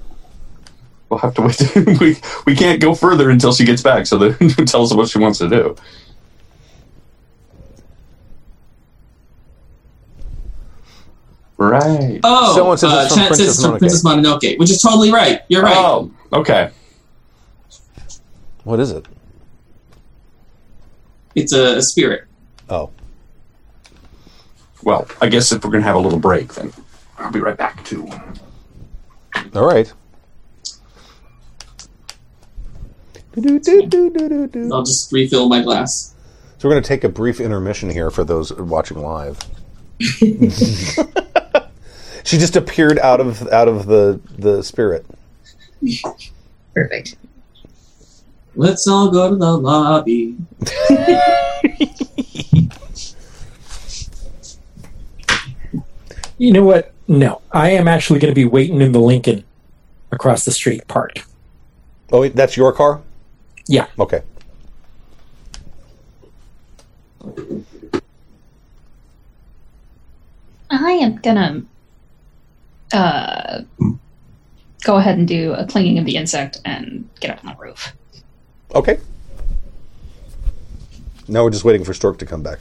Speaker 3: We'll have to wait. [LAUGHS] we we can't go further until she gets back. So that [LAUGHS] tell us what she wants to do. Right.
Speaker 2: Oh,
Speaker 1: Someone says
Speaker 2: uh,
Speaker 1: it's from
Speaker 2: Chat says
Speaker 1: Princess
Speaker 2: it's from
Speaker 1: Mononoke.
Speaker 2: Princess Mononoke, which is totally right. You're right.
Speaker 3: Oh, okay.
Speaker 1: what is it?
Speaker 2: It's a, a spirit.
Speaker 1: Oh,
Speaker 3: Well, I guess if we're gonna have a little break, then I'll be right back too.
Speaker 1: all right. Do-do-do-do-do-do-do.
Speaker 2: I'll just refill my glass.
Speaker 1: So we're going to take a brief intermission here for those watching live. she just appeared out of out of the the spirit.
Speaker 5: Perfect.
Speaker 2: Let's all go to the lobby.
Speaker 4: You know what? No, I am actually going to be waiting in the Lincoln across the street parked.
Speaker 1: Oh, wait, that's your car.
Speaker 4: Yeah.
Speaker 1: Okay.
Speaker 6: I am gonna uh, go ahead and do a clinging of the insect and get up on the roof. [LAUGHS]
Speaker 1: Okay. Now we're just waiting for Stork to come back.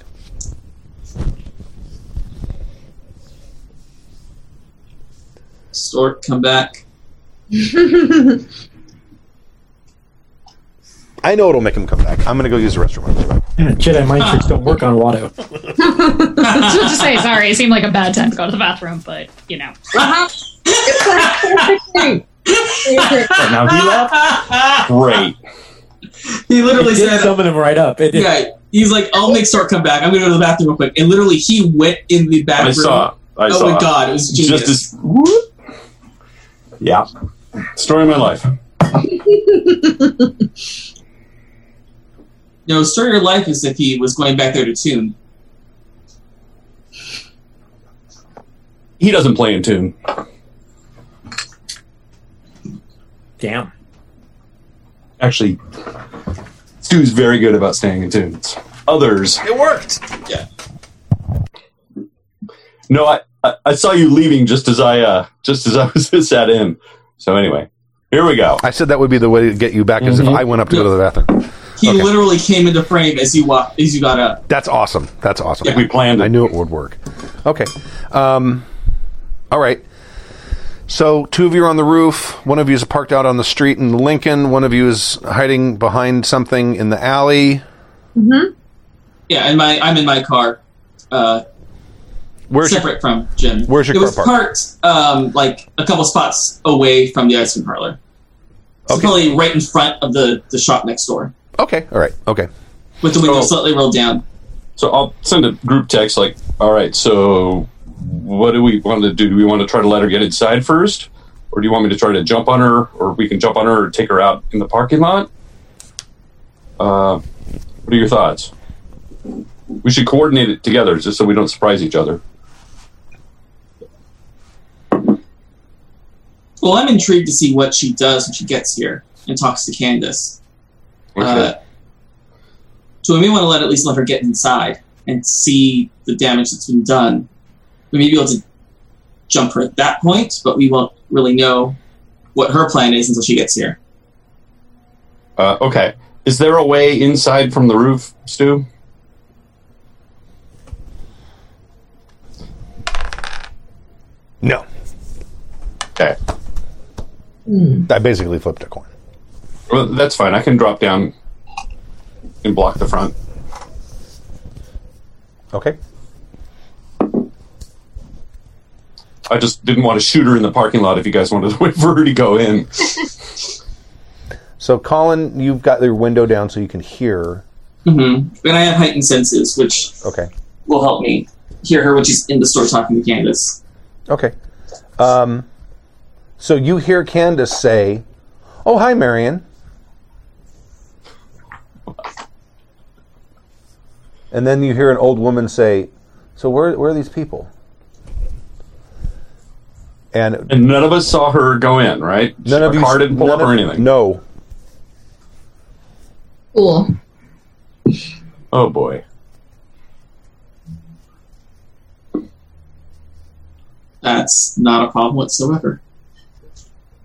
Speaker 2: Stork, come back.
Speaker 1: I know it'll make him come back. I'm going to go use the restroom. I'll be right back.
Speaker 4: Yeah, Jedi mind tricks don't work on Watto.
Speaker 6: I was about to say, sorry, it seemed like a bad time to go to the bathroom, but you know.
Speaker 3: Right
Speaker 2: [LAUGHS]
Speaker 3: now he left. [LAUGHS] Great.
Speaker 2: He literally
Speaker 4: It did
Speaker 2: said,
Speaker 4: summon him right up. It did.
Speaker 2: "Yeah." He's like, "I'll make Stork come back. I'm gonna go to the bathroom real quick." And literally, he went in the bathroom.
Speaker 3: I saw. I
Speaker 2: oh
Speaker 3: saw.
Speaker 2: my god, it was genius.
Speaker 3: Just as. whoop. Yeah. Story of my life.
Speaker 2: No, story of your life is if he was going back there to tune.
Speaker 3: He doesn't play in tune.
Speaker 4: Damn.
Speaker 3: Actually, Stu's very good about staying in tune. It's Others.
Speaker 1: It worked.
Speaker 3: No, I, I, I saw you leaving just as I uh, just as I [LAUGHS] was at in. So anyway, here we go.
Speaker 1: I said that would be the way to get you back, is if
Speaker 4: Mhm.
Speaker 1: I went up to go to the bathroom.
Speaker 2: He
Speaker 1: Okay.
Speaker 2: literally came into frame as you walked, as you got up.
Speaker 1: That's awesome. That's awesome.
Speaker 3: We planned.
Speaker 1: I knew it would work. Okay. Um, all right. So two of you are on the roof. One of you is parked out on the street in Lincoln. One of you is hiding behind something in the alley.
Speaker 2: Yeah, and my I'm in my car, uh,
Speaker 1: Where's your,
Speaker 2: separate from Jim.
Speaker 1: where's your
Speaker 2: it
Speaker 1: car
Speaker 2: was
Speaker 1: parked?
Speaker 2: parked um, like a couple spots away from the ice cream parlor. It's
Speaker 1: Okay.
Speaker 2: probably right in front of the, the shop next door,
Speaker 1: okay. All right. Okay.
Speaker 2: with the window
Speaker 3: Oh.
Speaker 2: slightly rolled down.
Speaker 3: So I'll send a group text like, all right, so what do we want to do? Do we want to try to let her get inside first? Or do you want me to try to jump on her? Or we can jump on her or take her out in the parking lot? Uh, what are your thoughts? We should coordinate it together just so we don't surprise each other.
Speaker 2: Well, I'm intrigued to see what she does when she gets here and talks to Candace.
Speaker 3: Okay.
Speaker 2: Uh, so we may want to let at least let her get inside and see the damage that's been done. We may be able to jump her at that point, but we won't really know what her plan is until she gets here.
Speaker 3: Uh, okay. Is there a way inside from the roof, Stu?
Speaker 1: No.
Speaker 3: Okay.
Speaker 1: I basically flipped a coin.
Speaker 3: Well, that's fine. I can drop down and block the front.
Speaker 1: Okay.
Speaker 3: I just didn't want to shoot her in the parking lot if you guys wanted [LAUGHS] to wait for her to go in.
Speaker 1: So Colin, you've got your window down so you can hear.
Speaker 2: hmm And I have heightened senses, which
Speaker 1: Okay.
Speaker 2: will help me hear her when she's in the store talking to Candace.
Speaker 1: Okay. Um, so you hear Candace say, "Oh, hi, Marion," and then you hear an old woman say, "So where where are these people?" And
Speaker 3: And none of us saw her go in, right?
Speaker 1: none of
Speaker 3: her
Speaker 1: you
Speaker 3: car didn't pull
Speaker 1: none
Speaker 3: up or
Speaker 1: of-
Speaker 3: anything.
Speaker 1: No,
Speaker 5: [LAUGHS] cool.
Speaker 3: Oh boy.
Speaker 2: That's not a problem whatsoever.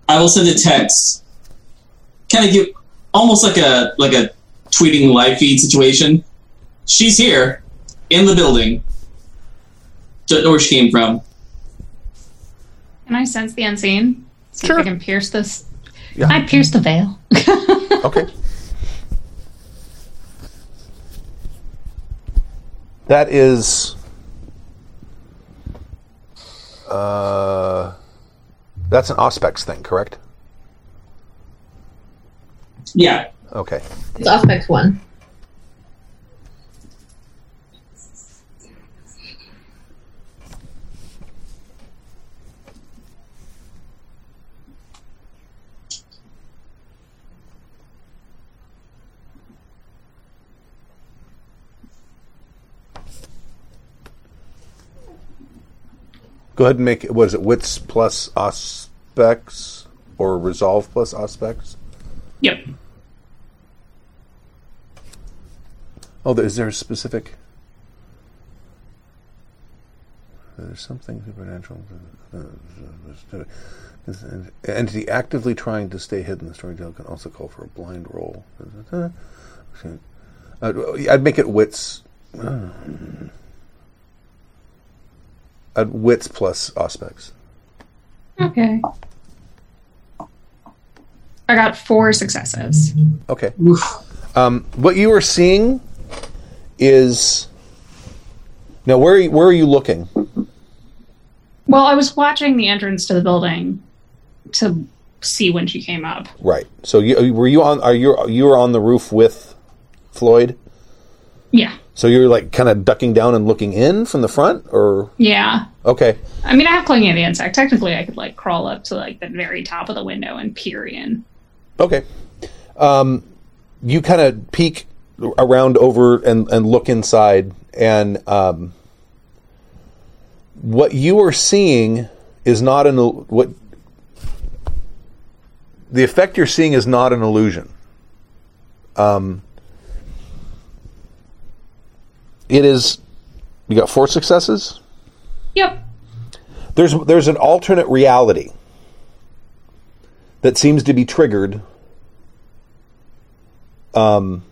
Speaker 2: I will send a text, kind of give almost like a like a tweeting live feed situation. She's here in the building. Don't know where she came from.
Speaker 6: Can I sense the unseen? See if I can pierce this.
Speaker 1: Yeah.
Speaker 6: I pierce the veil.
Speaker 1: Okay. That is. Uh, that's an Auspex thing, correct?
Speaker 2: Yeah,
Speaker 1: Okay.
Speaker 5: It's aspect one.
Speaker 1: Go ahead and make what is it? Wits plus Auspex or Resolve plus Auspex?
Speaker 6: Yep.
Speaker 1: Oh, there- is there a specific? There's something supernatural. Entity actively trying to stay hidden. The storyteller can also call for a blind roll. I'd, I'd make it wits. uh, I'd wits plus aspects.
Speaker 6: Okay. I got four successes.
Speaker 1: Okay. Um, what you are seeing is now where are you, where are you looking?
Speaker 6: Well, I was watching the entrance to the building to see when she came up.
Speaker 1: Right. So you were you on are you you were on the roof with Floyd?
Speaker 6: Yeah.
Speaker 1: So you're like kind of ducking down and looking in from the front or
Speaker 6: Yeah.
Speaker 1: okay.
Speaker 6: I mean, I have cloaking of the insect. Technically, I could like crawl up to like the very top of the window and peer in.
Speaker 1: Okay. Um, you kind of peek around over and, and look inside, and um, what you are seeing is not an il- what the effect you're seeing is not an illusion. Um, it is. You got four successes.
Speaker 6: Yep.
Speaker 1: There's there's an alternate reality that seems to be triggered. Um,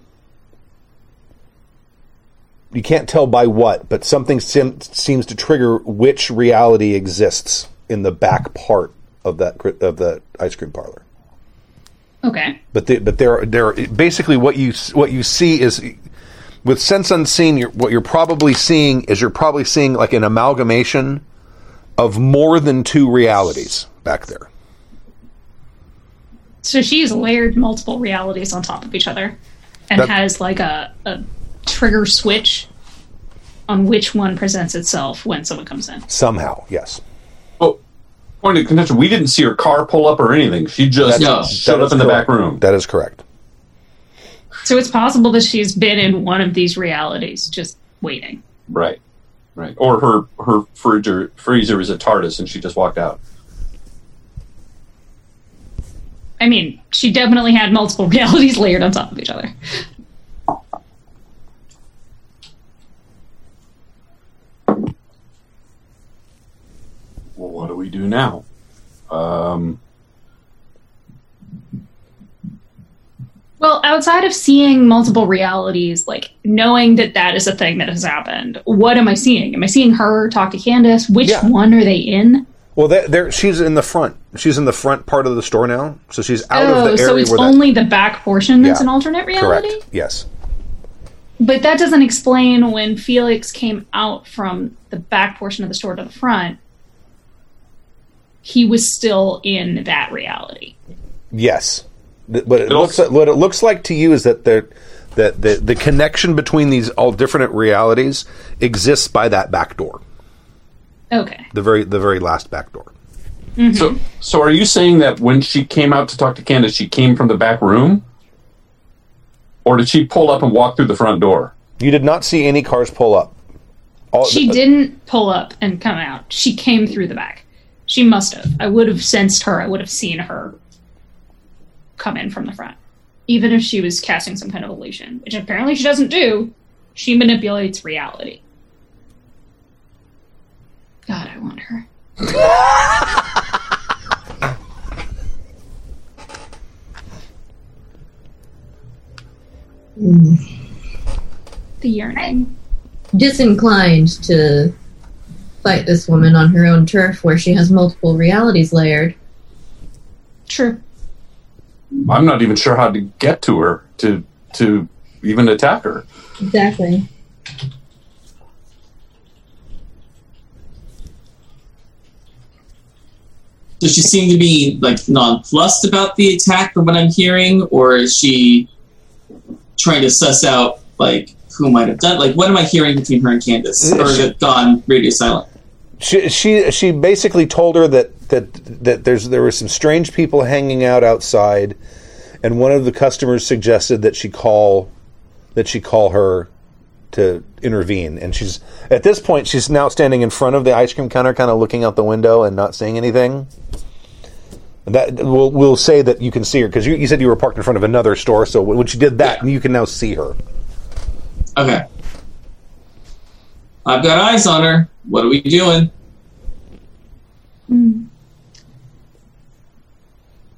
Speaker 1: you can't tell by what, but something sim- seems to trigger which reality exists in the back part of that cri- of the ice cream parlor.
Speaker 6: Okay.
Speaker 1: But the, but there are- there are- basically what you s- what you see is with sense unseen. You're, what you're probably seeing is you're probably seeing like an amalgamation of more than two realities back there.
Speaker 6: So she's layered multiple realities on top of each other and
Speaker 1: That-
Speaker 6: has like a, a trigger switch on which one presents itself when someone comes in.
Speaker 1: Somehow, yes.
Speaker 3: Oh, point of contention. We didn't see her car pull up or anything. She just
Speaker 2: No.
Speaker 3: showed
Speaker 1: That
Speaker 3: up
Speaker 1: is
Speaker 3: in the back
Speaker 1: correct.
Speaker 3: room.
Speaker 1: That is correct.
Speaker 6: So it's possible that she's been in one of these realities just waiting.
Speaker 3: Right. Right. Or her her freezer freezer is a TARDIS and she just walked out.
Speaker 6: I mean, she definitely had multiple [LAUGHS] realities layered on top of each other.
Speaker 3: Well, what do we do now? Um,
Speaker 6: Well, outside of seeing multiple realities, like knowing that that is a thing that has happened, what am I seeing? Am I seeing her talk to Candace? Which
Speaker 1: Yeah.
Speaker 6: one are they in?
Speaker 1: Well, there, there she's in the front. She's in the front part of the store now, so she's out
Speaker 6: oh,
Speaker 1: of the area
Speaker 6: so it's
Speaker 1: where
Speaker 6: only the back portion that's
Speaker 1: Yeah,
Speaker 6: an alternate
Speaker 1: that.
Speaker 6: reality?
Speaker 1: Correct. Yes.
Speaker 6: But that doesn't explain when Felix came out from the back portion of the store to the front, he was still in that reality.
Speaker 1: Yes. Th- What it
Speaker 3: It
Speaker 1: looks
Speaker 3: also-
Speaker 1: what it looks like to you is that there that the the connection between these all different realities exists by that back door,
Speaker 6: Okay.
Speaker 1: the very the very last back door.
Speaker 3: so so are you saying that when she came out to talk to Candace, she came from the back room, or did she pull up and walk through the front door?
Speaker 1: You did not see any cars pull up. All,
Speaker 6: She didn't pull up and come out. She came through the back. She must have. I would have sensed her. I would have seen her come in from the front. Even if she was casting some kind of illusion, which apparently she doesn't do, she manipulates reality. God, I want her. The yearning.
Speaker 5: Disinclined to fight this woman on her own turf where she has multiple realities layered.
Speaker 6: True.
Speaker 3: I'm not even sure how to get to her to to even attack her.
Speaker 5: Exactly.
Speaker 2: Does she seem to be like nonplussed about the attack from what I'm hearing, or is she trying to suss out like who might have done? Like, what am I hearing between her and Candace, or is it gone radio silent?
Speaker 1: she she she basically told her that that that there's there were some strange people hanging out outside, and one of the customers suggested that she call that she call her to intervene. And she's at this point she's now standing in front of the ice cream counter, kind of looking out the window and not seeing anything. And That we'll, we'll say that you can see her because you, you said you were parked in front of another store. So when she did that, you can now see her.
Speaker 2: Okay, I've got eyes on her. What are we doing?
Speaker 6: Hmm.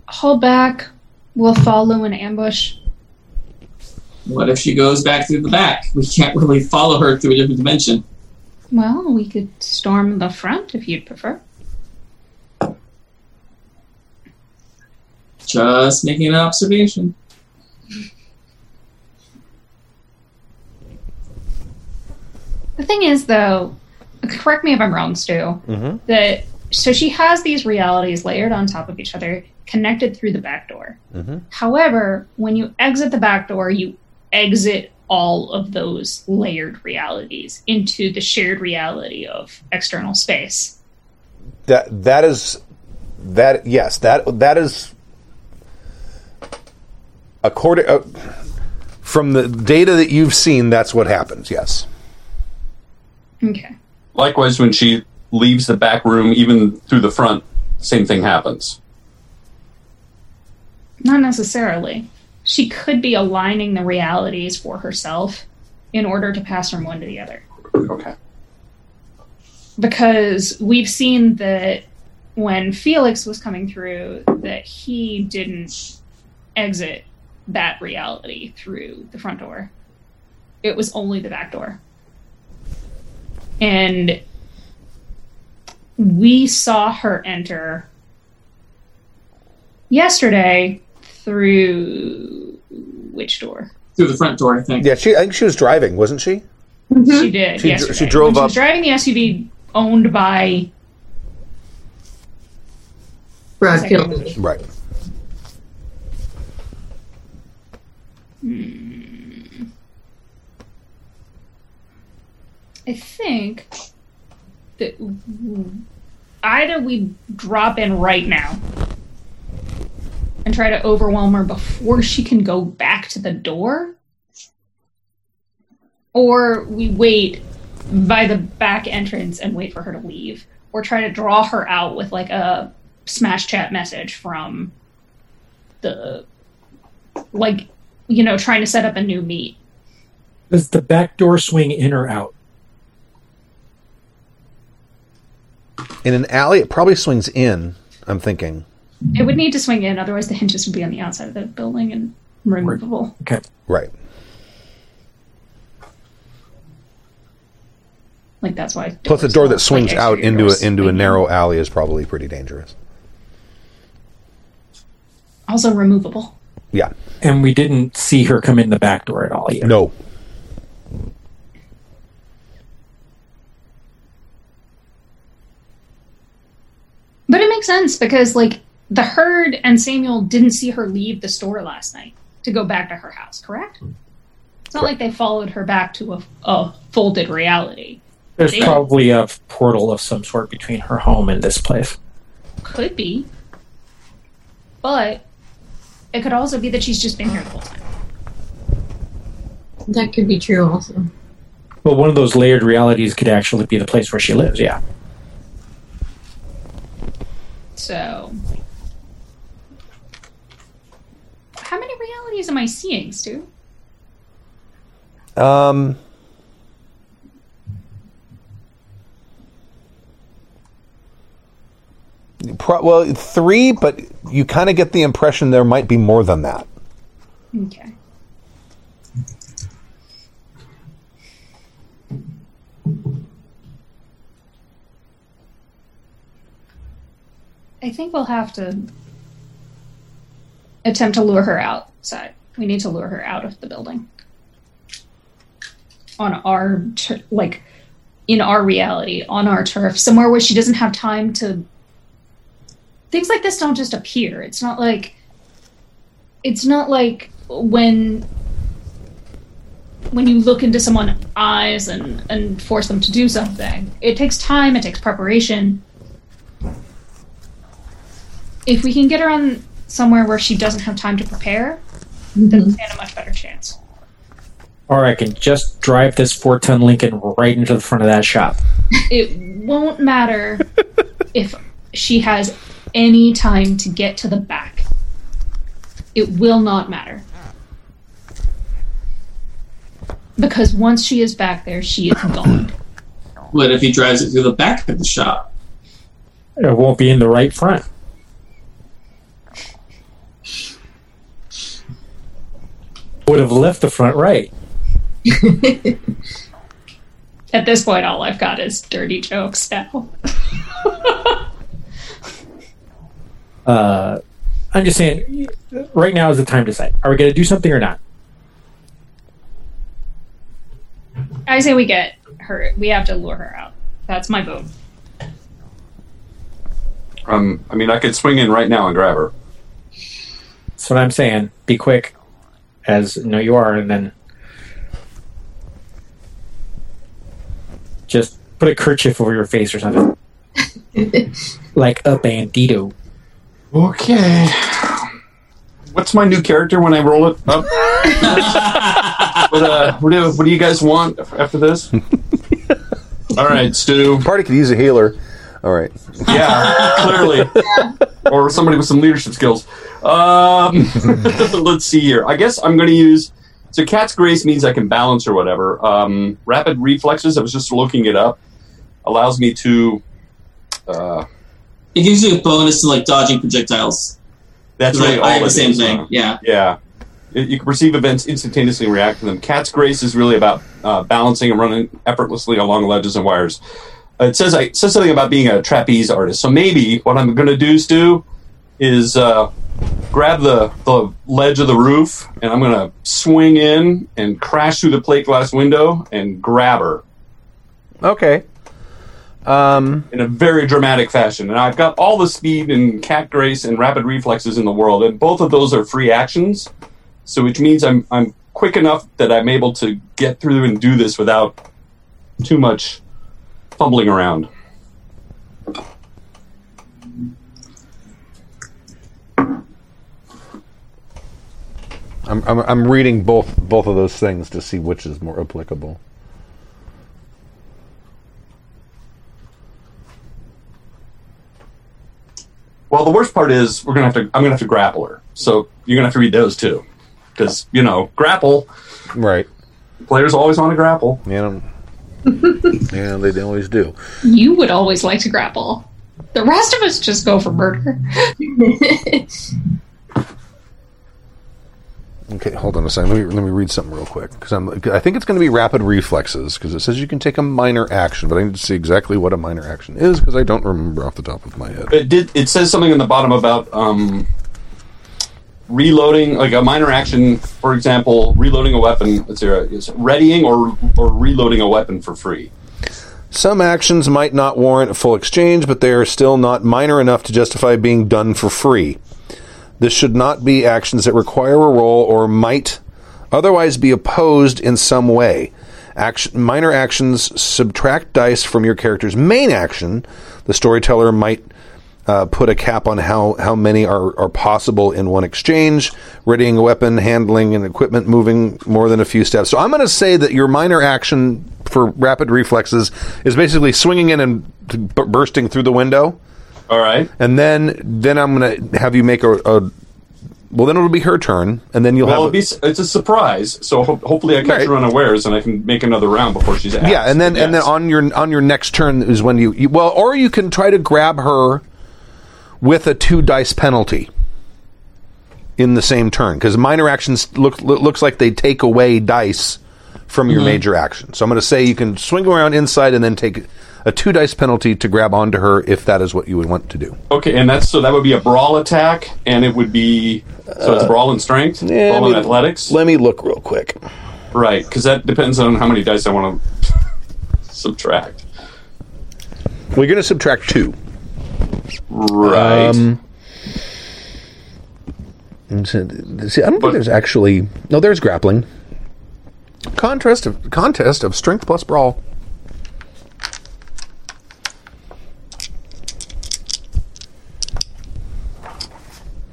Speaker 6: Hold back. We'll follow an ambush.
Speaker 2: What if she goes back through the back? We can't [LAUGHS] really follow her through a different dimension.
Speaker 6: Well, we could storm the front if you'd prefer.
Speaker 2: Just making an observation.
Speaker 6: The thing is, though, correct me if I'm wrong, Stu,
Speaker 1: Mm-hmm.
Speaker 6: that so she has these realities layered on top of each other, connected through the back door.
Speaker 1: Mm-hmm.
Speaker 6: However, when you exit the back door, you exit all of those layered realities into the shared reality of external space.
Speaker 1: That that is that yes that that is according uh, from the data that you've seen. That's what happens. Yes.
Speaker 6: Okay.
Speaker 3: Likewise, when she leaves the back room, even through the front, same thing happens.
Speaker 6: Not necessarily. She could be aligning the realities for herself in order to pass from one to the other.
Speaker 3: Okay.
Speaker 6: because we've seen that when Felix was coming through, that he didn't exit that reality through the front door. It was only the back door. And we saw her enter yesterday through which door?
Speaker 2: Through the front door, I think.
Speaker 1: Yeah. She I think she was driving, wasn't she?
Speaker 6: She did.
Speaker 1: She dr-
Speaker 6: yesterday.
Speaker 1: she drove
Speaker 6: When She
Speaker 1: up-
Speaker 6: was driving the SUV owned by
Speaker 5: Brad
Speaker 6: Second
Speaker 5: killed me.
Speaker 1: Right.
Speaker 6: Hmm. I think that either we drop in right now and try to overwhelm her before she can go back to the door, or we wait by the back entrance and wait for her to leave, or try to draw her out with like a smash chat message from the like you know trying to set up a new meet
Speaker 4: Does the back door swing in or out?
Speaker 1: In an alley, it probably swings in. I'm thinking.
Speaker 6: It would need to swing in, otherwise the hinges would be on the outside of the building and removable.
Speaker 4: Okay.
Speaker 1: Right.
Speaker 6: Like that's why.
Speaker 1: Plus, a
Speaker 6: doors
Speaker 1: door
Speaker 6: don't-
Speaker 1: that swings
Speaker 6: like,
Speaker 1: out
Speaker 6: exterior
Speaker 1: into a,
Speaker 6: doors.
Speaker 1: into a narrow alley is probably pretty dangerous.
Speaker 6: Also removable.
Speaker 1: Yeah.
Speaker 4: And we didn't see her come in the back door at all yet.
Speaker 1: No.
Speaker 6: But it makes sense because like the herd and Samuel didn't see her leave the store last night to go back to her house. Correct. It's not like they followed her back to a, a folded reality.
Speaker 4: There's
Speaker 6: Yeah.
Speaker 4: probably a portal of some sort between her home and this place.
Speaker 6: Could be, but it could also be that she's just been here the whole time.
Speaker 5: That could be true also.
Speaker 4: Well, one of those layered realities could actually be the place where she lives. Yeah.
Speaker 6: So, how many realities am I seeing, Stu?
Speaker 1: Um. Pro- well, three, but you kind of get the impression there might be more than that.
Speaker 6: Okay. I think we'll have to attempt to lure her outside. We need to lure her out of the building. On our, tur- like, in our reality, on our turf, somewhere where she doesn't have time to. Things like this don't just appear. It's not like it's not like when when you look into someone's eyes and and force them to do something it takes time it takes preparation if we can get her on somewhere where she doesn't have time to prepare then we stand a much better chance
Speaker 4: Or I can just drive this four-ton Lincoln right into the front of that shop.
Speaker 6: it won't matter if she has any time to get to the back it will not matter because once she is back there she is gone
Speaker 2: What if he drives it through the back of the shop?
Speaker 4: It won't be in the right front. Would have left the front right.
Speaker 6: at this point all i've got is dirty jokes now
Speaker 4: Uh, I'm just saying, right now is the time to decide: are we going to do something or not?
Speaker 6: I say we get her. We have to lure her out. That's my vote.
Speaker 3: Um, I mean, I could swing in right now and grab her.
Speaker 4: That's what I'm saying. Be quick, as no, you are, and then just put a kerchief over your face or
Speaker 6: [LAUGHS]
Speaker 4: something, like a bandito.
Speaker 3: Okay. What's my new character when I roll it [LAUGHS] up? what, uh, what, do, what do you guys want after this? All right, Stu.
Speaker 1: Party could use a healer. All right.
Speaker 3: Yeah, clearly. Or somebody with some leadership skills. Um, [LAUGHS] let's see here. I guess I'm going to use. So, Cat's Grace means I can balance or whatever. Um, rapid reflexes, I was just looking it up, allows me to. Uh,
Speaker 2: It gives you a bonus to like dodging projectiles.
Speaker 3: that's
Speaker 2: Like,
Speaker 3: really all uh,
Speaker 2: I have
Speaker 3: it
Speaker 2: the same
Speaker 3: is,
Speaker 2: thing.
Speaker 3: huh?
Speaker 2: Yeah.
Speaker 3: Yeah. You you can perceive events instantaneously and react to them. Cat's Grace is really about uh, balancing and running effortlessly along ledges and wires. Uh, it says I it says something about being a trapeze artist. So maybe what I'm going to do, Stu, is uh, grab the, the ledge of the roof and I'm going to swing in and crash through the plate glass window and grab her
Speaker 1: Okay. Um,
Speaker 3: in a very dramatic fashion. And I've got all the speed and cat grace and rapid reflexes in the world, and both of those are free actions. So which means I'm I'm quick enough that I'm able to get through and do this without too much fumbling around.
Speaker 1: I'm, I'm, I'm reading both both of those things to see which is more applicable.
Speaker 3: Well, the worst part is we're gonna have to I'm gonna have to grapple her. So you're gonna have to read those too, because you know grapple
Speaker 1: Right.
Speaker 3: players always want to grapple.
Speaker 1: Yeah. yeah, they always do.
Speaker 6: You would always like to grapple. The rest of us just go for murder.
Speaker 1: Okay, hold on a second. Let me let me read something real quick because I'm I think it's going to be rapid reflexes because it says you can take a minor action, but I need to see exactly what a minor action is because I don't remember off the top of my head.
Speaker 3: It did. It says something in the bottom about um, reloading, like a minor action, for example, reloading a weapon. Let's hear it. It's readying or or reloading a weapon for free.
Speaker 1: Some actions might not warrant a full exchange, but they are still not minor enough to justify being done for free. This should not be actions that require a roll or might otherwise be opposed in some way. Action, minor actions subtract dice from your character's main action. The storyteller might uh, put a cap on how, how many are, are possible in one exchange, readying a weapon, handling and equipment, moving more than a few steps. So I'm going to say that your minor action for rapid reflexes is basically swinging in and t- bu- bursting through the window
Speaker 3: All right.
Speaker 1: and then then I'm gonna have you make a, a well. Then it'll be her turn, and then you'll
Speaker 3: Well,
Speaker 1: have
Speaker 3: it'll be, s- it's a surprise, so ho- hopefully I catch
Speaker 1: Right.
Speaker 3: her unawares and I can make another round before she's asked.
Speaker 1: yeah, and then and then
Speaker 3: Yes.
Speaker 1: on your on your next turn is when you, you well, or you can try to grab her with a two dice penalty in the same turn because minor actions look lo- looks like they take away dice from your major action. So I'm going to say you can swing around inside and then take a two dice penalty to grab onto her if that is what you would want to do.
Speaker 3: okay, and that's so that would be a brawl attack, and it would be so
Speaker 1: Uh,
Speaker 3: it's brawl and strength, brawl and athletics,
Speaker 1: Let me look real quick.
Speaker 3: right? Because that depends on how many dice I want to [LAUGHS] subtract.
Speaker 1: We're going to subtract two. Um,
Speaker 3: Right.
Speaker 1: And so- see, I don't think there's actually no. There's grappling. Contest of contest of strength plus brawl.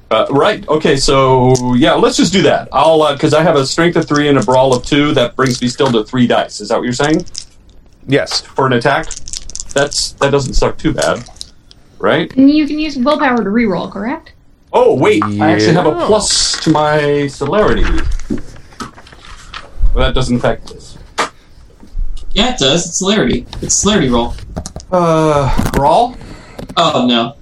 Speaker 3: Uh, right. Okay. So yeah, let's just do that. I'll because I have a strength of three and a brawl of two. That brings me still to three dice. Is that what you're saying
Speaker 1: Yes.
Speaker 3: for an attack? That's that doesn't suck too bad, right?
Speaker 6: And you can use willpower to reroll, correct?
Speaker 3: Oh wait, I actually have a
Speaker 1: Yeah.
Speaker 3: plus to my celerity. Well, that doesn't affect this.
Speaker 2: Yeah, it does. It's celerity. It's celerity roll.
Speaker 3: Uh, brawl.
Speaker 2: Oh no.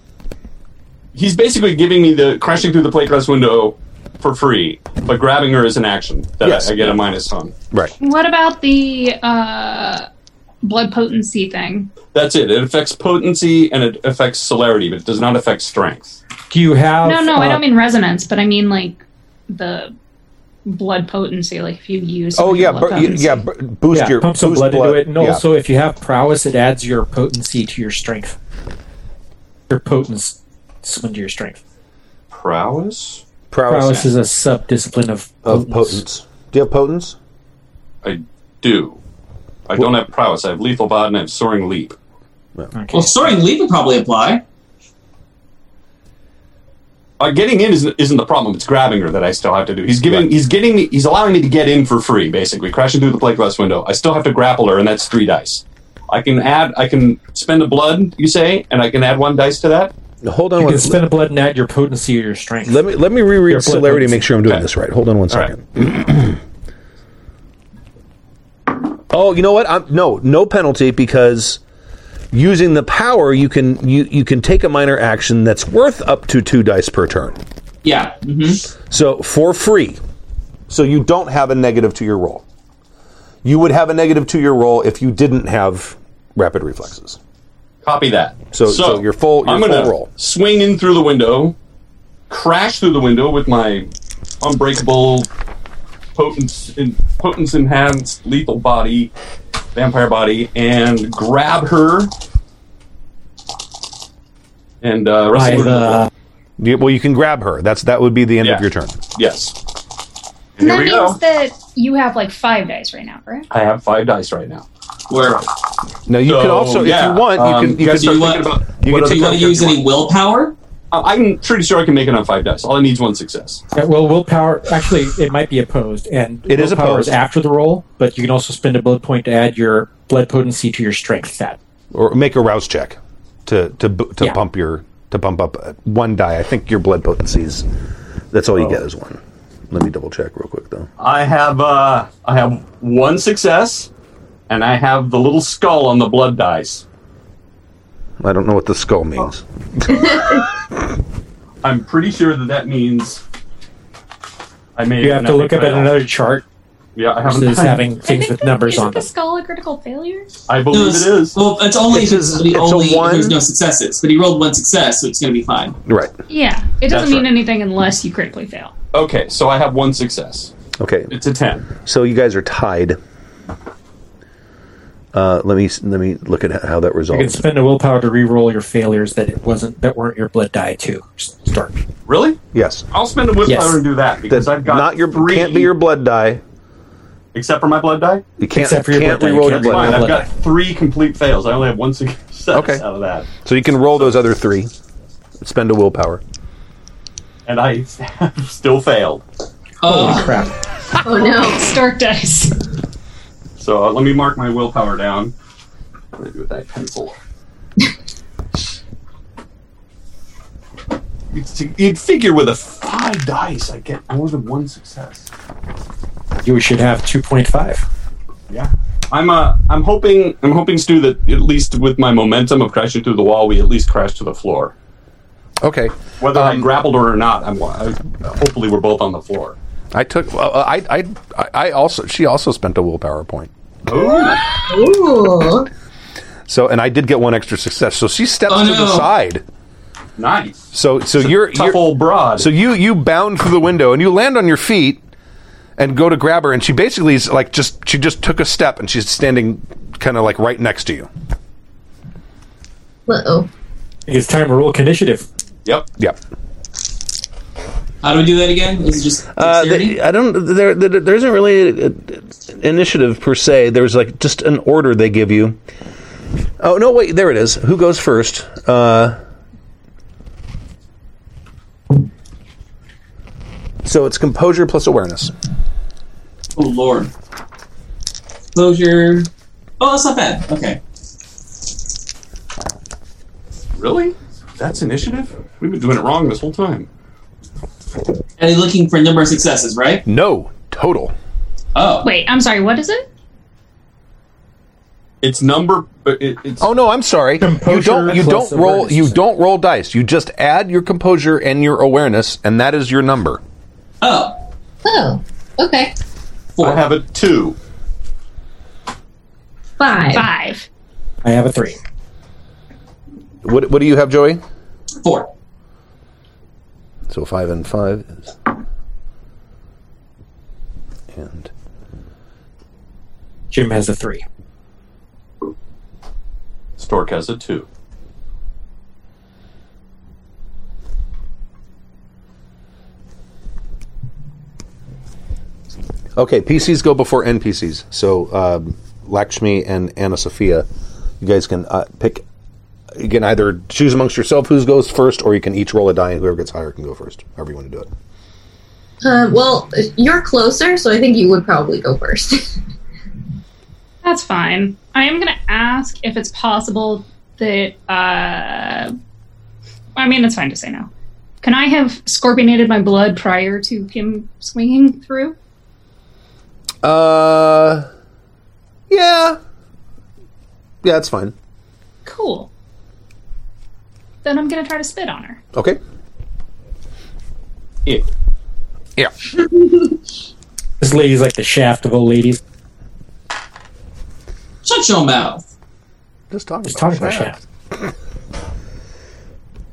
Speaker 3: He's basically giving me the crashing through the plate glass window for free, but grabbing her is an action that I-
Speaker 1: Yes.
Speaker 3: I, get a minus on.
Speaker 1: Right.
Speaker 6: What about the uh, blood potency thing?
Speaker 3: That's it. It affects potency and it affects celerity, but it does not affect strength.
Speaker 8: Do you
Speaker 1: Oh,
Speaker 8: have?
Speaker 6: No, no, I
Speaker 8: uh,
Speaker 6: don't mean resonance, but I mean like the blood potency. Like if you use.
Speaker 1: Oh
Speaker 6: something
Speaker 1: yeah,
Speaker 6: with
Speaker 1: bur-
Speaker 6: blood
Speaker 1: y-
Speaker 6: potency.
Speaker 1: yeah. bur- boost
Speaker 8: yeah,
Speaker 1: your
Speaker 8: pump some
Speaker 1: boost
Speaker 8: blood, into it, and
Speaker 1: yeah.
Speaker 8: also if you have prowess, it adds your potency to your strength. Your potence summoned to your strength.
Speaker 3: Prowess?
Speaker 8: Prowess is a sub discipline of
Speaker 1: of
Speaker 8: potence.
Speaker 1: potence. Do you have potence?
Speaker 3: I do. I don't have prowess. I have lethal bod and I have soaring leap.
Speaker 8: Okay.
Speaker 2: Well, soaring leap would probably apply.
Speaker 3: Uh, getting in isn't, isn't the problem. It's grabbing her that I still have to do. He's giving.
Speaker 1: Right.
Speaker 3: He's getting. me- He's allowing me to get in for free, basically, crashing through the plate glass window. I still have to grapple her, and that's three dice. I can add. I can spend a blood, you say, and I can add one dice to that.
Speaker 1: Hold on.
Speaker 8: you
Speaker 1: one-
Speaker 8: can spend a blood and add your potency or your strength.
Speaker 1: let me let me reread
Speaker 8: Your blood
Speaker 1: celerity. to Make
Speaker 8: potency.
Speaker 1: sure I'm doing
Speaker 3: Okay.
Speaker 1: this right. Hold on one
Speaker 3: All right.
Speaker 1: second. [CLEARS THROAT] oh, you know what? I'm, no, no penalty because using the power, you can you you can take a minor action that's worth up to two dice per turn.
Speaker 2: Yeah. hmm
Speaker 1: So for free. So you don't have a negative to your roll. You would have a negative to your roll if you didn't have rapid reflexes.
Speaker 3: Copy that.
Speaker 1: So- so your full- your
Speaker 3: I'm
Speaker 1: full
Speaker 3: gonna
Speaker 1: roll.
Speaker 3: swing in through the window, crash through the window with my unbreakable, potence, in, potence enhanced lethal body, vampire body, and grab her. And uh,
Speaker 8: by
Speaker 3: wrestle her to the
Speaker 8: the
Speaker 1: You- well, you can grab her. That's that would be the end
Speaker 3: Yeah.
Speaker 1: of your turn.
Speaker 3: Yes.
Speaker 6: And that
Speaker 3: Here we
Speaker 6: means
Speaker 3: go.
Speaker 6: that you have like five dice right now, right?
Speaker 3: I have five dice right now.
Speaker 2: Where
Speaker 1: Now you can
Speaker 3: So,
Speaker 1: also, if
Speaker 3: yeah,
Speaker 1: you want,
Speaker 3: um,
Speaker 1: you can you can
Speaker 3: guys
Speaker 1: start
Speaker 3: are
Speaker 2: you
Speaker 1: thinking
Speaker 2: want-
Speaker 1: about you
Speaker 3: what
Speaker 1: can
Speaker 2: do
Speaker 3: other
Speaker 1: take
Speaker 2: you want to
Speaker 3: character
Speaker 2: use
Speaker 3: you
Speaker 2: any willpower?
Speaker 3: I- I'm pretty sure I can make it on five dice. All I need is one success.
Speaker 8: Yeah, well, willpower. Actually, it might be opposed, and
Speaker 1: It is
Speaker 8: willpower
Speaker 1: opposed.
Speaker 8: after the roll. But you can also spend a blood point to add your blood potency to your strength stat.
Speaker 1: or make a rouse check to to bu- to
Speaker 8: Yeah.
Speaker 1: pump your to pump up uh, one die. I think your blood potency is that's all you get is one. Let me double check real quick though.
Speaker 3: I have uh, I have one success, and I have the little skull on the blood dice.
Speaker 1: I don't know what the skull means.
Speaker 8: Oh.
Speaker 3: I'm pretty sure that that means I made.
Speaker 8: You have
Speaker 3: an
Speaker 8: to look
Speaker 3: epic
Speaker 8: up at
Speaker 3: fail.
Speaker 8: another chart
Speaker 3: Yeah, [LAUGHS] I
Speaker 8: versus
Speaker 3: haven't.
Speaker 8: having things with
Speaker 6: the,
Speaker 8: numbers
Speaker 6: isn't
Speaker 8: on
Speaker 6: the
Speaker 8: them.
Speaker 6: skull a critical failure?
Speaker 3: I believe it is.
Speaker 2: Well, it's only
Speaker 1: It's
Speaker 2: if it's
Speaker 1: a-
Speaker 2: the
Speaker 1: it's a
Speaker 2: only if
Speaker 1: one.
Speaker 2: there's no successes. But he rolled one success, so it's going to be fine.
Speaker 1: Right.
Speaker 6: Yeah, it doesn't
Speaker 3: That's
Speaker 6: mean
Speaker 3: right.
Speaker 6: anything unless you critically fail.
Speaker 3: Okay, so I have one success.
Speaker 1: Okay.
Speaker 3: It's a ten.
Speaker 1: So you guys are tied. Uh, let me s- let me look at how that
Speaker 8: You can
Speaker 1: resolves.
Speaker 8: spend a willpower to re-roll your failures that it wasn't that weren't your blood die to start.
Speaker 3: Really?
Speaker 1: Yes.
Speaker 3: I'll spend a willpower
Speaker 8: Yes.
Speaker 3: and do that because
Speaker 1: That
Speaker 3: I've got
Speaker 1: not your
Speaker 3: three,
Speaker 1: can't be your blood die.
Speaker 3: except for my blood die.
Speaker 1: You can't
Speaker 8: Except for your
Speaker 1: can't
Speaker 8: blood die.
Speaker 1: re-roll
Speaker 8: You
Speaker 1: your
Speaker 8: can't
Speaker 3: That's fine.
Speaker 1: blood.
Speaker 8: re-roll
Speaker 1: die.
Speaker 3: I've
Speaker 8: blood
Speaker 3: got three complete fails. I only have one [LAUGHS] success
Speaker 1: Okay.
Speaker 3: out of that.
Speaker 1: So you can roll those other three. Spend a willpower.
Speaker 3: and I [LAUGHS] have still failed.
Speaker 2: Oh,
Speaker 8: Crap.
Speaker 5: Oh no.
Speaker 6: [LAUGHS] Stark dice.
Speaker 3: So uh, let me mark my willpower down. What do I do with that pencil? You'd- You'd figure with a five dice, I get more than one success.
Speaker 8: You should have two point five.
Speaker 3: Yeah, I'm. Uh, I'm hoping. I'm hoping, Stu, that at least with my momentum of crashing through the wall, we at least crash to the floor.
Speaker 1: Okay.
Speaker 3: Whether I
Speaker 1: Um,
Speaker 3: grappled her or not, I'm. I, hopefully, we're both on the floor.
Speaker 1: I took. well, uh, I, I. I. I also. She also spent a willpower point.
Speaker 3: Ooh.
Speaker 5: Ooh.
Speaker 1: So, and I did get one extra success. So she steps
Speaker 2: Oh,
Speaker 1: to the
Speaker 2: no.
Speaker 1: side.
Speaker 3: nice.
Speaker 1: So, so
Speaker 3: It's a
Speaker 1: you're,
Speaker 3: tough
Speaker 1: you're
Speaker 3: old broad.
Speaker 1: so you you bound through the window and you land on your feet and go to grab her, and she basically is like just she just took a step and she's standing kind of like right next to you.
Speaker 5: Uh oh.
Speaker 8: It's time to roll initiative.
Speaker 3: yep.
Speaker 1: Yep.
Speaker 2: how do we do that again? Is it just dexterity?
Speaker 1: Uh, I don't. There, there, there isn't really initiative per se. There's like just an order they give you. Oh no! Wait, there it is. Who goes first? Uh, so it's composure plus awareness.
Speaker 2: oh lord. Closure. Oh, that's not bad. Okay.
Speaker 3: Really? That's initiative? We've been doing it wrong this whole time.
Speaker 2: And he's looking for number of successes, right?
Speaker 1: No total.
Speaker 2: Oh,
Speaker 6: Wait, I'm sorry. What is it?
Speaker 3: It's number. It, it's
Speaker 1: Oh no! I'm sorry. you
Speaker 8: Composure
Speaker 1: don't. You
Speaker 8: plus
Speaker 1: don't roll.
Speaker 8: awareness.
Speaker 1: You don't roll dice. You just add your composure and your awareness, and that is your number.
Speaker 2: oh,
Speaker 5: Oh. Okay.
Speaker 2: four.
Speaker 3: I have a two.
Speaker 5: Five.
Speaker 6: Five.
Speaker 8: I have a three.
Speaker 1: What What do you have, Joey?
Speaker 2: Four.
Speaker 1: So five and five is. And
Speaker 8: Jim has a three.
Speaker 3: Stork has a two.
Speaker 1: okay, PCs go before NPCs. So um, Lakshmi and Anna Sophia, you guys can uh, pick. You can either choose amongst yourself who goes first, or you can each roll a die, and whoever gets higher can go first. However you want to do it.
Speaker 5: Uh, well, you're closer, so I think you would probably go first. [LAUGHS]
Speaker 6: That's fine. I am going to ask if it's possible that. Uh, I mean, it's fine to say no. Can I have scorpionated my blood prior to him swinging through?
Speaker 1: Uh, yeah, yeah, that's fine.
Speaker 6: Cool. Then I'm going to try to spit on her.
Speaker 1: Okay.
Speaker 3: Yeah.
Speaker 1: Yeah.
Speaker 8: This lady's like the shaft of old ladies.
Speaker 2: Shut your mouth.
Speaker 1: Just talking.
Speaker 8: Just talking about shaft.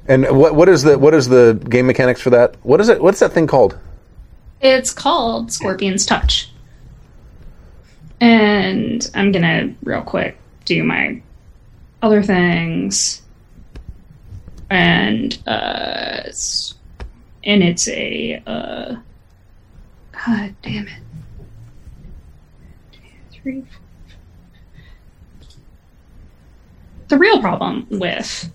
Speaker 1: And what what is the what is the game mechanics for that? What is it? What's that thing called?
Speaker 6: It's called Scorpion's Touch. And I'm going to real quick do my other things. And uh s- and it's a uh God damn it. Two, three, four. The real problem with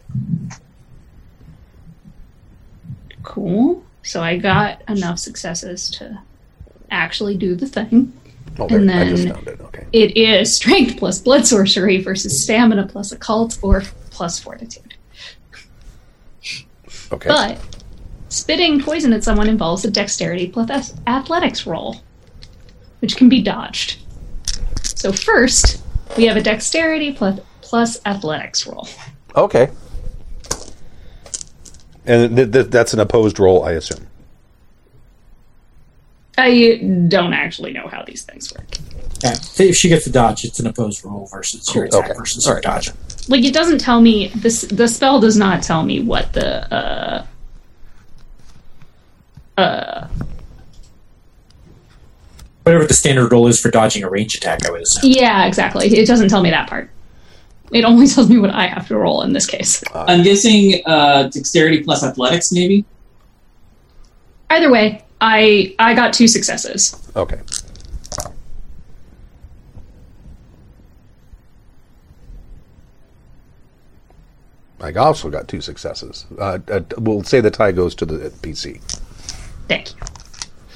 Speaker 6: Cool. So I got enough successes to actually do the thing.
Speaker 1: Oh, there,
Speaker 6: And
Speaker 1: I just
Speaker 6: then-
Speaker 1: found it. Okay.
Speaker 6: It is strength plus blood sorcery versus stamina plus occult or plus fortitude.
Speaker 1: Okay.
Speaker 6: But spitting poison at someone involves a dexterity plus ath- athletics roll, which can be dodged. So first, we have a dexterity plus plus athletics roll.
Speaker 1: Okay. And th- th- that's an opposed roll, I assume.
Speaker 6: I don't actually know how these things work.
Speaker 8: Yeah. So if she gets a dodge, it's an opposed roll versus your
Speaker 1: Cool.
Speaker 8: attack
Speaker 1: Okay.
Speaker 8: versus your dodge.
Speaker 6: like it doesn't tell me this the spell does not tell me what the uh
Speaker 8: Whatever the standard roll is for dodging a range attack, I would assume.
Speaker 6: yeah exactly it doesn't tell me that part it only [LAUGHS] tells me what i have to roll in this case
Speaker 2: I'm guessing uh, dexterity plus athletics, maybe.
Speaker 6: either way i i got two successes
Speaker 1: Okay. I also got two successes. Uh, uh, we'll say the tie goes to the PC.
Speaker 6: thank you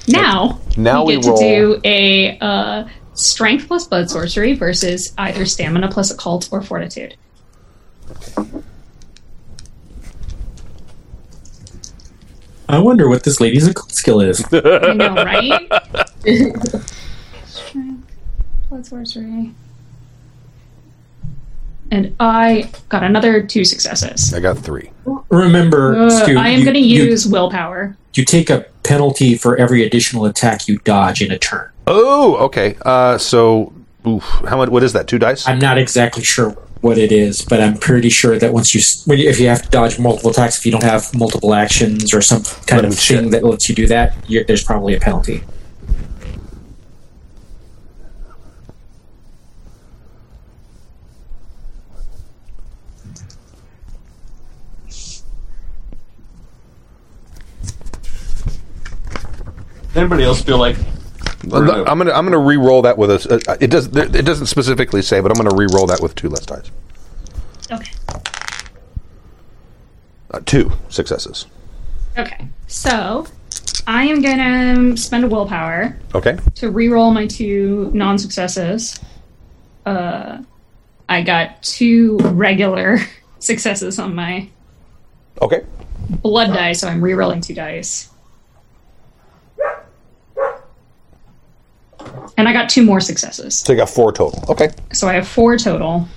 Speaker 6: now
Speaker 1: Now
Speaker 6: we
Speaker 1: we
Speaker 6: get
Speaker 1: roll.
Speaker 6: to do a uh strength plus blood sorcery versus either stamina plus occult or fortitude
Speaker 8: I wonder what this lady's occult skill is.
Speaker 6: I know, right? Strength, blood sorcery. And I got another two successes.
Speaker 1: I got three.
Speaker 8: Remember,
Speaker 6: Uh,
Speaker 8: Stu,
Speaker 6: I am
Speaker 8: you-
Speaker 6: going to
Speaker 8: you-
Speaker 6: use willpower.
Speaker 8: you take a penalty for every additional attack you dodge in a turn.
Speaker 1: Oh, okay. Uh, so, oof, how much? What is that? Two dice.
Speaker 8: I'm not exactly sure what it is, but I'm pretty sure that once you, when you if you have to dodge multiple attacks, if you don't have multiple actions or some kind
Speaker 1: Let
Speaker 8: of
Speaker 1: me check.
Speaker 8: thing that lets you do that, you're, there's probably a penalty.
Speaker 3: Does anybody else feel like
Speaker 1: I'm gonna I'm gonna- I'm gonna re-roll that with a. Uh, it does. It doesn't specifically say, but I'm gonna re-roll that with two less dice.
Speaker 6: Okay.
Speaker 1: Uh, two successes.
Speaker 6: Okay. So I am going to spend a willpower
Speaker 1: Okay.
Speaker 6: to re-roll my two non-successes. Uh, I got two regular [LAUGHS] successes on my
Speaker 1: Okay.
Speaker 6: blood die, so I'm re-rolling two dice. And I got two more successes.
Speaker 1: So you got four total. Okay.
Speaker 6: So I have four total.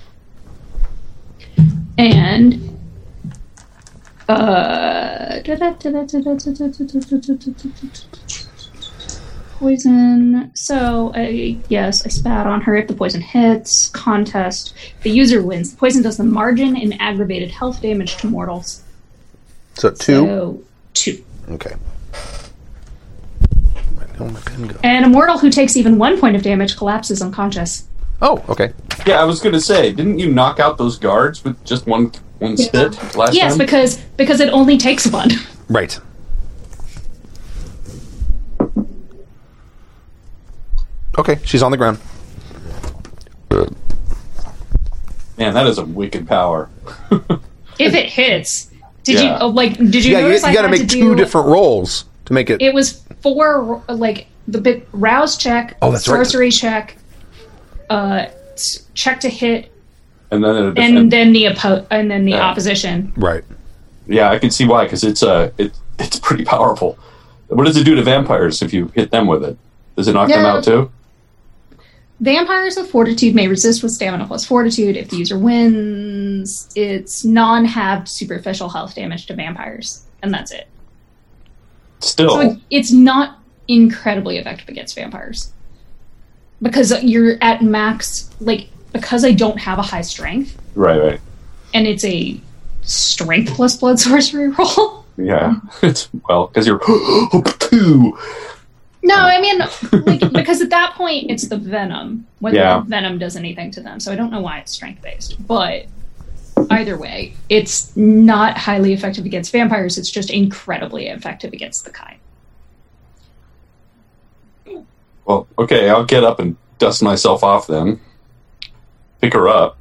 Speaker 6: And uh poison. So I yes, I spat on her. If the poison hits, contest. The user wins. The poison does the margin in aggravated health damage to mortals.
Speaker 1: So two.
Speaker 6: So two.
Speaker 1: Okay. Right, now my pen go?
Speaker 6: And a mortal who takes even one point of damage collapses unconscious.
Speaker 1: Oh, okay.
Speaker 3: Yeah, I was gonna say, didn't you knock out those guards with just one one spit last
Speaker 6: yes,
Speaker 3: time?
Speaker 6: because because it only takes one.
Speaker 1: Right. Okay, she's on the ground.
Speaker 3: Man, that is a wicked power.
Speaker 6: if it hits, did
Speaker 3: Yeah.
Speaker 6: you oh, like? Did you
Speaker 1: yeah, you,
Speaker 6: notice I
Speaker 1: got to
Speaker 6: had
Speaker 1: make
Speaker 6: to
Speaker 1: two
Speaker 6: do-
Speaker 1: different rolls to make it.
Speaker 6: It was four like the big rouse check,
Speaker 1: Oh, that's right.
Speaker 6: sorcery check, uh, s- check to hit,
Speaker 3: And then it'll defend.
Speaker 6: and then the oppo- and then the
Speaker 3: Yeah.
Speaker 6: opposition.
Speaker 1: right.
Speaker 3: yeah, I can see why because it's uh, it, it's pretty powerful. What does it do to vampires if you hit them with it? Does it knock them
Speaker 6: No.
Speaker 3: out too?
Speaker 6: Vampires with fortitude may resist with stamina plus fortitude if the user wins its non-halved superficial health damage to vampires, and that's it.
Speaker 3: Still,
Speaker 6: So it, it's not incredibly effective against vampires because you're at max. Like because I don't have a high strength,
Speaker 3: right, right,
Speaker 6: and it's a strength plus blood sorcery [LAUGHS] roll.
Speaker 3: yeah. [LAUGHS] It's well because you're [GASPS] two.
Speaker 6: No, I mean, like, because at that point it's the venom. Whether
Speaker 3: Yeah.
Speaker 6: the venom does anything to them, so I don't know why it's strength based. But either way, it's not highly effective against vampires. It's just incredibly effective against the Kai.
Speaker 3: Well, okay, I'll get up and dust myself off then. Pick her up,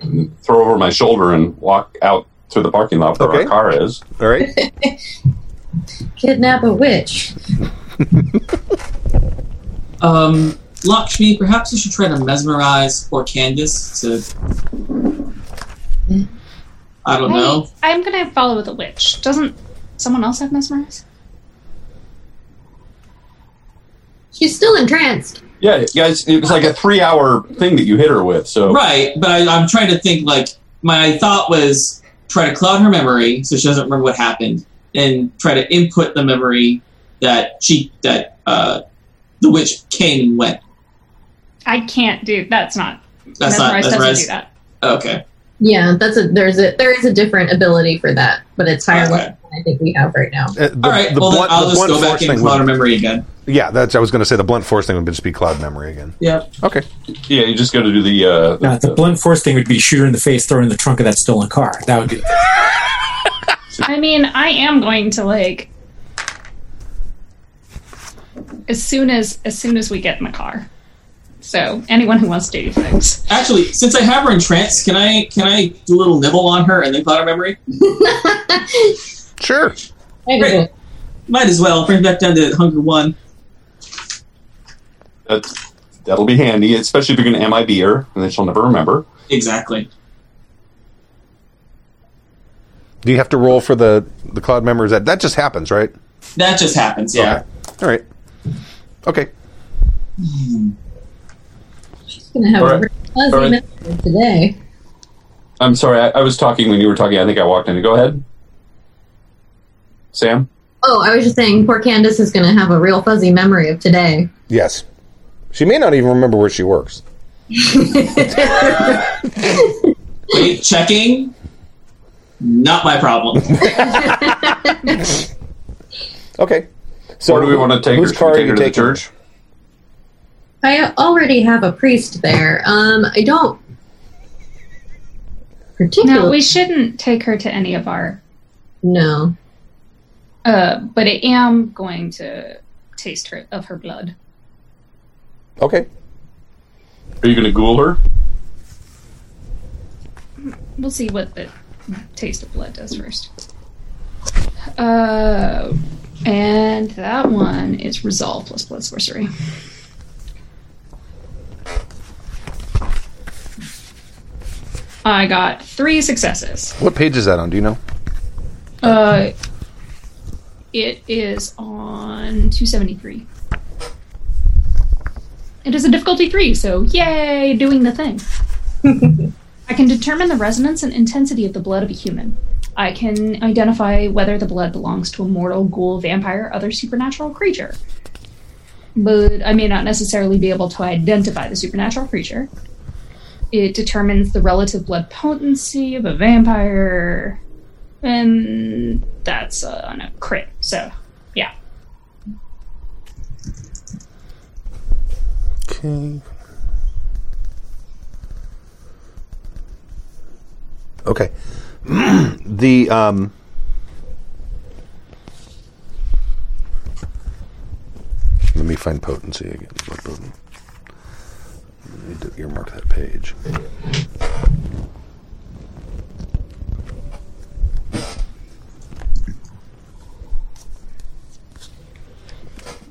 Speaker 3: and throw her over my shoulder, and walk out to the parking lot where
Speaker 1: Okay.
Speaker 3: our car is.
Speaker 1: All
Speaker 6: [LAUGHS]
Speaker 1: right. Uh,
Speaker 5: Kidnap a witch.
Speaker 2: Um, Lakshmi, perhaps you should try to mesmerize or canvas to. I don't know.
Speaker 6: I, am gonna follow with a witch. Doesn't someone else have mesmerize?
Speaker 5: She's still entranced.
Speaker 3: Yeah, guys, it was like a three-hour thing that you hit her with. So
Speaker 2: Right, but I, I'm trying to think. Like my thought was try to cloud her memory so she doesn't remember what happened, and try to input the memory that she that uh, the witch came and went.
Speaker 6: I can't do. That's not
Speaker 2: That's
Speaker 6: mesmerize.
Speaker 2: not
Speaker 6: doesn't do
Speaker 2: mesmerized.
Speaker 6: that.
Speaker 2: Okay,
Speaker 5: Yeah, that's a there's a there is a different ability for that, but it's higher
Speaker 2: Okay.
Speaker 5: level than I think we have right now.
Speaker 1: Uh, the-
Speaker 2: all right.
Speaker 1: the
Speaker 2: well,
Speaker 1: blunt-
Speaker 2: then I'll
Speaker 1: the
Speaker 2: just
Speaker 1: blunt
Speaker 2: go back
Speaker 1: force
Speaker 2: in
Speaker 1: thing
Speaker 2: cloud her
Speaker 1: would-
Speaker 2: memory again.
Speaker 1: Yeah, that's. I was going to say the blunt force thing would just be cloud memory again.
Speaker 2: Yep.
Speaker 1: Okay.
Speaker 3: yeah, you just got to do the. Uh,
Speaker 4: Now, the blunt force thing would be shoot her in the face, throw her in the trunk of that stolen car. That would be.
Speaker 6: I mean, I am going to like as soon as as soon as we get in the car. So anyone who wants to do things,
Speaker 2: Actually, since I have her in trance, can I can I do a little nibble on her and then cloud her memory?
Speaker 1: Sure.
Speaker 2: Great. Might as well bring it back down to hunger one.
Speaker 3: that's, that'll be handy, especially if you're going to MIB her, and then she'll never remember.
Speaker 2: Exactly.
Speaker 1: Do you have to roll for the the cloud memory? Is that that just happens, right?
Speaker 2: That just happens. Yeah.
Speaker 1: Okay. All right. Okay.
Speaker 5: She's gonna have a
Speaker 3: Alright.
Speaker 5: very fuzzy
Speaker 3: Alright.
Speaker 5: memory today.
Speaker 3: I'm sorry, I, I was talking when you were talking. I think I walked in. Go ahead, Sam.
Speaker 5: Oh, I was just saying, poor Candace is gonna have a real fuzzy memory of today.
Speaker 1: Yes. She may not even remember where she works.
Speaker 2: Wait, checking. Not my [LAUGHS] problem.
Speaker 1: Okay. So
Speaker 3: Where do we want to take her?
Speaker 1: whose
Speaker 3: Should
Speaker 1: car
Speaker 3: we
Speaker 1: are
Speaker 3: take
Speaker 1: you
Speaker 3: her to the
Speaker 1: taking?
Speaker 3: church?
Speaker 5: I already have a priest there. Um, I don't particularly
Speaker 6: no, we shouldn't take her to any of our.
Speaker 5: no.
Speaker 6: Uh, but I am going to taste her of her blood.
Speaker 1: Okay.
Speaker 3: Are you going to ghoul her?
Speaker 6: We'll see what the taste of blood does first. Uh, and that one is resolve plus blood sorcery. I got three successes.
Speaker 1: What page is that on? Do you know?
Speaker 6: Uh, it is on 273. It is a difficulty three, so yay, doing the thing. I can determine the resonance and intensity of the blood of a human. I can identify whether the blood belongs to a mortal, ghoul, vampire, other supernatural creature. But I may not necessarily be able to identify the supernatural creature. It determines the relative blood potency of a vampire, And that's uh, on a crit. So, yeah.
Speaker 1: Okay. Okay. [CLEARS THROAT] the um Let me find potency again. Potent- I need to earmark that page.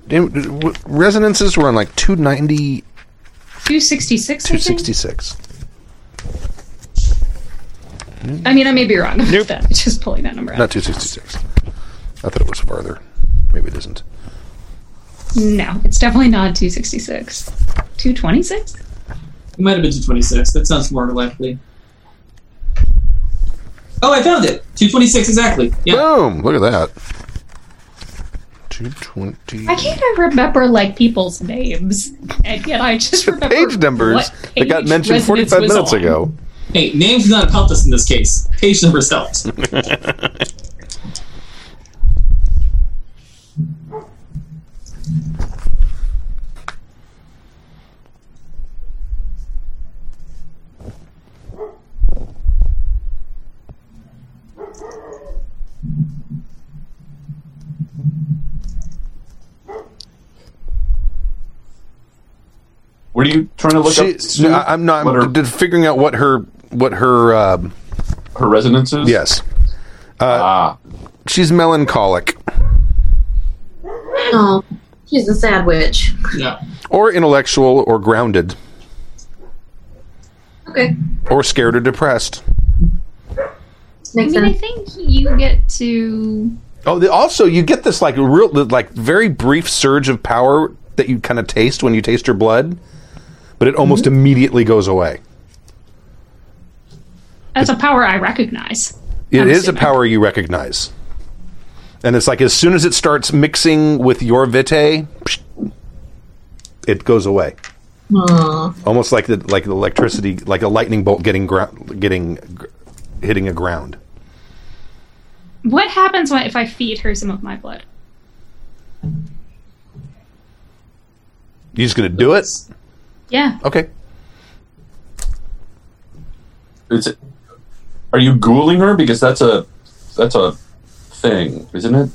Speaker 1: Damn, d- w- resonances were on like 290
Speaker 6: 266, I think?
Speaker 1: 266.
Speaker 6: I mean, I may be wrong. [LAUGHS]
Speaker 1: Nope.
Speaker 6: That- Just pulling that number out.
Speaker 1: Not 266. I thought it was farther. Maybe it isn't.
Speaker 6: No, it's definitely not 266. 226?
Speaker 2: It might have been 226. That sounds more likely. Oh, I found it. 226 exactly. Yeah.
Speaker 1: Boom! Look at that. 220.
Speaker 6: I can't even remember, like, people's names. And yet I just remember.
Speaker 1: Page numbers
Speaker 6: what
Speaker 1: that got
Speaker 6: page
Speaker 1: mentioned
Speaker 6: Resonance
Speaker 1: 45
Speaker 6: was
Speaker 1: minutes
Speaker 6: on.
Speaker 1: ago.
Speaker 2: Hey, names not helped us in this case. Page numbers helped. [LAUGHS]
Speaker 3: What are you trying to look
Speaker 1: She,
Speaker 3: up?
Speaker 1: no,
Speaker 3: Sue?
Speaker 1: I- I'm not.
Speaker 3: What
Speaker 1: I'm
Speaker 3: are
Speaker 1: d- figuring out what her. What her. Um,
Speaker 3: her resonances?
Speaker 1: yes.
Speaker 3: Ah,
Speaker 1: She's melancholic
Speaker 5: Oh, she's a sad witch.
Speaker 2: Yeah.
Speaker 1: or intellectual or grounded
Speaker 5: Okay,
Speaker 1: or scared or depressed.
Speaker 6: I
Speaker 5: makes
Speaker 6: mean, I
Speaker 5: sense.
Speaker 6: think you get to.
Speaker 1: Oh, the, also you get this like real, like very brief surge of power that you kind of taste when you taste her blood, but it almost immediately goes away.
Speaker 6: That's a power I recognize.
Speaker 1: It is
Speaker 6: I'm
Speaker 1: a
Speaker 6: assuming.
Speaker 1: power you recognize, and it's like as soon as it starts mixing with your vitae, psh, it goes away.
Speaker 5: Aw.
Speaker 1: Almost like the like the electricity, like a lightning bolt getting ground, getting gr- hitting a ground.
Speaker 6: What happens when, if I feed her some of my blood?
Speaker 1: You just gonna do it?
Speaker 6: Yeah.
Speaker 1: Okay.
Speaker 3: is it? Are you ghouling her? Because that's a that's a thing, isn't it?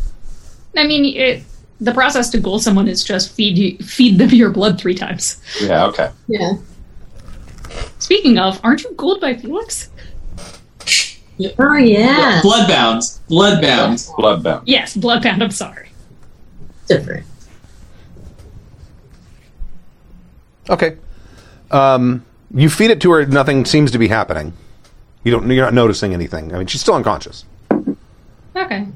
Speaker 6: I mean, it, the process to ghoul someone is just feed you, feed them your blood three times.
Speaker 3: Yeah. Okay.
Speaker 5: Yeah.
Speaker 6: Speaking of, aren't you ghouled by Felix?
Speaker 5: Oh yeah.
Speaker 2: Bloodbound. Bloodbound.
Speaker 3: Bloodbound.
Speaker 6: Yes, Bloodbound. I'm sorry.
Speaker 5: Different.
Speaker 1: Okay. Um, you feed it to her. Nothing seems to be happening. You don't. You're not noticing anything. I mean, she's still unconscious.
Speaker 6: Okay.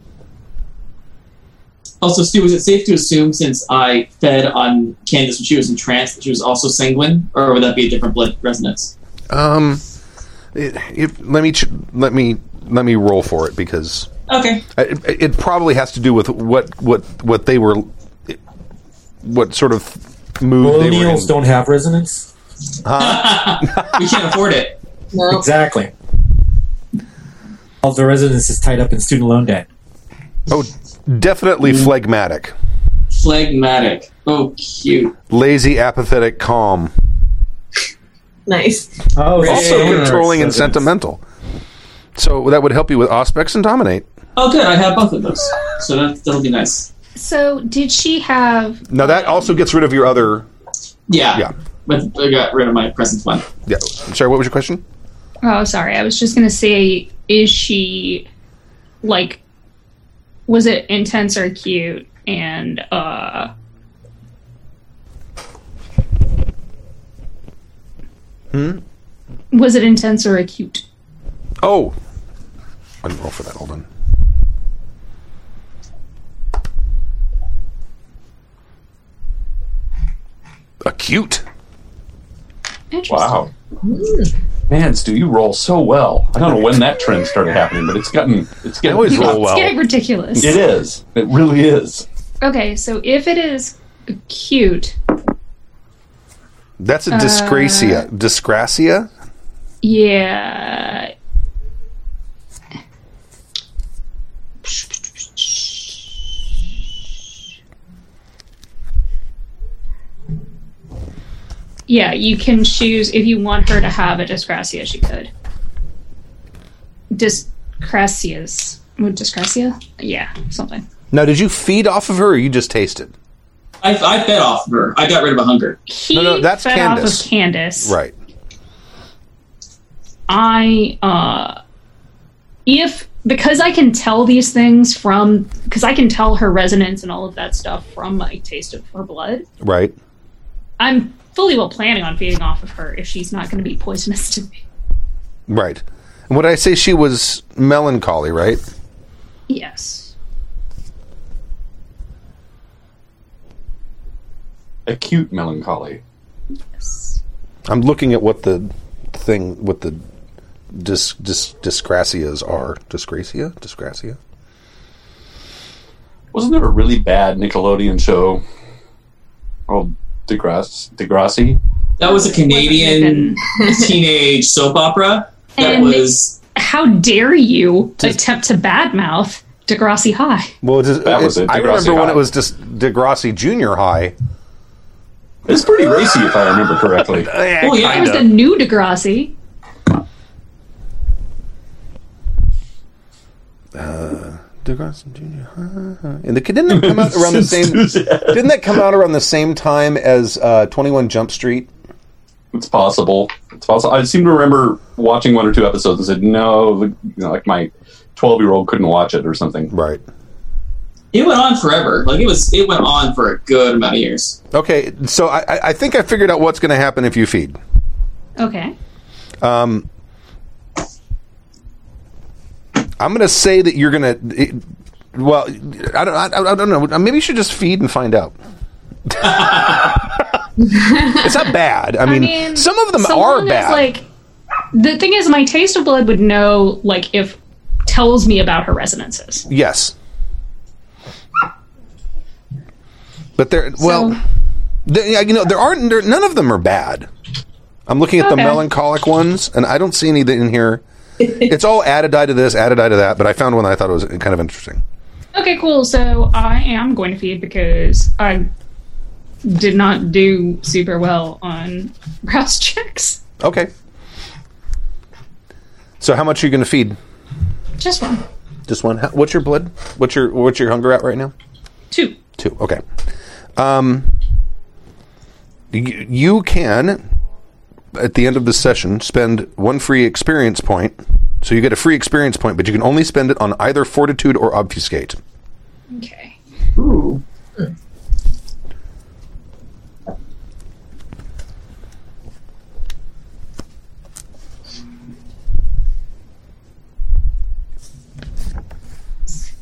Speaker 2: Also, Stu, is it safe to assume since I fed on Candace when she was in trance that she was also sanguine, or would that be a different blood resonance?
Speaker 1: Um, it, it, let me ch- let me let me roll for it because
Speaker 2: Okay.
Speaker 1: I- it, it probably has to do with what what what they were, what sort of mood they were in.
Speaker 8: Millennials don't have resonance.
Speaker 2: We can't afford it.
Speaker 5: No.
Speaker 8: Exactly. All the residence is tied up in student loan debt.
Speaker 1: Oh, definitely
Speaker 8: Mm.
Speaker 1: phlegmatic,
Speaker 2: Phlegmatic. Oh, cute.
Speaker 1: lazy, apathetic, calm,
Speaker 5: Nice.
Speaker 8: Oh,
Speaker 1: also controlling and sentimental. So that would help you with aspects and dominate.
Speaker 2: Oh, good. I have both of those. So that, that'll be nice.
Speaker 6: So, did she have?
Speaker 1: Now that also gets rid of your other.
Speaker 2: Yeah.
Speaker 1: Yeah.
Speaker 2: But I got rid of my present one.
Speaker 1: Yeah. I'm sorry. What was your question?
Speaker 6: Oh, sorry. I was just gonna say, is she like? Was it intense or cute? And uh,
Speaker 1: Hmm?
Speaker 6: was it intense or acute?
Speaker 1: Oh, I didn't roll for that. Hold on. Acute.
Speaker 6: Interesting.
Speaker 3: Wow. Man, Stu, you roll so well. I don't know when that trend started happening, but it's gotten it's
Speaker 1: I
Speaker 3: getting
Speaker 1: always roll
Speaker 6: It's
Speaker 1: well.
Speaker 6: getting ridiculous.
Speaker 3: It is. It really is.
Speaker 6: Okay, so if it is acute,
Speaker 1: That's a disgracia. disgracia.
Speaker 6: yeah. Yeah, you can choose if you want her to have a disgracia. She could. Disgracias. Would Disgracia? Yeah, something.
Speaker 1: Now, did you feed off of her, or you just tasted?
Speaker 2: I, I fed off of her. I got rid of a hunger.
Speaker 6: He
Speaker 1: No, no, that's
Speaker 6: fed
Speaker 1: Candace.
Speaker 6: off of Candace.
Speaker 1: Right.
Speaker 6: I uh if because I can tell these things from because I can tell her resonance and all of that stuff from my taste of her blood,
Speaker 1: Right.
Speaker 6: I'm fully well planning on feeding off of her if she's not going to be poisonous to me.
Speaker 1: Right. And what I say, she was melancholy, right?
Speaker 6: Yes.
Speaker 3: Acute melancholy.
Speaker 6: Yes.
Speaker 1: I'm looking at what the thing, what the dis, dis, disgracias are. Disgracia? Disgracia?
Speaker 3: Wasn't there a really bad Nickelodeon show called DeGrasse, Degrassi?
Speaker 2: That was a Canadian
Speaker 6: [LAUGHS] And
Speaker 2: teenage soap opera. That
Speaker 6: And-
Speaker 2: was
Speaker 6: how dare you attempt to badmouth Degrassi High?
Speaker 1: Well, it's,
Speaker 3: That was
Speaker 1: it's-
Speaker 3: it,
Speaker 1: I remember
Speaker 3: Degrassi
Speaker 1: when
Speaker 3: High.
Speaker 1: it was dis, Degrassi Junior High.
Speaker 3: It's pretty racy, if I remember correctly.
Speaker 2: oh yeah,
Speaker 6: It was the new Degrassi.
Speaker 1: Degrassi Junior High. And the, didn't that come out around
Speaker 3: [LAUGHS]
Speaker 1: the same? Didn't that come out around the same time as uh, Twenty One Jump Street?
Speaker 3: It's possible. It's possible. I seem to remember watching one or two episodes and said, no, you know, like my 12 year old couldn't watch it or something.
Speaker 1: Right.
Speaker 2: it went on forever. Like it was, it went on for a good amount of years.
Speaker 1: Okay. So I, I- I think I figured out what's going to happen if you feed.
Speaker 6: Okay.
Speaker 1: Um, I'm going to say that you're going to. Well, I don't. I, I don't know. Maybe you should just feed and find out. [LAUGHS] it's not bad. I mean,
Speaker 6: mean,
Speaker 1: some of them
Speaker 6: so
Speaker 1: are
Speaker 6: long as,
Speaker 1: bad.
Speaker 6: like the thing is, my taste of blood would know like if tells me about her resonances.
Speaker 1: yes, but there. Well,
Speaker 6: So-
Speaker 1: there- yeah, you know, there aren't. There, none of them are bad. I'm looking at the
Speaker 6: Okay.
Speaker 1: melancholic ones, and I don't see any in
Speaker 6: [LAUGHS]
Speaker 1: here. it's all added die to this, added die to that. But I found one that I thought was kind of interesting.
Speaker 6: Okay, cool. So I am going to feed because I did not do super well on [LAUGHS] rouse checks.
Speaker 1: Okay. So how much are you going to feed?
Speaker 6: Just one,
Speaker 1: Just one. How- What's your blood? What's your what's your hunger at right now?
Speaker 6: two.
Speaker 1: Two. Okay. Um. You, you can, at the end of this session, spend one free experience point. So you get a free experience point, but you can only spend it on either fortitude or obfuscate.
Speaker 6: Okay.
Speaker 2: Ooh,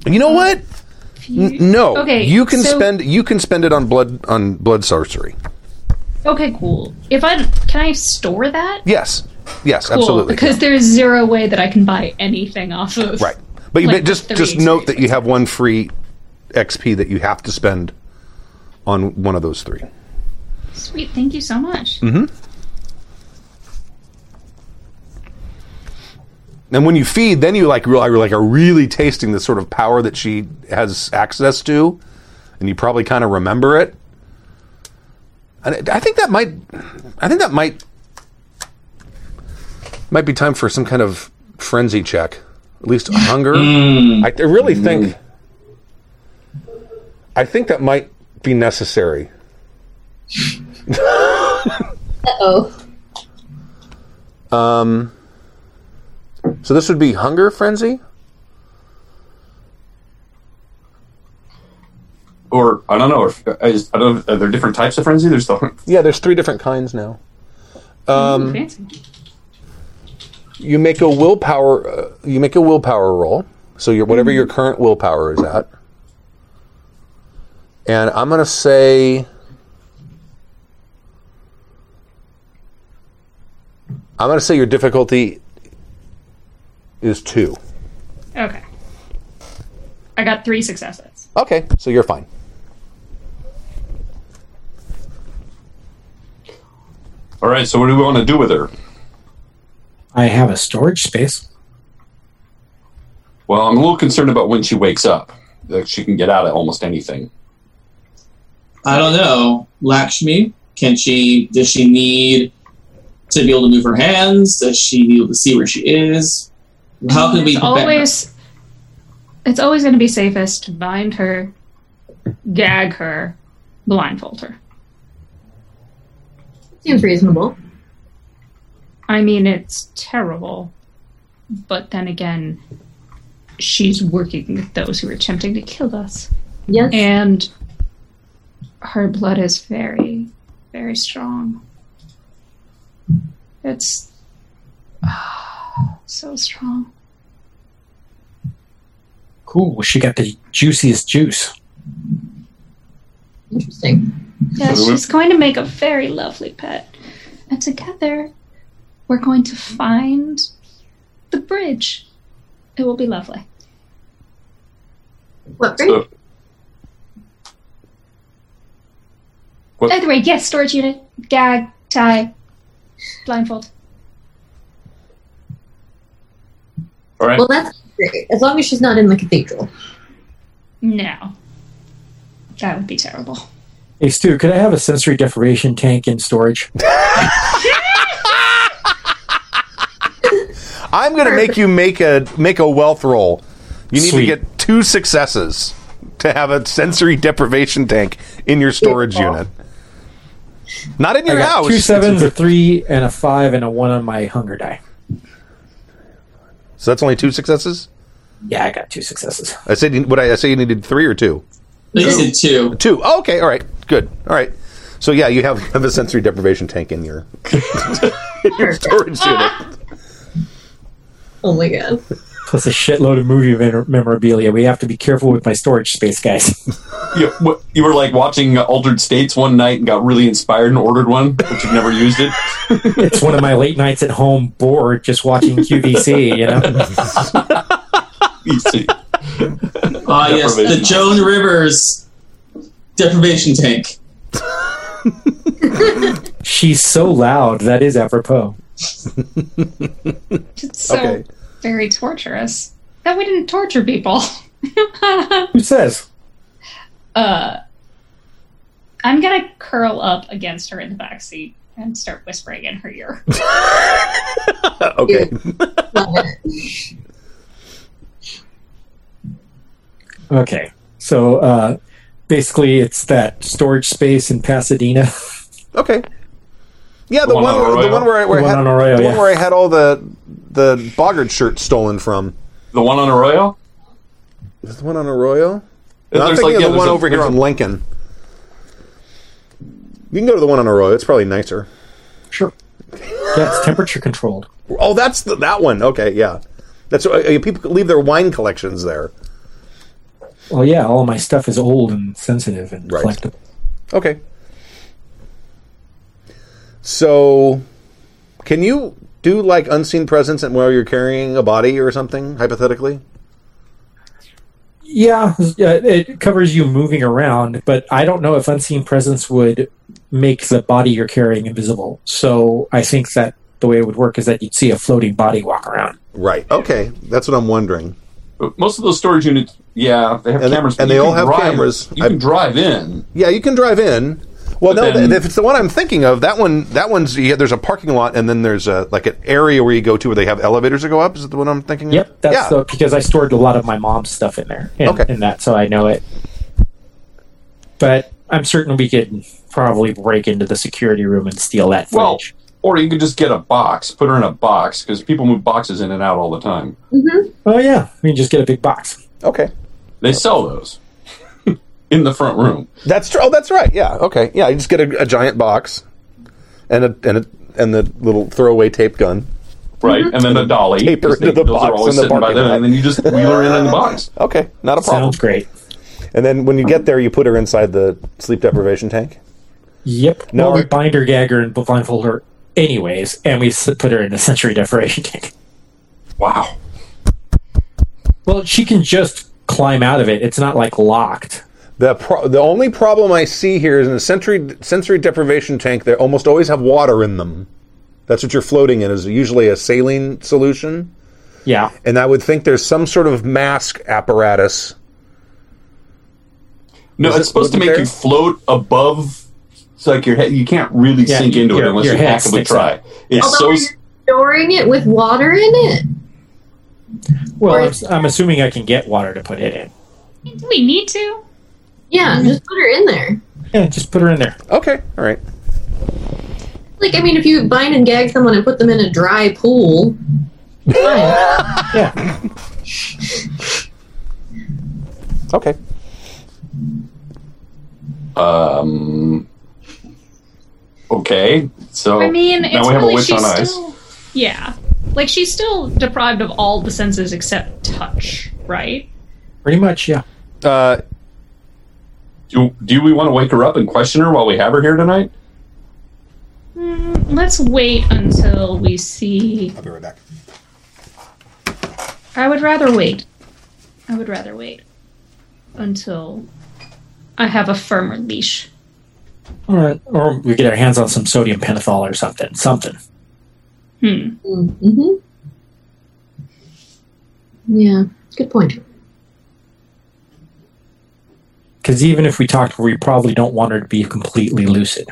Speaker 1: You know what? N- no.
Speaker 6: Okay,
Speaker 1: You can
Speaker 6: so-
Speaker 1: spend you can spend it on blood on blood sorcery.
Speaker 6: Okay, cool. If I can, I store that.
Speaker 1: Yes. Yes.
Speaker 6: Cool,
Speaker 1: Absolutely.
Speaker 6: Because there's zero way that I can buy anything off of.
Speaker 1: Right. But you
Speaker 6: Like
Speaker 1: but just
Speaker 6: three
Speaker 1: just note
Speaker 6: experience
Speaker 1: that you have one free XP that you have to spend on one of those three.
Speaker 6: Sweet. Thank you so much.
Speaker 1: And when you feed, then you like realize like are really tasting the sort of power that she has access to, and you probably kind of remember it. And I I think that might, I think that might, might be time for some kind of frenzy check, at least hunger. I, I really think, I think that might be necessary.
Speaker 7: oh.
Speaker 1: Um, so this would be hunger frenzy.
Speaker 3: Or I don't know. If, I, just, I don't. Are there different types of frenzy? There's the
Speaker 1: Yeah, there's three different kinds now. Mm-hmm. Um,
Speaker 6: Ooh, fancy.
Speaker 1: you make a willpower uh, you make a willpower roll so your whatever your current willpower is at and i'm going to say i'm going to say your difficulty is 2
Speaker 6: Okay. I got three successes.
Speaker 1: okay so you're fine
Speaker 3: [LAUGHS] All right. So what do we want to do with her?
Speaker 8: I have a storage space.
Speaker 3: Well, I'm a little concerned about when she wakes up. That she can get out of almost anything.
Speaker 2: I don't know, Lakshmi. Can she? Does she need to be able to move her hands? Does she be able to see where she is? How can we
Speaker 6: it's
Speaker 2: prevent her?
Speaker 6: always it's always going to be safest to bind her, gag her, blindfold her.
Speaker 5: Seems reasonable.
Speaker 6: I mean, it's terrible, but then again, she's working with those who are attempting to kill us,
Speaker 5: Yes.
Speaker 6: and her blood is very, very strong. It's [SIGHS] so strong.
Speaker 8: Cool. She got the juiciest juice.
Speaker 5: Interesting.
Speaker 6: Yeah,
Speaker 3: So we-
Speaker 6: she's going to make a very lovely pet. And together, we're going to find the bridge. It will be lovely.
Speaker 5: What breed?
Speaker 3: So,
Speaker 6: Either way, yes, storage unit, gag, tie, blindfold.
Speaker 3: all right.
Speaker 5: Well, that's great. As long as she's not in the cathedral.
Speaker 6: No. That would be terrible.
Speaker 8: Hey Stu, could I have a sensory deprivation tank in storage?
Speaker 1: I'm going to make you make a make a wealth roll. You need
Speaker 8: Sweet.
Speaker 1: to get two successes to have a sensory deprivation tank in your storage unit. Not in
Speaker 8: I
Speaker 1: your
Speaker 8: got
Speaker 1: house.
Speaker 8: two sevens, a three, and a five, and a one on my hunger die.
Speaker 1: So that's only two successes.
Speaker 8: Yeah, I got two successes.
Speaker 1: I said, you- what I, I say you needed three or two.
Speaker 2: They said two.
Speaker 1: Two. Oh, okay. All right. Good. All right. So yeah, you have, have a sensory deprivation tank in your [LAUGHS] in your storage
Speaker 8: [LAUGHS]
Speaker 1: unit.
Speaker 5: Oh my god.
Speaker 8: Plus a shitload of movie memor- memorabilia. We have to be careful with my storage space, guys. [LAUGHS]
Speaker 3: You, what, you were like watching Altered States one night and got really inspired and ordered one, but you've never used it. [LAUGHS]
Speaker 8: it's one of my late nights at home, bored, just watching QVC. You know,
Speaker 3: You see.
Speaker 2: Ah, yes, the
Speaker 3: Deprivation.
Speaker 2: Joan Rivers deprivation tank.
Speaker 8: she's so loud. That is apropos.
Speaker 6: It's so
Speaker 1: Okay.
Speaker 6: very torturous. That we didn't torture people. [LAUGHS]
Speaker 8: Who says?
Speaker 6: uh, I'm gonna curl up against her in the back seat and start whispering in her ear. [LAUGHS]
Speaker 1: Okay.
Speaker 5: Love
Speaker 3: [LAUGHS]
Speaker 5: it.
Speaker 8: Okay, so uh, basically, it's that storage space in Pasadena.
Speaker 1: Okay. Yeah, the,
Speaker 3: one
Speaker 1: one,
Speaker 3: on Arroyo?
Speaker 1: the one where I, where
Speaker 8: The
Speaker 1: I
Speaker 8: one
Speaker 1: had
Speaker 8: on Arroyo,
Speaker 1: the one
Speaker 8: yeah.
Speaker 1: where I had all the the Boggart shirts stolen from.
Speaker 3: The one on Arroyo?
Speaker 1: Is the one on Arroyo? No, I'm
Speaker 3: There's
Speaker 1: thinking
Speaker 3: like-
Speaker 1: of
Speaker 3: yeah,
Speaker 1: the
Speaker 3: there's
Speaker 1: one
Speaker 3: a-
Speaker 1: over here
Speaker 3: there's
Speaker 1: on
Speaker 3: a-
Speaker 1: Lincoln. You can go to the one on Arroyo. It's probably nicer.
Speaker 8: Sure. That's temperature controlled.
Speaker 1: Oh, that's the, that one. Okay, yeah. That's uh, uh, people leave their wine collections there.
Speaker 8: Well, yeah, all my stuff is old and sensitive and
Speaker 1: Right.
Speaker 8: collectible.
Speaker 1: Okay. So, can you do like unseen presence and while you're carrying a body or something hypothetically?
Speaker 8: Yeah, yeah, it covers you moving around, but I don't know if unseen presence would make the body you're carrying invisible. So I think that the way it would work is that you'd see a floating body walk around.
Speaker 1: Right. Okay, that's what I'm wondering.
Speaker 3: But most of those storage units, yeah, they have
Speaker 1: And-
Speaker 3: cameras. but
Speaker 1: and they
Speaker 3: you
Speaker 1: all
Speaker 3: can
Speaker 1: have
Speaker 3: drive-
Speaker 1: cameras.
Speaker 3: You
Speaker 1: I-
Speaker 3: can drive in.
Speaker 1: Yeah, you can drive in. Well,
Speaker 3: But
Speaker 1: no,
Speaker 3: then-
Speaker 1: th if it's the one I'm thinking of, that one, that one's yeah, there's a parking lot, and then there's a like an area where you go to where they have elevators that go up. Is it the one I'm thinking? of?
Speaker 8: Yep, that's
Speaker 1: Mm. yeah.
Speaker 8: the, because I stored a lot of my mom's stuff in there, and,
Speaker 1: Okay.
Speaker 8: and that, so I know it. But I'm certain we could probably break into the security room and steal that
Speaker 3: Well,
Speaker 8: footage.
Speaker 3: or you could just get a box, put her in a box, because people move boxes in and out all the time.
Speaker 8: oh yeah, we can just get a big box.
Speaker 1: okay.
Speaker 3: They sell those [LAUGHS] in the front room.
Speaker 1: That's true. Oh, that's right. Yeah. Okay. Yeah, you just get a, a giant box, and a and a and the little throwaway tape gun.
Speaker 3: Right,
Speaker 8: Mm-hmm.
Speaker 3: and then a dolly.
Speaker 1: Tape her
Speaker 3: 'cause they-
Speaker 1: into the
Speaker 3: those are
Speaker 1: box
Speaker 3: always
Speaker 1: in the
Speaker 3: sitting by
Speaker 1: parking
Speaker 3: them,
Speaker 1: lot.
Speaker 3: and then you just wheel her in in the box.
Speaker 1: Okay, not a problem.
Speaker 8: Sounds great.
Speaker 1: And then when you get there, you put her inside the sleep deprivation tank.
Speaker 8: Yep.
Speaker 1: No,
Speaker 8: No, well, we
Speaker 1: we-
Speaker 8: bind her, gag her, and blindfold her anyways, and we s- put her in a sensory [LAUGHS] deprivation tank.
Speaker 3: Wow.
Speaker 8: Well, she can just climb out of it. It's not like locked.
Speaker 1: The pro- the only problem I see here is in a sensory sensory deprivation tank. They almost always have water in them. That's what you're floating in. Is usually a saline solution.
Speaker 8: Yeah.
Speaker 1: and I would think there's some sort of mask apparatus.
Speaker 3: No,
Speaker 1: Is
Speaker 3: it's
Speaker 1: it-
Speaker 3: supposed to
Speaker 1: wasn't
Speaker 3: make
Speaker 1: there?
Speaker 3: you float above It's like your head. You can't really
Speaker 8: Yeah,
Speaker 3: sink
Speaker 8: you-
Speaker 3: into it
Speaker 8: your-
Speaker 3: unless
Speaker 8: your
Speaker 3: you
Speaker 8: head
Speaker 3: actively
Speaker 8: sticks out.
Speaker 3: try. It's
Speaker 5: Although
Speaker 3: so.
Speaker 5: when
Speaker 3: s-
Speaker 5: you're storing it with water in it.
Speaker 8: Well, I'm, I'm assuming I can get water to put it in.
Speaker 6: Do we need to?
Speaker 5: Yeah,
Speaker 3: Mm-hmm.
Speaker 5: just put her in there.
Speaker 8: Yeah, just put her in there.
Speaker 1: Okay, all right.
Speaker 5: Like, I mean, if you bind and gag someone and put them in a dry pool,
Speaker 3: [LAUGHS]
Speaker 5: fine.
Speaker 8: Yeah.
Speaker 1: Okay.
Speaker 3: Um. Okay, so
Speaker 6: I mean,
Speaker 3: Oh, now
Speaker 6: it's
Speaker 3: we have
Speaker 6: really
Speaker 3: a witch
Speaker 6: she's
Speaker 3: on ice.
Speaker 6: still. Yeah, like she's still deprived of all the senses except touch, right?
Speaker 8: Pretty much, yeah.
Speaker 1: Uh,
Speaker 3: Do Do we want to wake her up and question her while we have her here tonight?
Speaker 6: Mm, let's wait until we see.
Speaker 9: I'll be right back.
Speaker 6: I would rather wait. I would rather wait until I have a firmer leash.
Speaker 8: All right. Or we get our hands on some sodium pentothal or something. Something.
Speaker 6: Hmm.
Speaker 5: Mm-hmm. Yeah, good point.
Speaker 8: Because even if we talked, we probably don't want her to be completely lucid.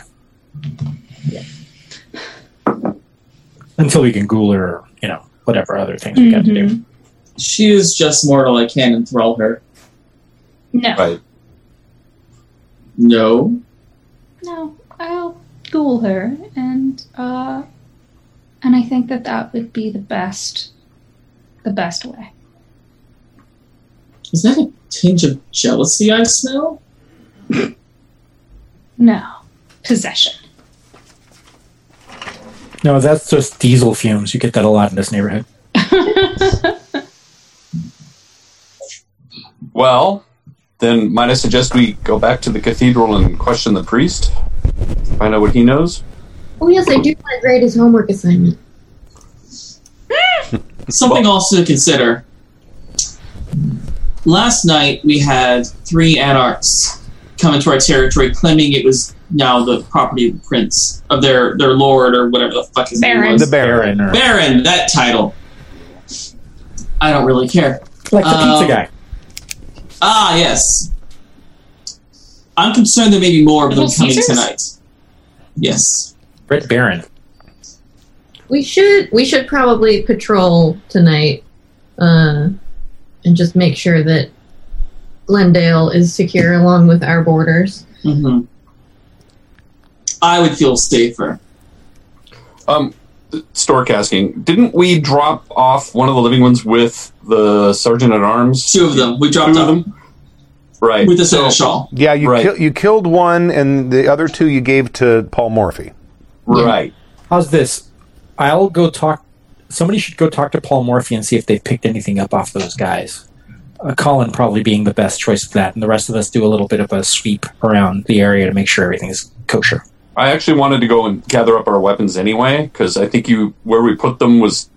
Speaker 8: Until we can ghoul her, or, you know, whatever other things we got to do.
Speaker 6: Mhm.
Speaker 2: She is just mortal. I can't enthrall her.
Speaker 6: No,
Speaker 3: Right.
Speaker 2: No.
Speaker 6: no. I'll ghoul her, and uh, and I think that that would be the best, the best way.
Speaker 2: Is that a tinge of jealousy I smell?
Speaker 6: No, possession.
Speaker 8: No, that's just diesel fumes. You get that a lot in this neighborhood.
Speaker 3: Well, then might I suggest we go back to the cathedral and question the priest, find out what he knows.
Speaker 5: Oh yes, I do want to grade his homework assignment.
Speaker 2: Something also to consider. Last night we had three anarchs come into our territory claiming it was now the property of the prince, of their, their lord or whatever the fuck his
Speaker 6: Baron.
Speaker 2: name
Speaker 1: the
Speaker 2: was.
Speaker 1: bear.
Speaker 8: Baron or
Speaker 2: Baron, that title. I don't really care.
Speaker 8: like the
Speaker 2: Um,
Speaker 8: pizza guy.
Speaker 2: Ah, yes. I'm concerned there may be more of them
Speaker 6: Little
Speaker 2: coming
Speaker 6: Caesars?
Speaker 2: tonight. Yes.
Speaker 8: Red Baron.
Speaker 5: We should we should probably patrol tonight, uh, and just make sure that Glendale is secure along with our borders.
Speaker 2: hmm I would feel safer.
Speaker 3: Um, Stork asking, didn't we drop off one of the living ones with the sergeant at arms?
Speaker 2: Two of them. We dropped
Speaker 3: Two
Speaker 2: off
Speaker 3: of them? Right.
Speaker 2: with the
Speaker 3: So-
Speaker 2: seneschal.
Speaker 1: Yeah, you
Speaker 3: Right.
Speaker 1: kill, you killed one, and the other two you gave to Paul Morphy.
Speaker 3: Right.
Speaker 8: How's this? I'll go talk. Somebody should go talk to Paul Morphy and see if they've picked anything up off those guys. Uh, Colin probably being the best choice for that, and the rest of us do a little bit of a sweep around the area to make sure everything's kosher.
Speaker 3: I actually wanted to go and gather up our weapons anyway, because I think you where we put them was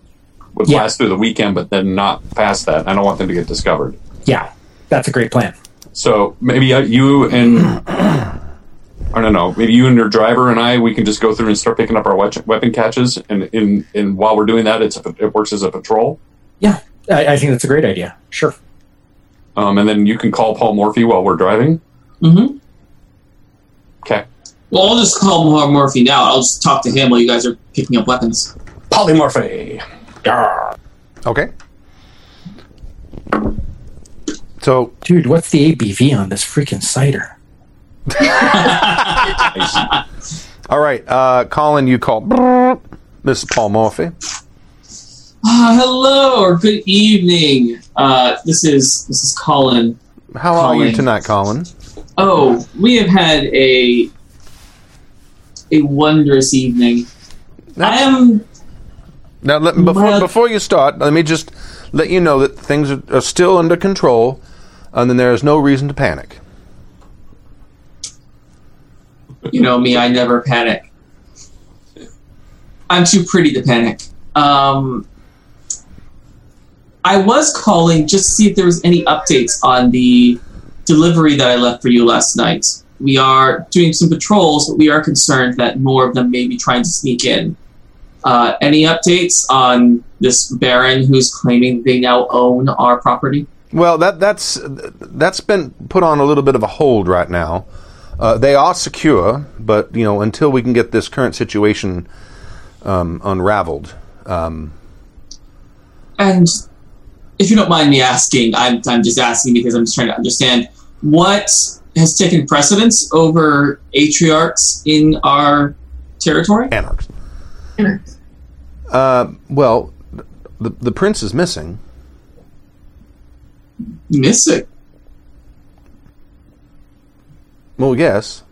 Speaker 3: would
Speaker 8: Yeah.
Speaker 3: last through the weekend, but then not past that. I don't want them to get discovered.
Speaker 8: Yeah, that's a great plan.
Speaker 3: So maybe uh, you and I don't know. Maybe you and your driver and I, we can just go through and start picking up our wet- weapon catches, and in and while we're doing that, it's it works as a patrol.
Speaker 8: I, I think that's a great idea. Sure.
Speaker 3: Um, and then you can call Paul Morphy while we're driving.
Speaker 2: Mm-hmm.
Speaker 3: Okay,
Speaker 2: Well, I'll just call Mor- Morphy now. I'll just talk to him while you guys are picking up weapons.
Speaker 3: polymorphy.
Speaker 1: Okay. So
Speaker 8: Dude, what's the ABV on this freaking cider?
Speaker 1: All right, uh, Colin, you call Miss Paul Murphy.
Speaker 2: Ah, hello or good evening. Uh, this is this is Colin.
Speaker 1: How are you
Speaker 2: Colin.
Speaker 1: tonight, Colin?
Speaker 2: Oh, we have had a a wondrous evening. I am
Speaker 1: Now, let, before
Speaker 2: Well-
Speaker 1: before you start, let me just let you know that things are, are still under control, and then there is no reason to panic.
Speaker 2: You know me, I never panic. I'm too pretty to panic. Um, I was calling just to see if there was any updates on the delivery that I left for you last night. We are doing some patrols, but we are concerned that more of them may be trying to sneak in. Uh, any updates on this baron who's claiming they now own our property?
Speaker 1: Well, that that's that's been put on a little bit of a hold right now. Uh, they are secure, but you know, until we can get this current situation um, unraveled, um,
Speaker 2: And if you don't mind me asking, I'm, I'm just asking because I'm just trying to understand what has taken precedence over atriarchs in our territory?
Speaker 1: anarchs.
Speaker 5: Anarch.
Speaker 1: Uh, well, the the prince is missing.
Speaker 2: Missing.
Speaker 1: Well, yes.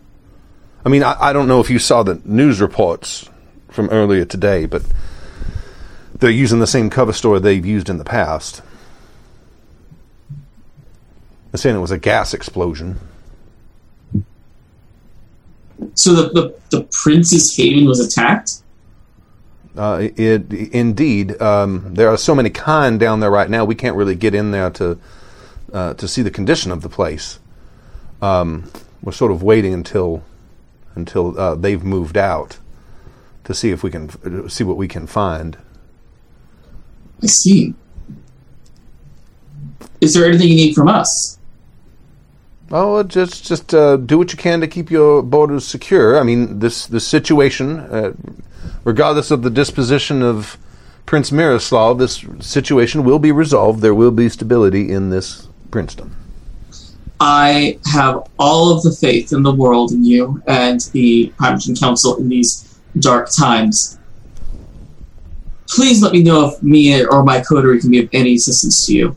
Speaker 1: I mean, I, I don't know if you saw the news reports from earlier today, but they're using the same cover story they've used in the past. They're saying it was a gas explosion.
Speaker 2: So the, the, the prince's haven was attacked?
Speaker 1: Uh, it, indeed, um, there are so many kind down there right now. We can't really get in there to uh, to see the condition of the place. Um, we're sort of waiting until until uh, they've moved out to see if we can uh, see what we can find.
Speaker 2: I see. Is there anything you need from us?
Speaker 1: Oh, just just uh, do what you can to keep your borders secure. I mean, this this situation, uh, regardless of the disposition of Prince Miroslav, this situation will be resolved. There will be stability in this princedom.
Speaker 2: I have all of the faith in the world in you and the Hydrogen Council in these dark times. Please let me know if me or my coterie can be of any assistance to you.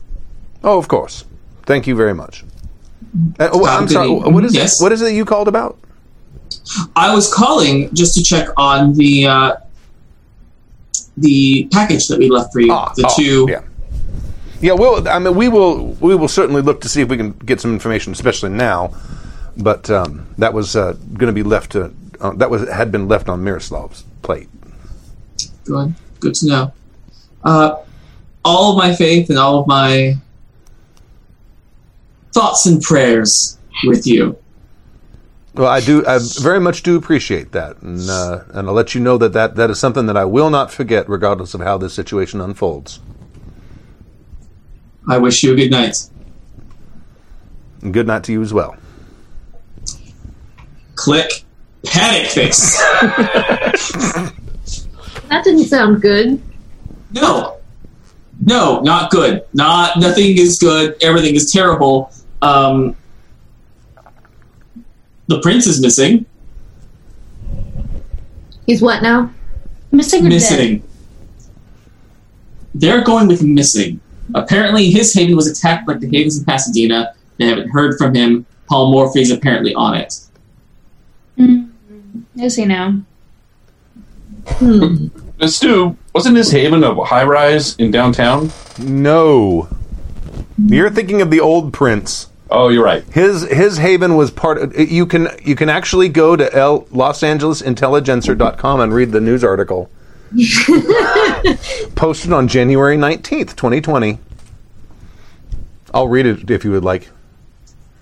Speaker 1: Oh, of course. Thank you very much. Uh, oh, I'm
Speaker 2: Sounds
Speaker 1: sorry.
Speaker 2: good.
Speaker 1: What is
Speaker 2: Yes.
Speaker 1: it, what is it you called about?
Speaker 2: I was calling just to check on the uh, the package that we left for you.
Speaker 1: Ah,
Speaker 2: the
Speaker 1: oh,
Speaker 2: two.
Speaker 1: Yeah. Yeah. Well, I mean, we will we will certainly look to see if we can get some information, especially now. But um, that was uh, going to be left to uh, that was had been left on Miroslav's plate.
Speaker 2: Good. Good to know. Uh, all of my faith and all of my thoughts and prayers with you.
Speaker 1: Well, I do. I very much do appreciate that, and uh, and I'll let you know that, that that is something that I will not forget, regardless of how this situation unfolds.
Speaker 2: I wish you a good night.
Speaker 1: And good night to you as well.
Speaker 2: Click. Panic face.
Speaker 5: That didn't sound good.
Speaker 2: no. No, not good. Not nothing is good. Everything is terrible. Um, the prince is missing.
Speaker 5: He's what now?
Speaker 6: Missing or dead?
Speaker 2: missing. They're going with missing. Apparently, his haven was attacked like the havens in Pasadena. They haven't heard from him. Paul Morphy's apparently on it.
Speaker 6: Mm, is he now?
Speaker 5: Hmm.
Speaker 3: Uh, Stu, wasn't this haven a high rise in downtown?
Speaker 1: No, you're thinking of the old prince.
Speaker 3: Oh, you're right.
Speaker 1: His his haven was part. Of, you can you can actually go to L, Los Angeles Intelligencer.com and read the news article posted on January nineteenth, twenty twenty. I'll read it if you would like.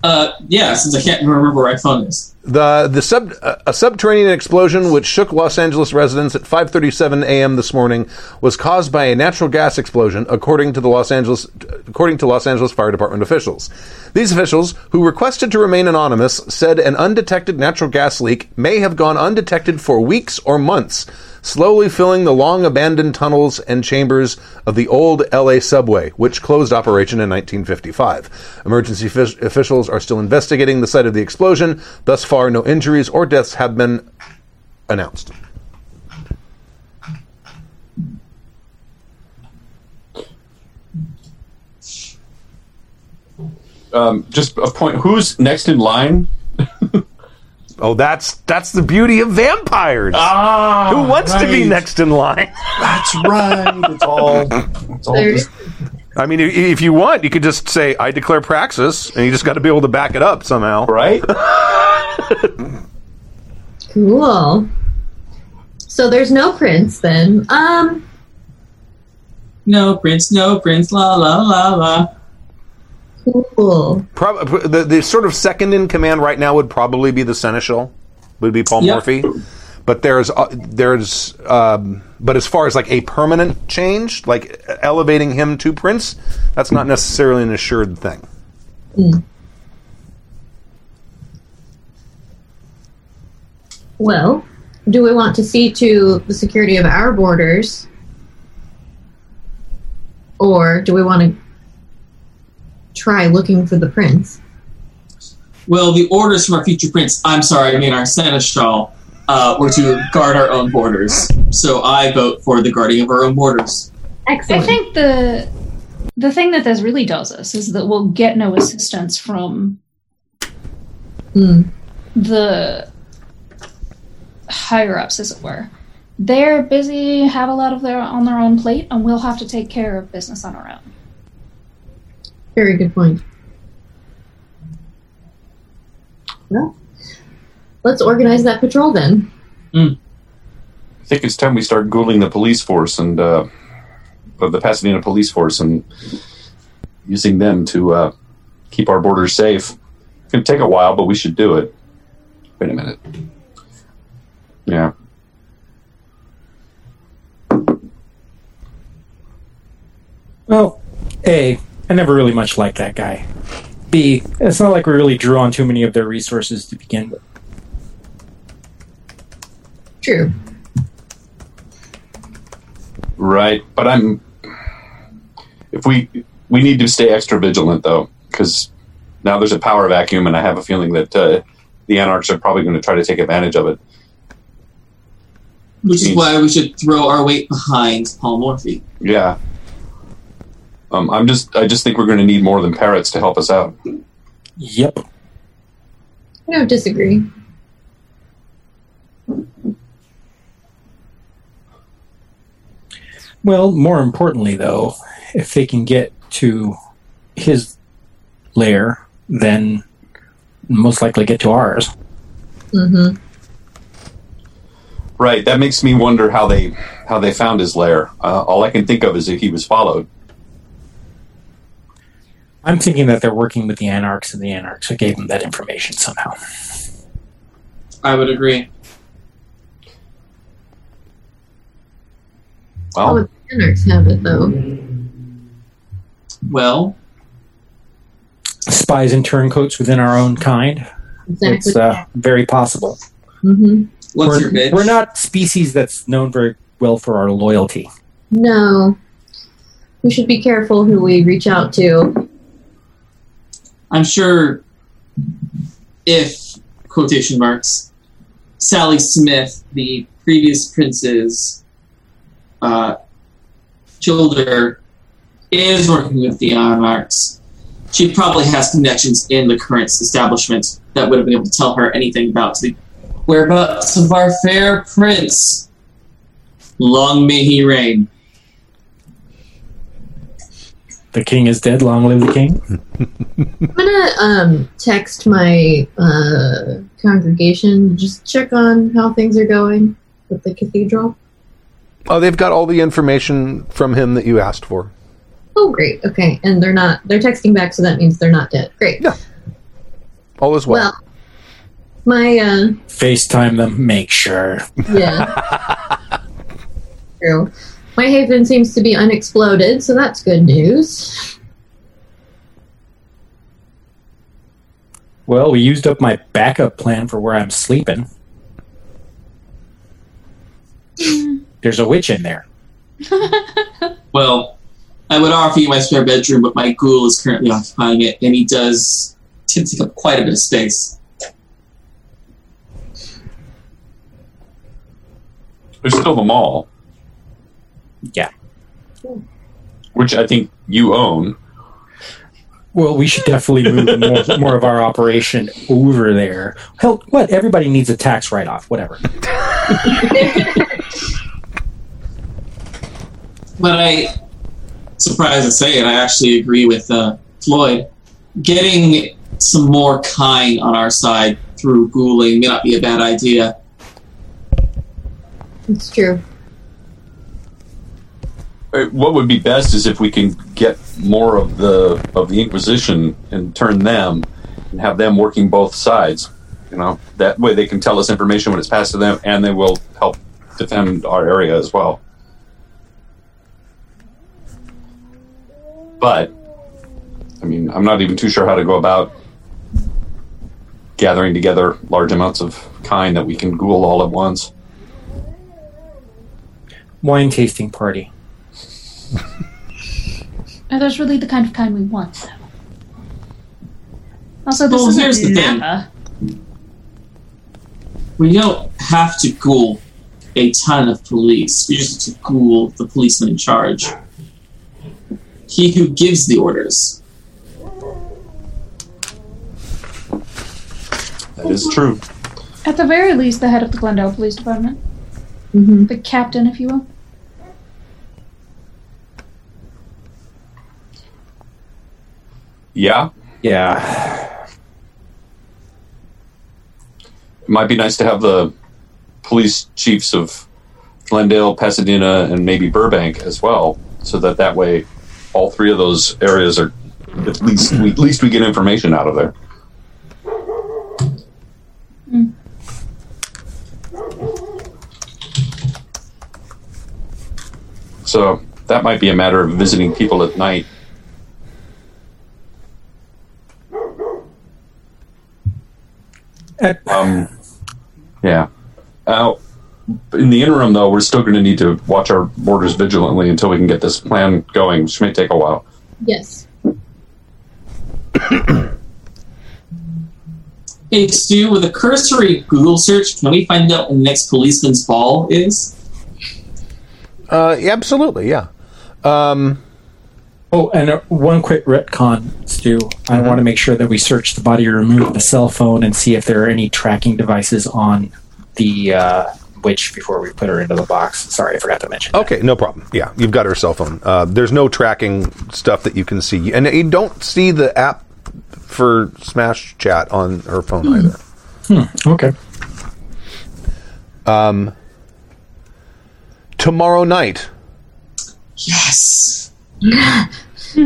Speaker 2: Uh, yeah, since I can't remember where my phone is.
Speaker 1: The the sub uh, a subterranean explosion which shook Los Angeles residents at 5:37 a.m. this morning was caused by a natural gas explosion, according to the Los Angeles according to Los Angeles Fire Department officials. These officials, who requested to remain anonymous, said an undetected natural gas leak may have gone undetected for weeks or months, slowly filling the long abandoned tunnels and chambers of the old LA subway, which closed operation in 1955. Emergency fish- officials are still investigating the site of the explosion. Thus far, no injuries or deaths have been announced.
Speaker 3: Um, just a point. Who's next in line?
Speaker 1: Oh, that's that's the beauty of vampires.
Speaker 3: Ah,
Speaker 1: Who wants to be next in line?
Speaker 3: That's right. It's all. It's all
Speaker 5: There-
Speaker 3: just-
Speaker 1: I mean, i- if you want, you could just say, "I declare praxis," and you just got to be able to back it up somehow.
Speaker 3: right.
Speaker 5: Cool. So there's no prince then. Um,
Speaker 2: No prince, no prince, la la la la.
Speaker 5: cool.
Speaker 1: Prob- the, the sort of second in command right now would probably be the seneschal, would be Paul
Speaker 2: Yeah.
Speaker 1: Morphy. But there's uh, there's um, but as far as like a permanent change, like elevating him to prince, that's not necessarily an assured thing.
Speaker 5: Well, do we want to see to the security of our borders? Or do we want to try looking for the prince?
Speaker 2: Well, the orders from our future prince, I'm sorry, I mean our seneschal, uh, were to guard our own borders. So I vote for the guarding of our own borders.
Speaker 6: I
Speaker 5: Excellent.
Speaker 6: think the the thing that this really tells us is that we'll get no assistance from
Speaker 5: Hmm.
Speaker 6: the higher ups, as it were. They're busy, have a lot of their on their own plate, and we'll have to take care of business on our own. [LAUGHS]
Speaker 5: Very good point. Well, let's organize that patrol then.
Speaker 3: I think it's time we start googling the police force and uh, of the Pasadena police force and using them to uh, keep our borders safe. It's going to take a while, but we should do it. Wait a minute. Yeah.
Speaker 8: Well, A, I never really much liked that guy. B, it's not like we really drew on too many of their resources to begin with.
Speaker 5: True.
Speaker 3: Right, but I'm. If we we need to stay extra vigilant though, because now there's a power vacuum, and I have a feeling that uh, the anarchs are probably going to try to take advantage of it.
Speaker 2: Which is
Speaker 3: Jeez.
Speaker 2: why we should throw our weight behind Paul Morphy.
Speaker 3: Yeah. Um, I'm just. I just think we're going to need more than parrots to help us out.
Speaker 8: Yep.
Speaker 5: No, disagree.
Speaker 8: Well, more importantly, though, if they can get to his lair, then most likely get to ours.
Speaker 5: hmm
Speaker 3: Right. That makes me wonder how they how they found his lair. Uh, all I can think of is if he was followed.
Speaker 8: I'm thinking that they're working with the Anarchs, and the Anarchs gave them that information somehow.
Speaker 2: I would agree.
Speaker 5: How
Speaker 3: Well,
Speaker 5: would the Anarchs have it though?
Speaker 2: Well,
Speaker 8: Spies and turncoats within our own kind.
Speaker 5: Exactly.
Speaker 8: It's uh, very possible.
Speaker 5: hmm
Speaker 2: what's your
Speaker 8: we're,
Speaker 2: bid?
Speaker 8: we're not species that's known very well for our loyalty.
Speaker 5: No, we should be careful who we reach out to.
Speaker 2: I'm sure if, quotation marks, Sally Smith, the previous prince's uh, childer, is working with the Monarchs, she probably has connections in the current establishment that would have been able to tell her anything about the whereabouts of our fair prince. Long may he reign.
Speaker 8: The king is dead. Long live the king.
Speaker 5: I'm gonna um, text my uh, congregation just check on how things are going with the cathedral.
Speaker 1: Oh, they've got all the information from him that you asked for.
Speaker 5: Oh, great. Okay, and they're not. They're texting back, so that means they're not dead. Great.
Speaker 1: Yeah. All is well.
Speaker 5: Well, my uh,
Speaker 8: FaceTime them. Make sure.
Speaker 5: yeah. True. My haven seems to be unexploded, so that's good news.
Speaker 8: Well, we used up my backup plan for where I'm sleeping. There's a witch in there.
Speaker 2: Well, I would offer you my spare bedroom, but my ghoul is currently occupying it, and he does tend to take up quite a bit of space.
Speaker 3: there's still the mall.
Speaker 8: Yeah.
Speaker 3: Which I think you own.
Speaker 8: Well, we should definitely move more, more of our operation over there. Hell, what? Everybody needs a tax write off, whatever.
Speaker 2: But I, surprised to say it, I actually agree with uh, Floyd. Getting some more kind on our side through ghouling may not be a bad idea.
Speaker 5: It's true.
Speaker 3: Uh, What would be best is if we can get more of the of the Inquisition and turn them and have them working both sides. You know, that way they can tell us information when it's passed to them, and they will help defend our area as well. But I mean, I'm not even too sure how to go about gathering together large amounts of kind that we can ghoul all at once.
Speaker 8: Wine tasting party.
Speaker 6: Are those really the kind of kind we want, though? Also, this
Speaker 2: Well,
Speaker 6: is
Speaker 2: here's the thing.
Speaker 6: Napa.
Speaker 2: We don't have to ghoul a ton of police. We just have to ghoul the policeman in charge. He who gives the orders.
Speaker 3: That is true.
Speaker 6: At the very least, the head of the Glendale Police Department.
Speaker 5: Mm-hmm.
Speaker 6: The captain, if you will.
Speaker 3: Yeah,
Speaker 8: Yeah.
Speaker 3: it might be nice to have the police chiefs of Glendale, Pasadena, and maybe Burbank as well, so that that way all three of those areas are at least we, at least we get information out of there. So that might be a matter of visiting people at night.
Speaker 8: At-
Speaker 3: Um, yeah. Uh, in the interim, though, we're still going to need to watch our borders vigilantly until we can get this plan going, which may take a while.
Speaker 5: Yes.
Speaker 2: Hey, Stu, with a cursory Google search, can we find out when the next policeman's ball is?
Speaker 1: Uh, yeah, absolutely, yeah. Um,
Speaker 8: Oh, and uh, one quick retcon, Stu. I
Speaker 1: Mm-hmm.
Speaker 8: want to make sure that we search the body, remove the cell phone, and see if there are any tracking devices on the uh, witch before we put her into the box. Sorry, I forgot to mention.
Speaker 1: okay, no problem. Yeah, you've got her cell phone. Uh, there's no tracking stuff that you can see, and you don't see the app for Smash Chat on her phone either. Oh.
Speaker 8: Okay.
Speaker 1: Tomorrow night,
Speaker 2: Yes.
Speaker 1: the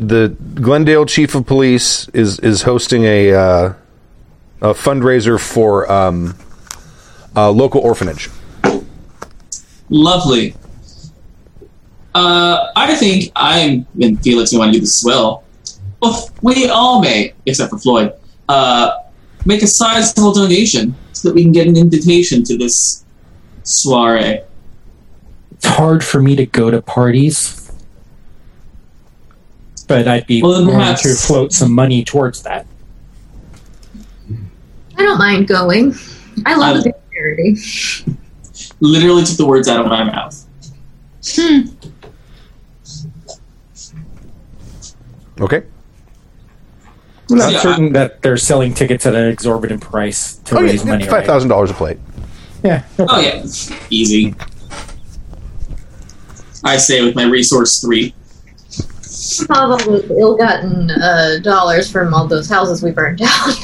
Speaker 1: the Glendale Chief of Police is is hosting a uh, a fundraiser for um, a local orphanage.
Speaker 2: Lovely. Uh, I think I'm, and Felix, you want to do this as well. Well, we all may, except for Floyd, uh, make a sizable donation so that we can get an invitation to this soiree.
Speaker 8: It's hard for me to go to parties, but I'd be
Speaker 2: Well, then
Speaker 8: willing
Speaker 2: perhaps-
Speaker 8: to float some money towards that.
Speaker 5: I don't mind going. I love
Speaker 2: I-
Speaker 5: the charity.
Speaker 2: Literally took the words out of my mouth.
Speaker 1: Okay.
Speaker 8: I'm not
Speaker 2: Yeah, I-
Speaker 8: certain that they're selling tickets at an exorbitant price to
Speaker 1: Oh,
Speaker 8: raise
Speaker 1: yeah,
Speaker 8: money.
Speaker 1: five
Speaker 8: right?
Speaker 1: thousand dollars a plate.
Speaker 8: Yeah. no
Speaker 2: Oh,
Speaker 8: problem.
Speaker 2: yeah. Easy. I say with my resource three. [LAUGHS]
Speaker 5: All those ill-gotten uh, dollars from all those houses we burned down. [LAUGHS]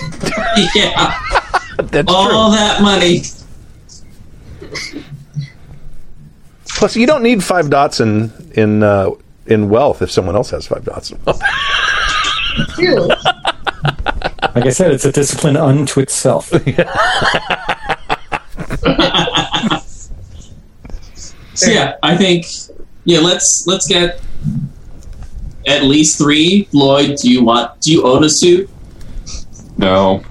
Speaker 2: yeah.
Speaker 1: That's
Speaker 2: All that money.
Speaker 1: Plus, you don't need five dots in in uh, in wealth if someone else has five dots. in wealth.
Speaker 5: True.
Speaker 8: Like I said, it's a discipline
Speaker 1: [LAUGHS]
Speaker 8: unto itself.
Speaker 2: So yeah, I think yeah, let's let's get at least three. Floyd, do you want do you own a suit?
Speaker 3: No.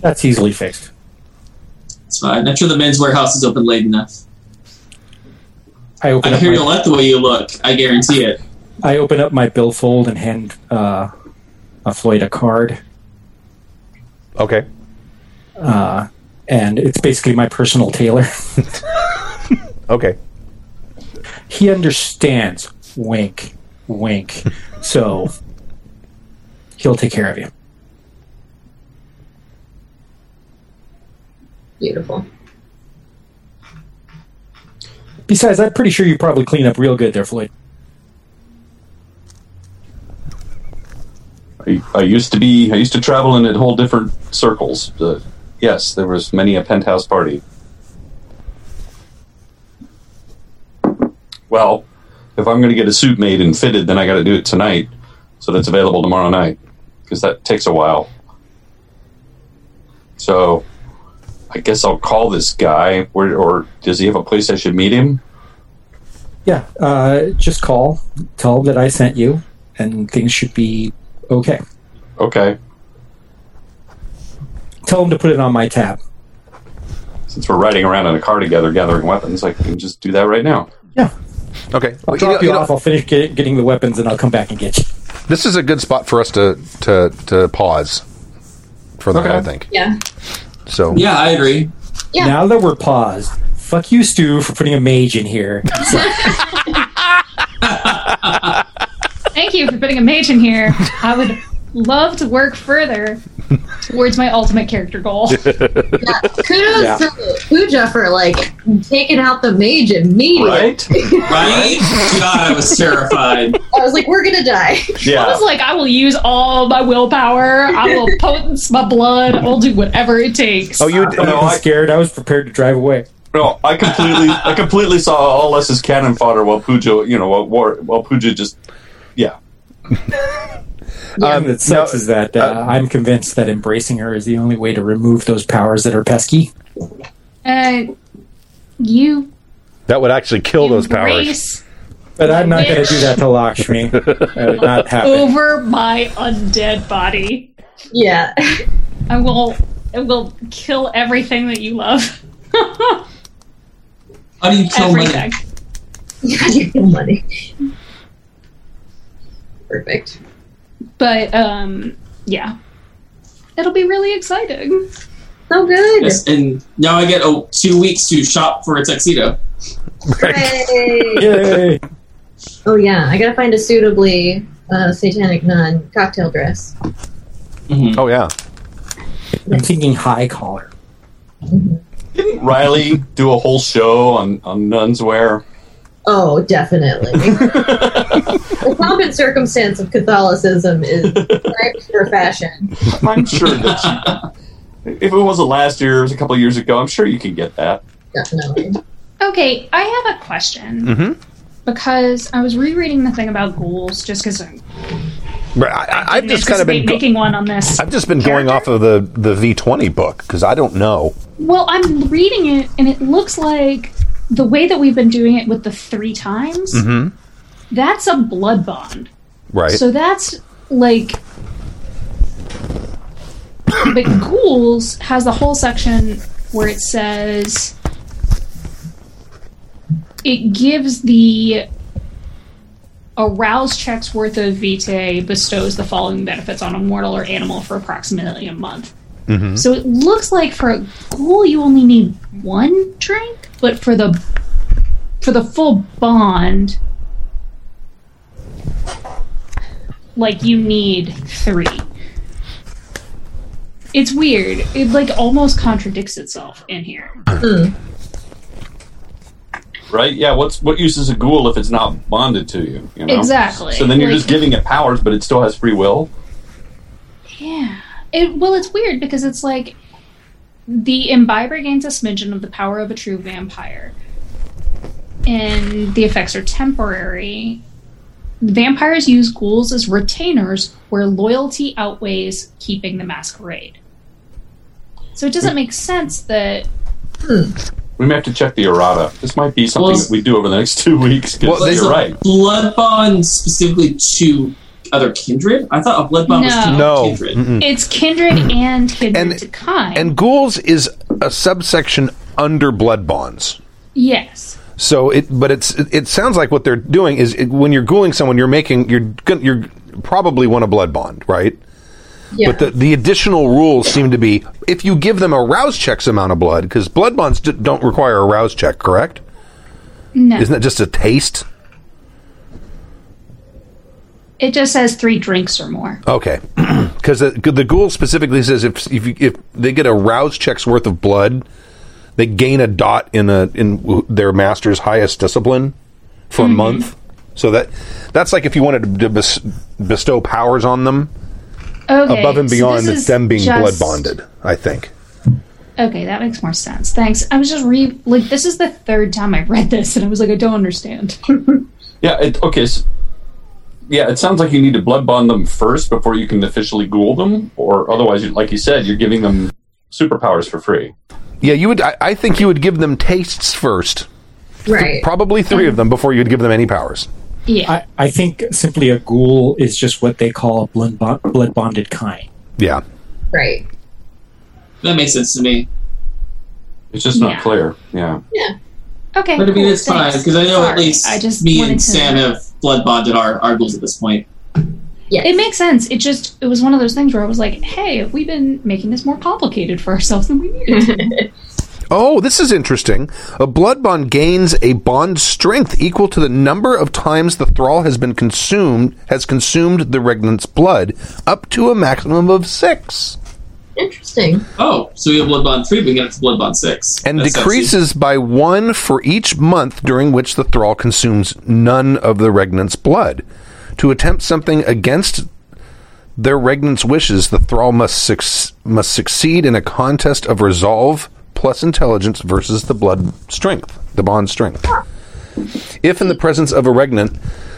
Speaker 8: That's easily fixed.
Speaker 2: It's fine. I'm sure the men's warehouse is open late enough.
Speaker 8: I open
Speaker 2: I
Speaker 8: up
Speaker 2: hear
Speaker 8: my-
Speaker 2: you'll like the way you look. I guarantee it.
Speaker 8: I open up my billfold and hand uh, uh, Floyd a card,
Speaker 1: Okay.
Speaker 8: uh, and it's basically my personal tailor. [LAUGHS]
Speaker 1: Okay.
Speaker 8: he understands. Wink,
Speaker 1: [LAUGHS]
Speaker 8: wink. So he'll take care of you.
Speaker 5: Beautiful.
Speaker 8: Besides, I'm pretty sure you probably clean up real good there, Floyd.
Speaker 3: I, I used to be, I used to travel in a whole different circles. Uh, yes, there was many a penthouse party. Well, if I'm going to get a suit made and fitted, then I got to do it tonight, so that's available tomorrow night, because that takes a while. So, I guess I'll call this guy. Where, or does he have a place I should meet him?
Speaker 8: Yeah, uh, just call, tell him that I sent you, and things should be okay.
Speaker 3: Okay.
Speaker 8: tell him to put it on my tab.
Speaker 3: Since we're riding around in a car together gathering weapons, I can just do that right now.
Speaker 8: Yeah.
Speaker 1: Okay.
Speaker 8: I'll
Speaker 1: Well, you
Speaker 8: drop
Speaker 1: know-
Speaker 8: you,
Speaker 1: you know-
Speaker 8: off. I'll finish get, getting the weapons, and I'll come back and get you.
Speaker 1: this is a good spot for us to to, to pause for that. I
Speaker 3: Okay.
Speaker 1: think
Speaker 7: Yeah.
Speaker 1: so.
Speaker 2: Yeah, I agree.
Speaker 5: Yeah.
Speaker 8: Now that we're paused, fuck you, Stu, for putting a mage in here.
Speaker 6: Thank you for putting a mage in here. I would love to work further towards my ultimate
Speaker 9: [LAUGHS]
Speaker 6: character goal.
Speaker 5: Kudos
Speaker 8: Yeah.
Speaker 5: to Pooja for like taking out the mage immediately.
Speaker 3: Right?
Speaker 2: Right? God, I was terrified.
Speaker 5: I was like, we're gonna die. [LAUGHS]
Speaker 6: I was
Speaker 3: Yeah.
Speaker 6: like, I will use all my willpower. I
Speaker 9: [LAUGHS]
Speaker 6: will potence my blood. I'll do whatever it takes.
Speaker 1: Oh, you
Speaker 3: No,
Speaker 8: I was
Speaker 3: I-
Speaker 8: scared. I was prepared to drive away.
Speaker 3: No, I completely, I completely saw all us as cannon fodder while Pujo, you know, while, War- while Pujo just, yeah,
Speaker 8: Um, that sucks is that uh, I'm convinced that embracing her is the only way to remove those powers that are pesky.
Speaker 6: Uh, you
Speaker 9: That would actually kill those powers.
Speaker 6: embrace
Speaker 8: But I'm not going to do that
Speaker 1: [LAUGHS]
Speaker 8: to Lakshmi. That would not happen.
Speaker 6: over my undead body.
Speaker 5: Yeah. [LAUGHS]
Speaker 6: I will. I will kill everything that you love. [LAUGHS]
Speaker 2: How do you kill
Speaker 6: everything.
Speaker 2: money?
Speaker 5: yeah, you feel money. Perfect.
Speaker 6: But um, yeah, it'll be really exciting.
Speaker 5: So good.
Speaker 2: Yes, and now I get oh, two weeks to shop for a tuxedo.
Speaker 5: [LAUGHS] Hooray.
Speaker 8: Yay!
Speaker 5: Oh yeah, I gotta find a suitably uh, satanic nun cocktail dress.
Speaker 1: Oh yeah.
Speaker 8: I'm thinking high collar.
Speaker 3: didn't Riley do a whole show on on nuns [LAUGHS] wear?
Speaker 5: Oh,
Speaker 3: [LAUGHS]
Speaker 5: definitely. the common circumstance of Catholicism is correct for fashion.
Speaker 3: I'm sure that you- if it wasn't last year, it was a couple of years ago. I'm sure you could get that.
Speaker 5: Definitely.
Speaker 6: Okay, I have a question
Speaker 1: Mhm.
Speaker 6: because I was rereading the thing about ghouls just because I'm
Speaker 1: But I, I, I've just kind of been. Go-
Speaker 6: making one on this.
Speaker 1: I've just been going off of the the V twenty book because I don't know.
Speaker 6: Well, I'm reading it, and it looks like the way that we've been doing it with the three times.
Speaker 1: Mm-hmm.
Speaker 6: That's a blood bond.
Speaker 1: Right.
Speaker 6: So that's like. But ghouls has the whole section where it says it gives the arouse checks worth of vitae bestows the following benefits on a mortal or animal for approximately a month. So it looks like for a ghoul you only need one drink, but for the for the full bond, like you need three. It's weird. It like almost contradicts itself in here.
Speaker 3: right? Yeah. What's what use is a ghoul if it's not bonded to you? you know?
Speaker 6: Exactly.
Speaker 3: So then you're
Speaker 6: Like-
Speaker 3: just giving it powers, but it still has free will.
Speaker 6: Yeah. It, well, it's weird because it's like the imbiber gains a smidgen of the power of a true vampire, and the effects are temporary. Vampires use ghouls as retainers where loyalty outweighs keeping the masquerade. So it doesn't make sense that
Speaker 3: We may have to check the errata. This might be something
Speaker 2: Well,
Speaker 3: that we do over the next [LAUGHS] two weeks. 'cause
Speaker 1: Well, they-
Speaker 3: you're right.
Speaker 2: Blood bond specifically to other kindred? I thought a blood bond was to
Speaker 6: No.
Speaker 1: No.
Speaker 2: kindred.
Speaker 1: Mm-mm.
Speaker 6: it's kindred and kindred
Speaker 1: And-
Speaker 6: to kind.
Speaker 1: And ghouls is a subsection under blood bonds.
Speaker 6: yes.
Speaker 1: So it, but it's it, it sounds like what they're doing is it, when you're ghouling someone, you're making you're gon- you're probably want a blood bond, right?
Speaker 5: Yeah.
Speaker 1: But the, the additional rules seem to be if you give them a rouse check's amount of blood, because blood bonds d- don't require a rouse check, correct?
Speaker 6: No.
Speaker 1: Isn't that just a taste?
Speaker 6: It just says three drinks or more.
Speaker 1: Okay, [CLEARS THROAT] because the, the ghoul specifically says if if, you, if they get a rouse check's worth of blood, they gain a dot in a in w- their master's highest discipline for
Speaker 6: Mm-hmm.
Speaker 1: a month. So that that's like if you wanted to bes- bestow powers on them
Speaker 6: Okay.
Speaker 1: above and
Speaker 6: so
Speaker 1: beyond
Speaker 6: this is
Speaker 1: them being blood
Speaker 6: just-
Speaker 1: bonded. I think.
Speaker 6: Okay, that makes more sense. Thanks. I was just re like this is the third time I've read this, and I was like, I
Speaker 2: [LAUGHS]
Speaker 6: don't understand.
Speaker 3: Yeah. It, okay. So, yeah, it sounds like you need to blood bond them first before you can officially ghoul them, or otherwise, you- like you said, you're giving them superpowers for free.
Speaker 1: Yeah, you would. I, I think you would give them tastes first,
Speaker 5: right.
Speaker 1: probably three of them before you'd give them any powers.
Speaker 6: Yeah,
Speaker 8: I, I think simply a ghoul is just what they call a blood, bond, blood bonded kind.
Speaker 1: Yeah.
Speaker 5: right.
Speaker 2: That makes sense to me.
Speaker 3: It's just not
Speaker 6: Yeah.
Speaker 3: clear. Yeah.
Speaker 6: Okay.
Speaker 2: But I mean,
Speaker 6: cool,
Speaker 2: it's fine
Speaker 6: thanks.
Speaker 2: because I know at
Speaker 6: Sorry,
Speaker 2: least
Speaker 6: I just
Speaker 2: me
Speaker 6: wanted
Speaker 2: and
Speaker 6: to-
Speaker 2: Sam have blood bonded our, our goals at this point.
Speaker 5: Yes.
Speaker 6: It makes sense. It just it was one of those things where I was like, "Hey, we've been making this more complicated for ourselves than we needed."
Speaker 2: [LAUGHS]
Speaker 6: to."
Speaker 1: Oh, this is interesting. A blood bond gains a bond strength equal to the number of times the thrall has been consumed has consumed the regnant's blood, up to a maximum of six,
Speaker 5: Interesting.
Speaker 2: Oh, so we have blood bond three, but we get up to blood bond six,
Speaker 1: and
Speaker 2: That's sexy.
Speaker 1: decreases by one for each month during which the thrall consumes none of the regnant's blood. To attempt something against their regnant's wishes, the thrall must suc- must succeed in a contest of resolve plus intelligence versus the blood strength, the bond strength. If in the presence of a regnant,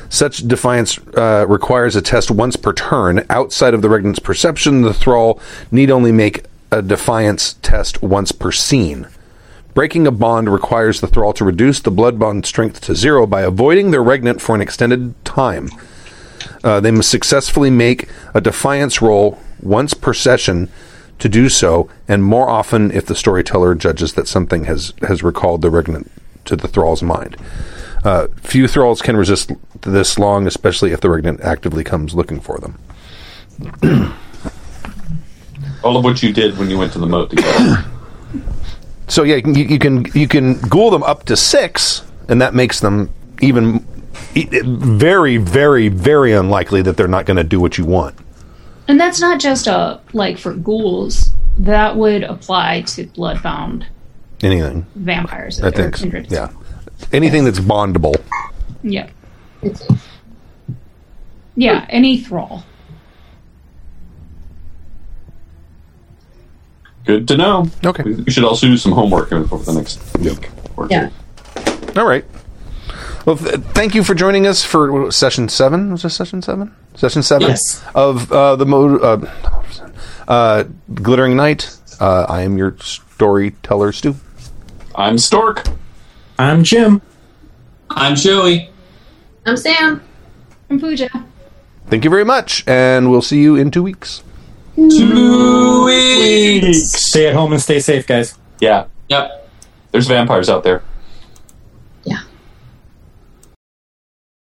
Speaker 1: such defiance uh, requires a test once per turn. Outside of the regnant's perception, the thrall need only make a defiance test once per scene. Breaking a bond requires the thrall to reduce the blood bond strength to zero by avoiding their regnant for an extended time. Uh, they must successfully make a defiance roll once per session to do so, and more often if the storyteller judges that something has, has recalled the regnant to the thrall's mind. Uh, few thralls can resist this long, especially if the regnant actively comes looking for them.
Speaker 3: All of what you did when you went to the moat together.
Speaker 1: So yeah, you can you can you can ghoul them up to six, and that makes them even e- very very very unlikely that they're not going to do what you want.
Speaker 6: and that's not just a like for ghouls. That would apply to bloodbound
Speaker 1: Anything,
Speaker 6: vampires.
Speaker 1: I
Speaker 6: if they're
Speaker 1: think.
Speaker 6: kindred.
Speaker 1: Yeah, anything that's bondable.
Speaker 6: Yeah.
Speaker 5: It's,
Speaker 6: Yeah. Any thrall.
Speaker 3: Good to know.
Speaker 1: Okay.
Speaker 3: We we should also do some homework over the next week. or two.
Speaker 7: Yeah.
Speaker 1: All right. Well, th- thank you for joining us for uh, session seven. Was this session seven? Session seven
Speaker 2: Yes.
Speaker 1: of uh, the mo- uh, uh, glittering night. Uh, I am your storyteller, Stu.
Speaker 3: I'm Stork.
Speaker 8: I'm Jim.
Speaker 2: I'm Joey.
Speaker 5: I'm Sam.
Speaker 6: And Pooja.
Speaker 1: Thank you very much, and we'll see you in two weeks.
Speaker 2: Two weeks.
Speaker 8: Stay at home and stay safe, guys.
Speaker 3: Yeah.
Speaker 2: Yep.
Speaker 3: There's vampires out there.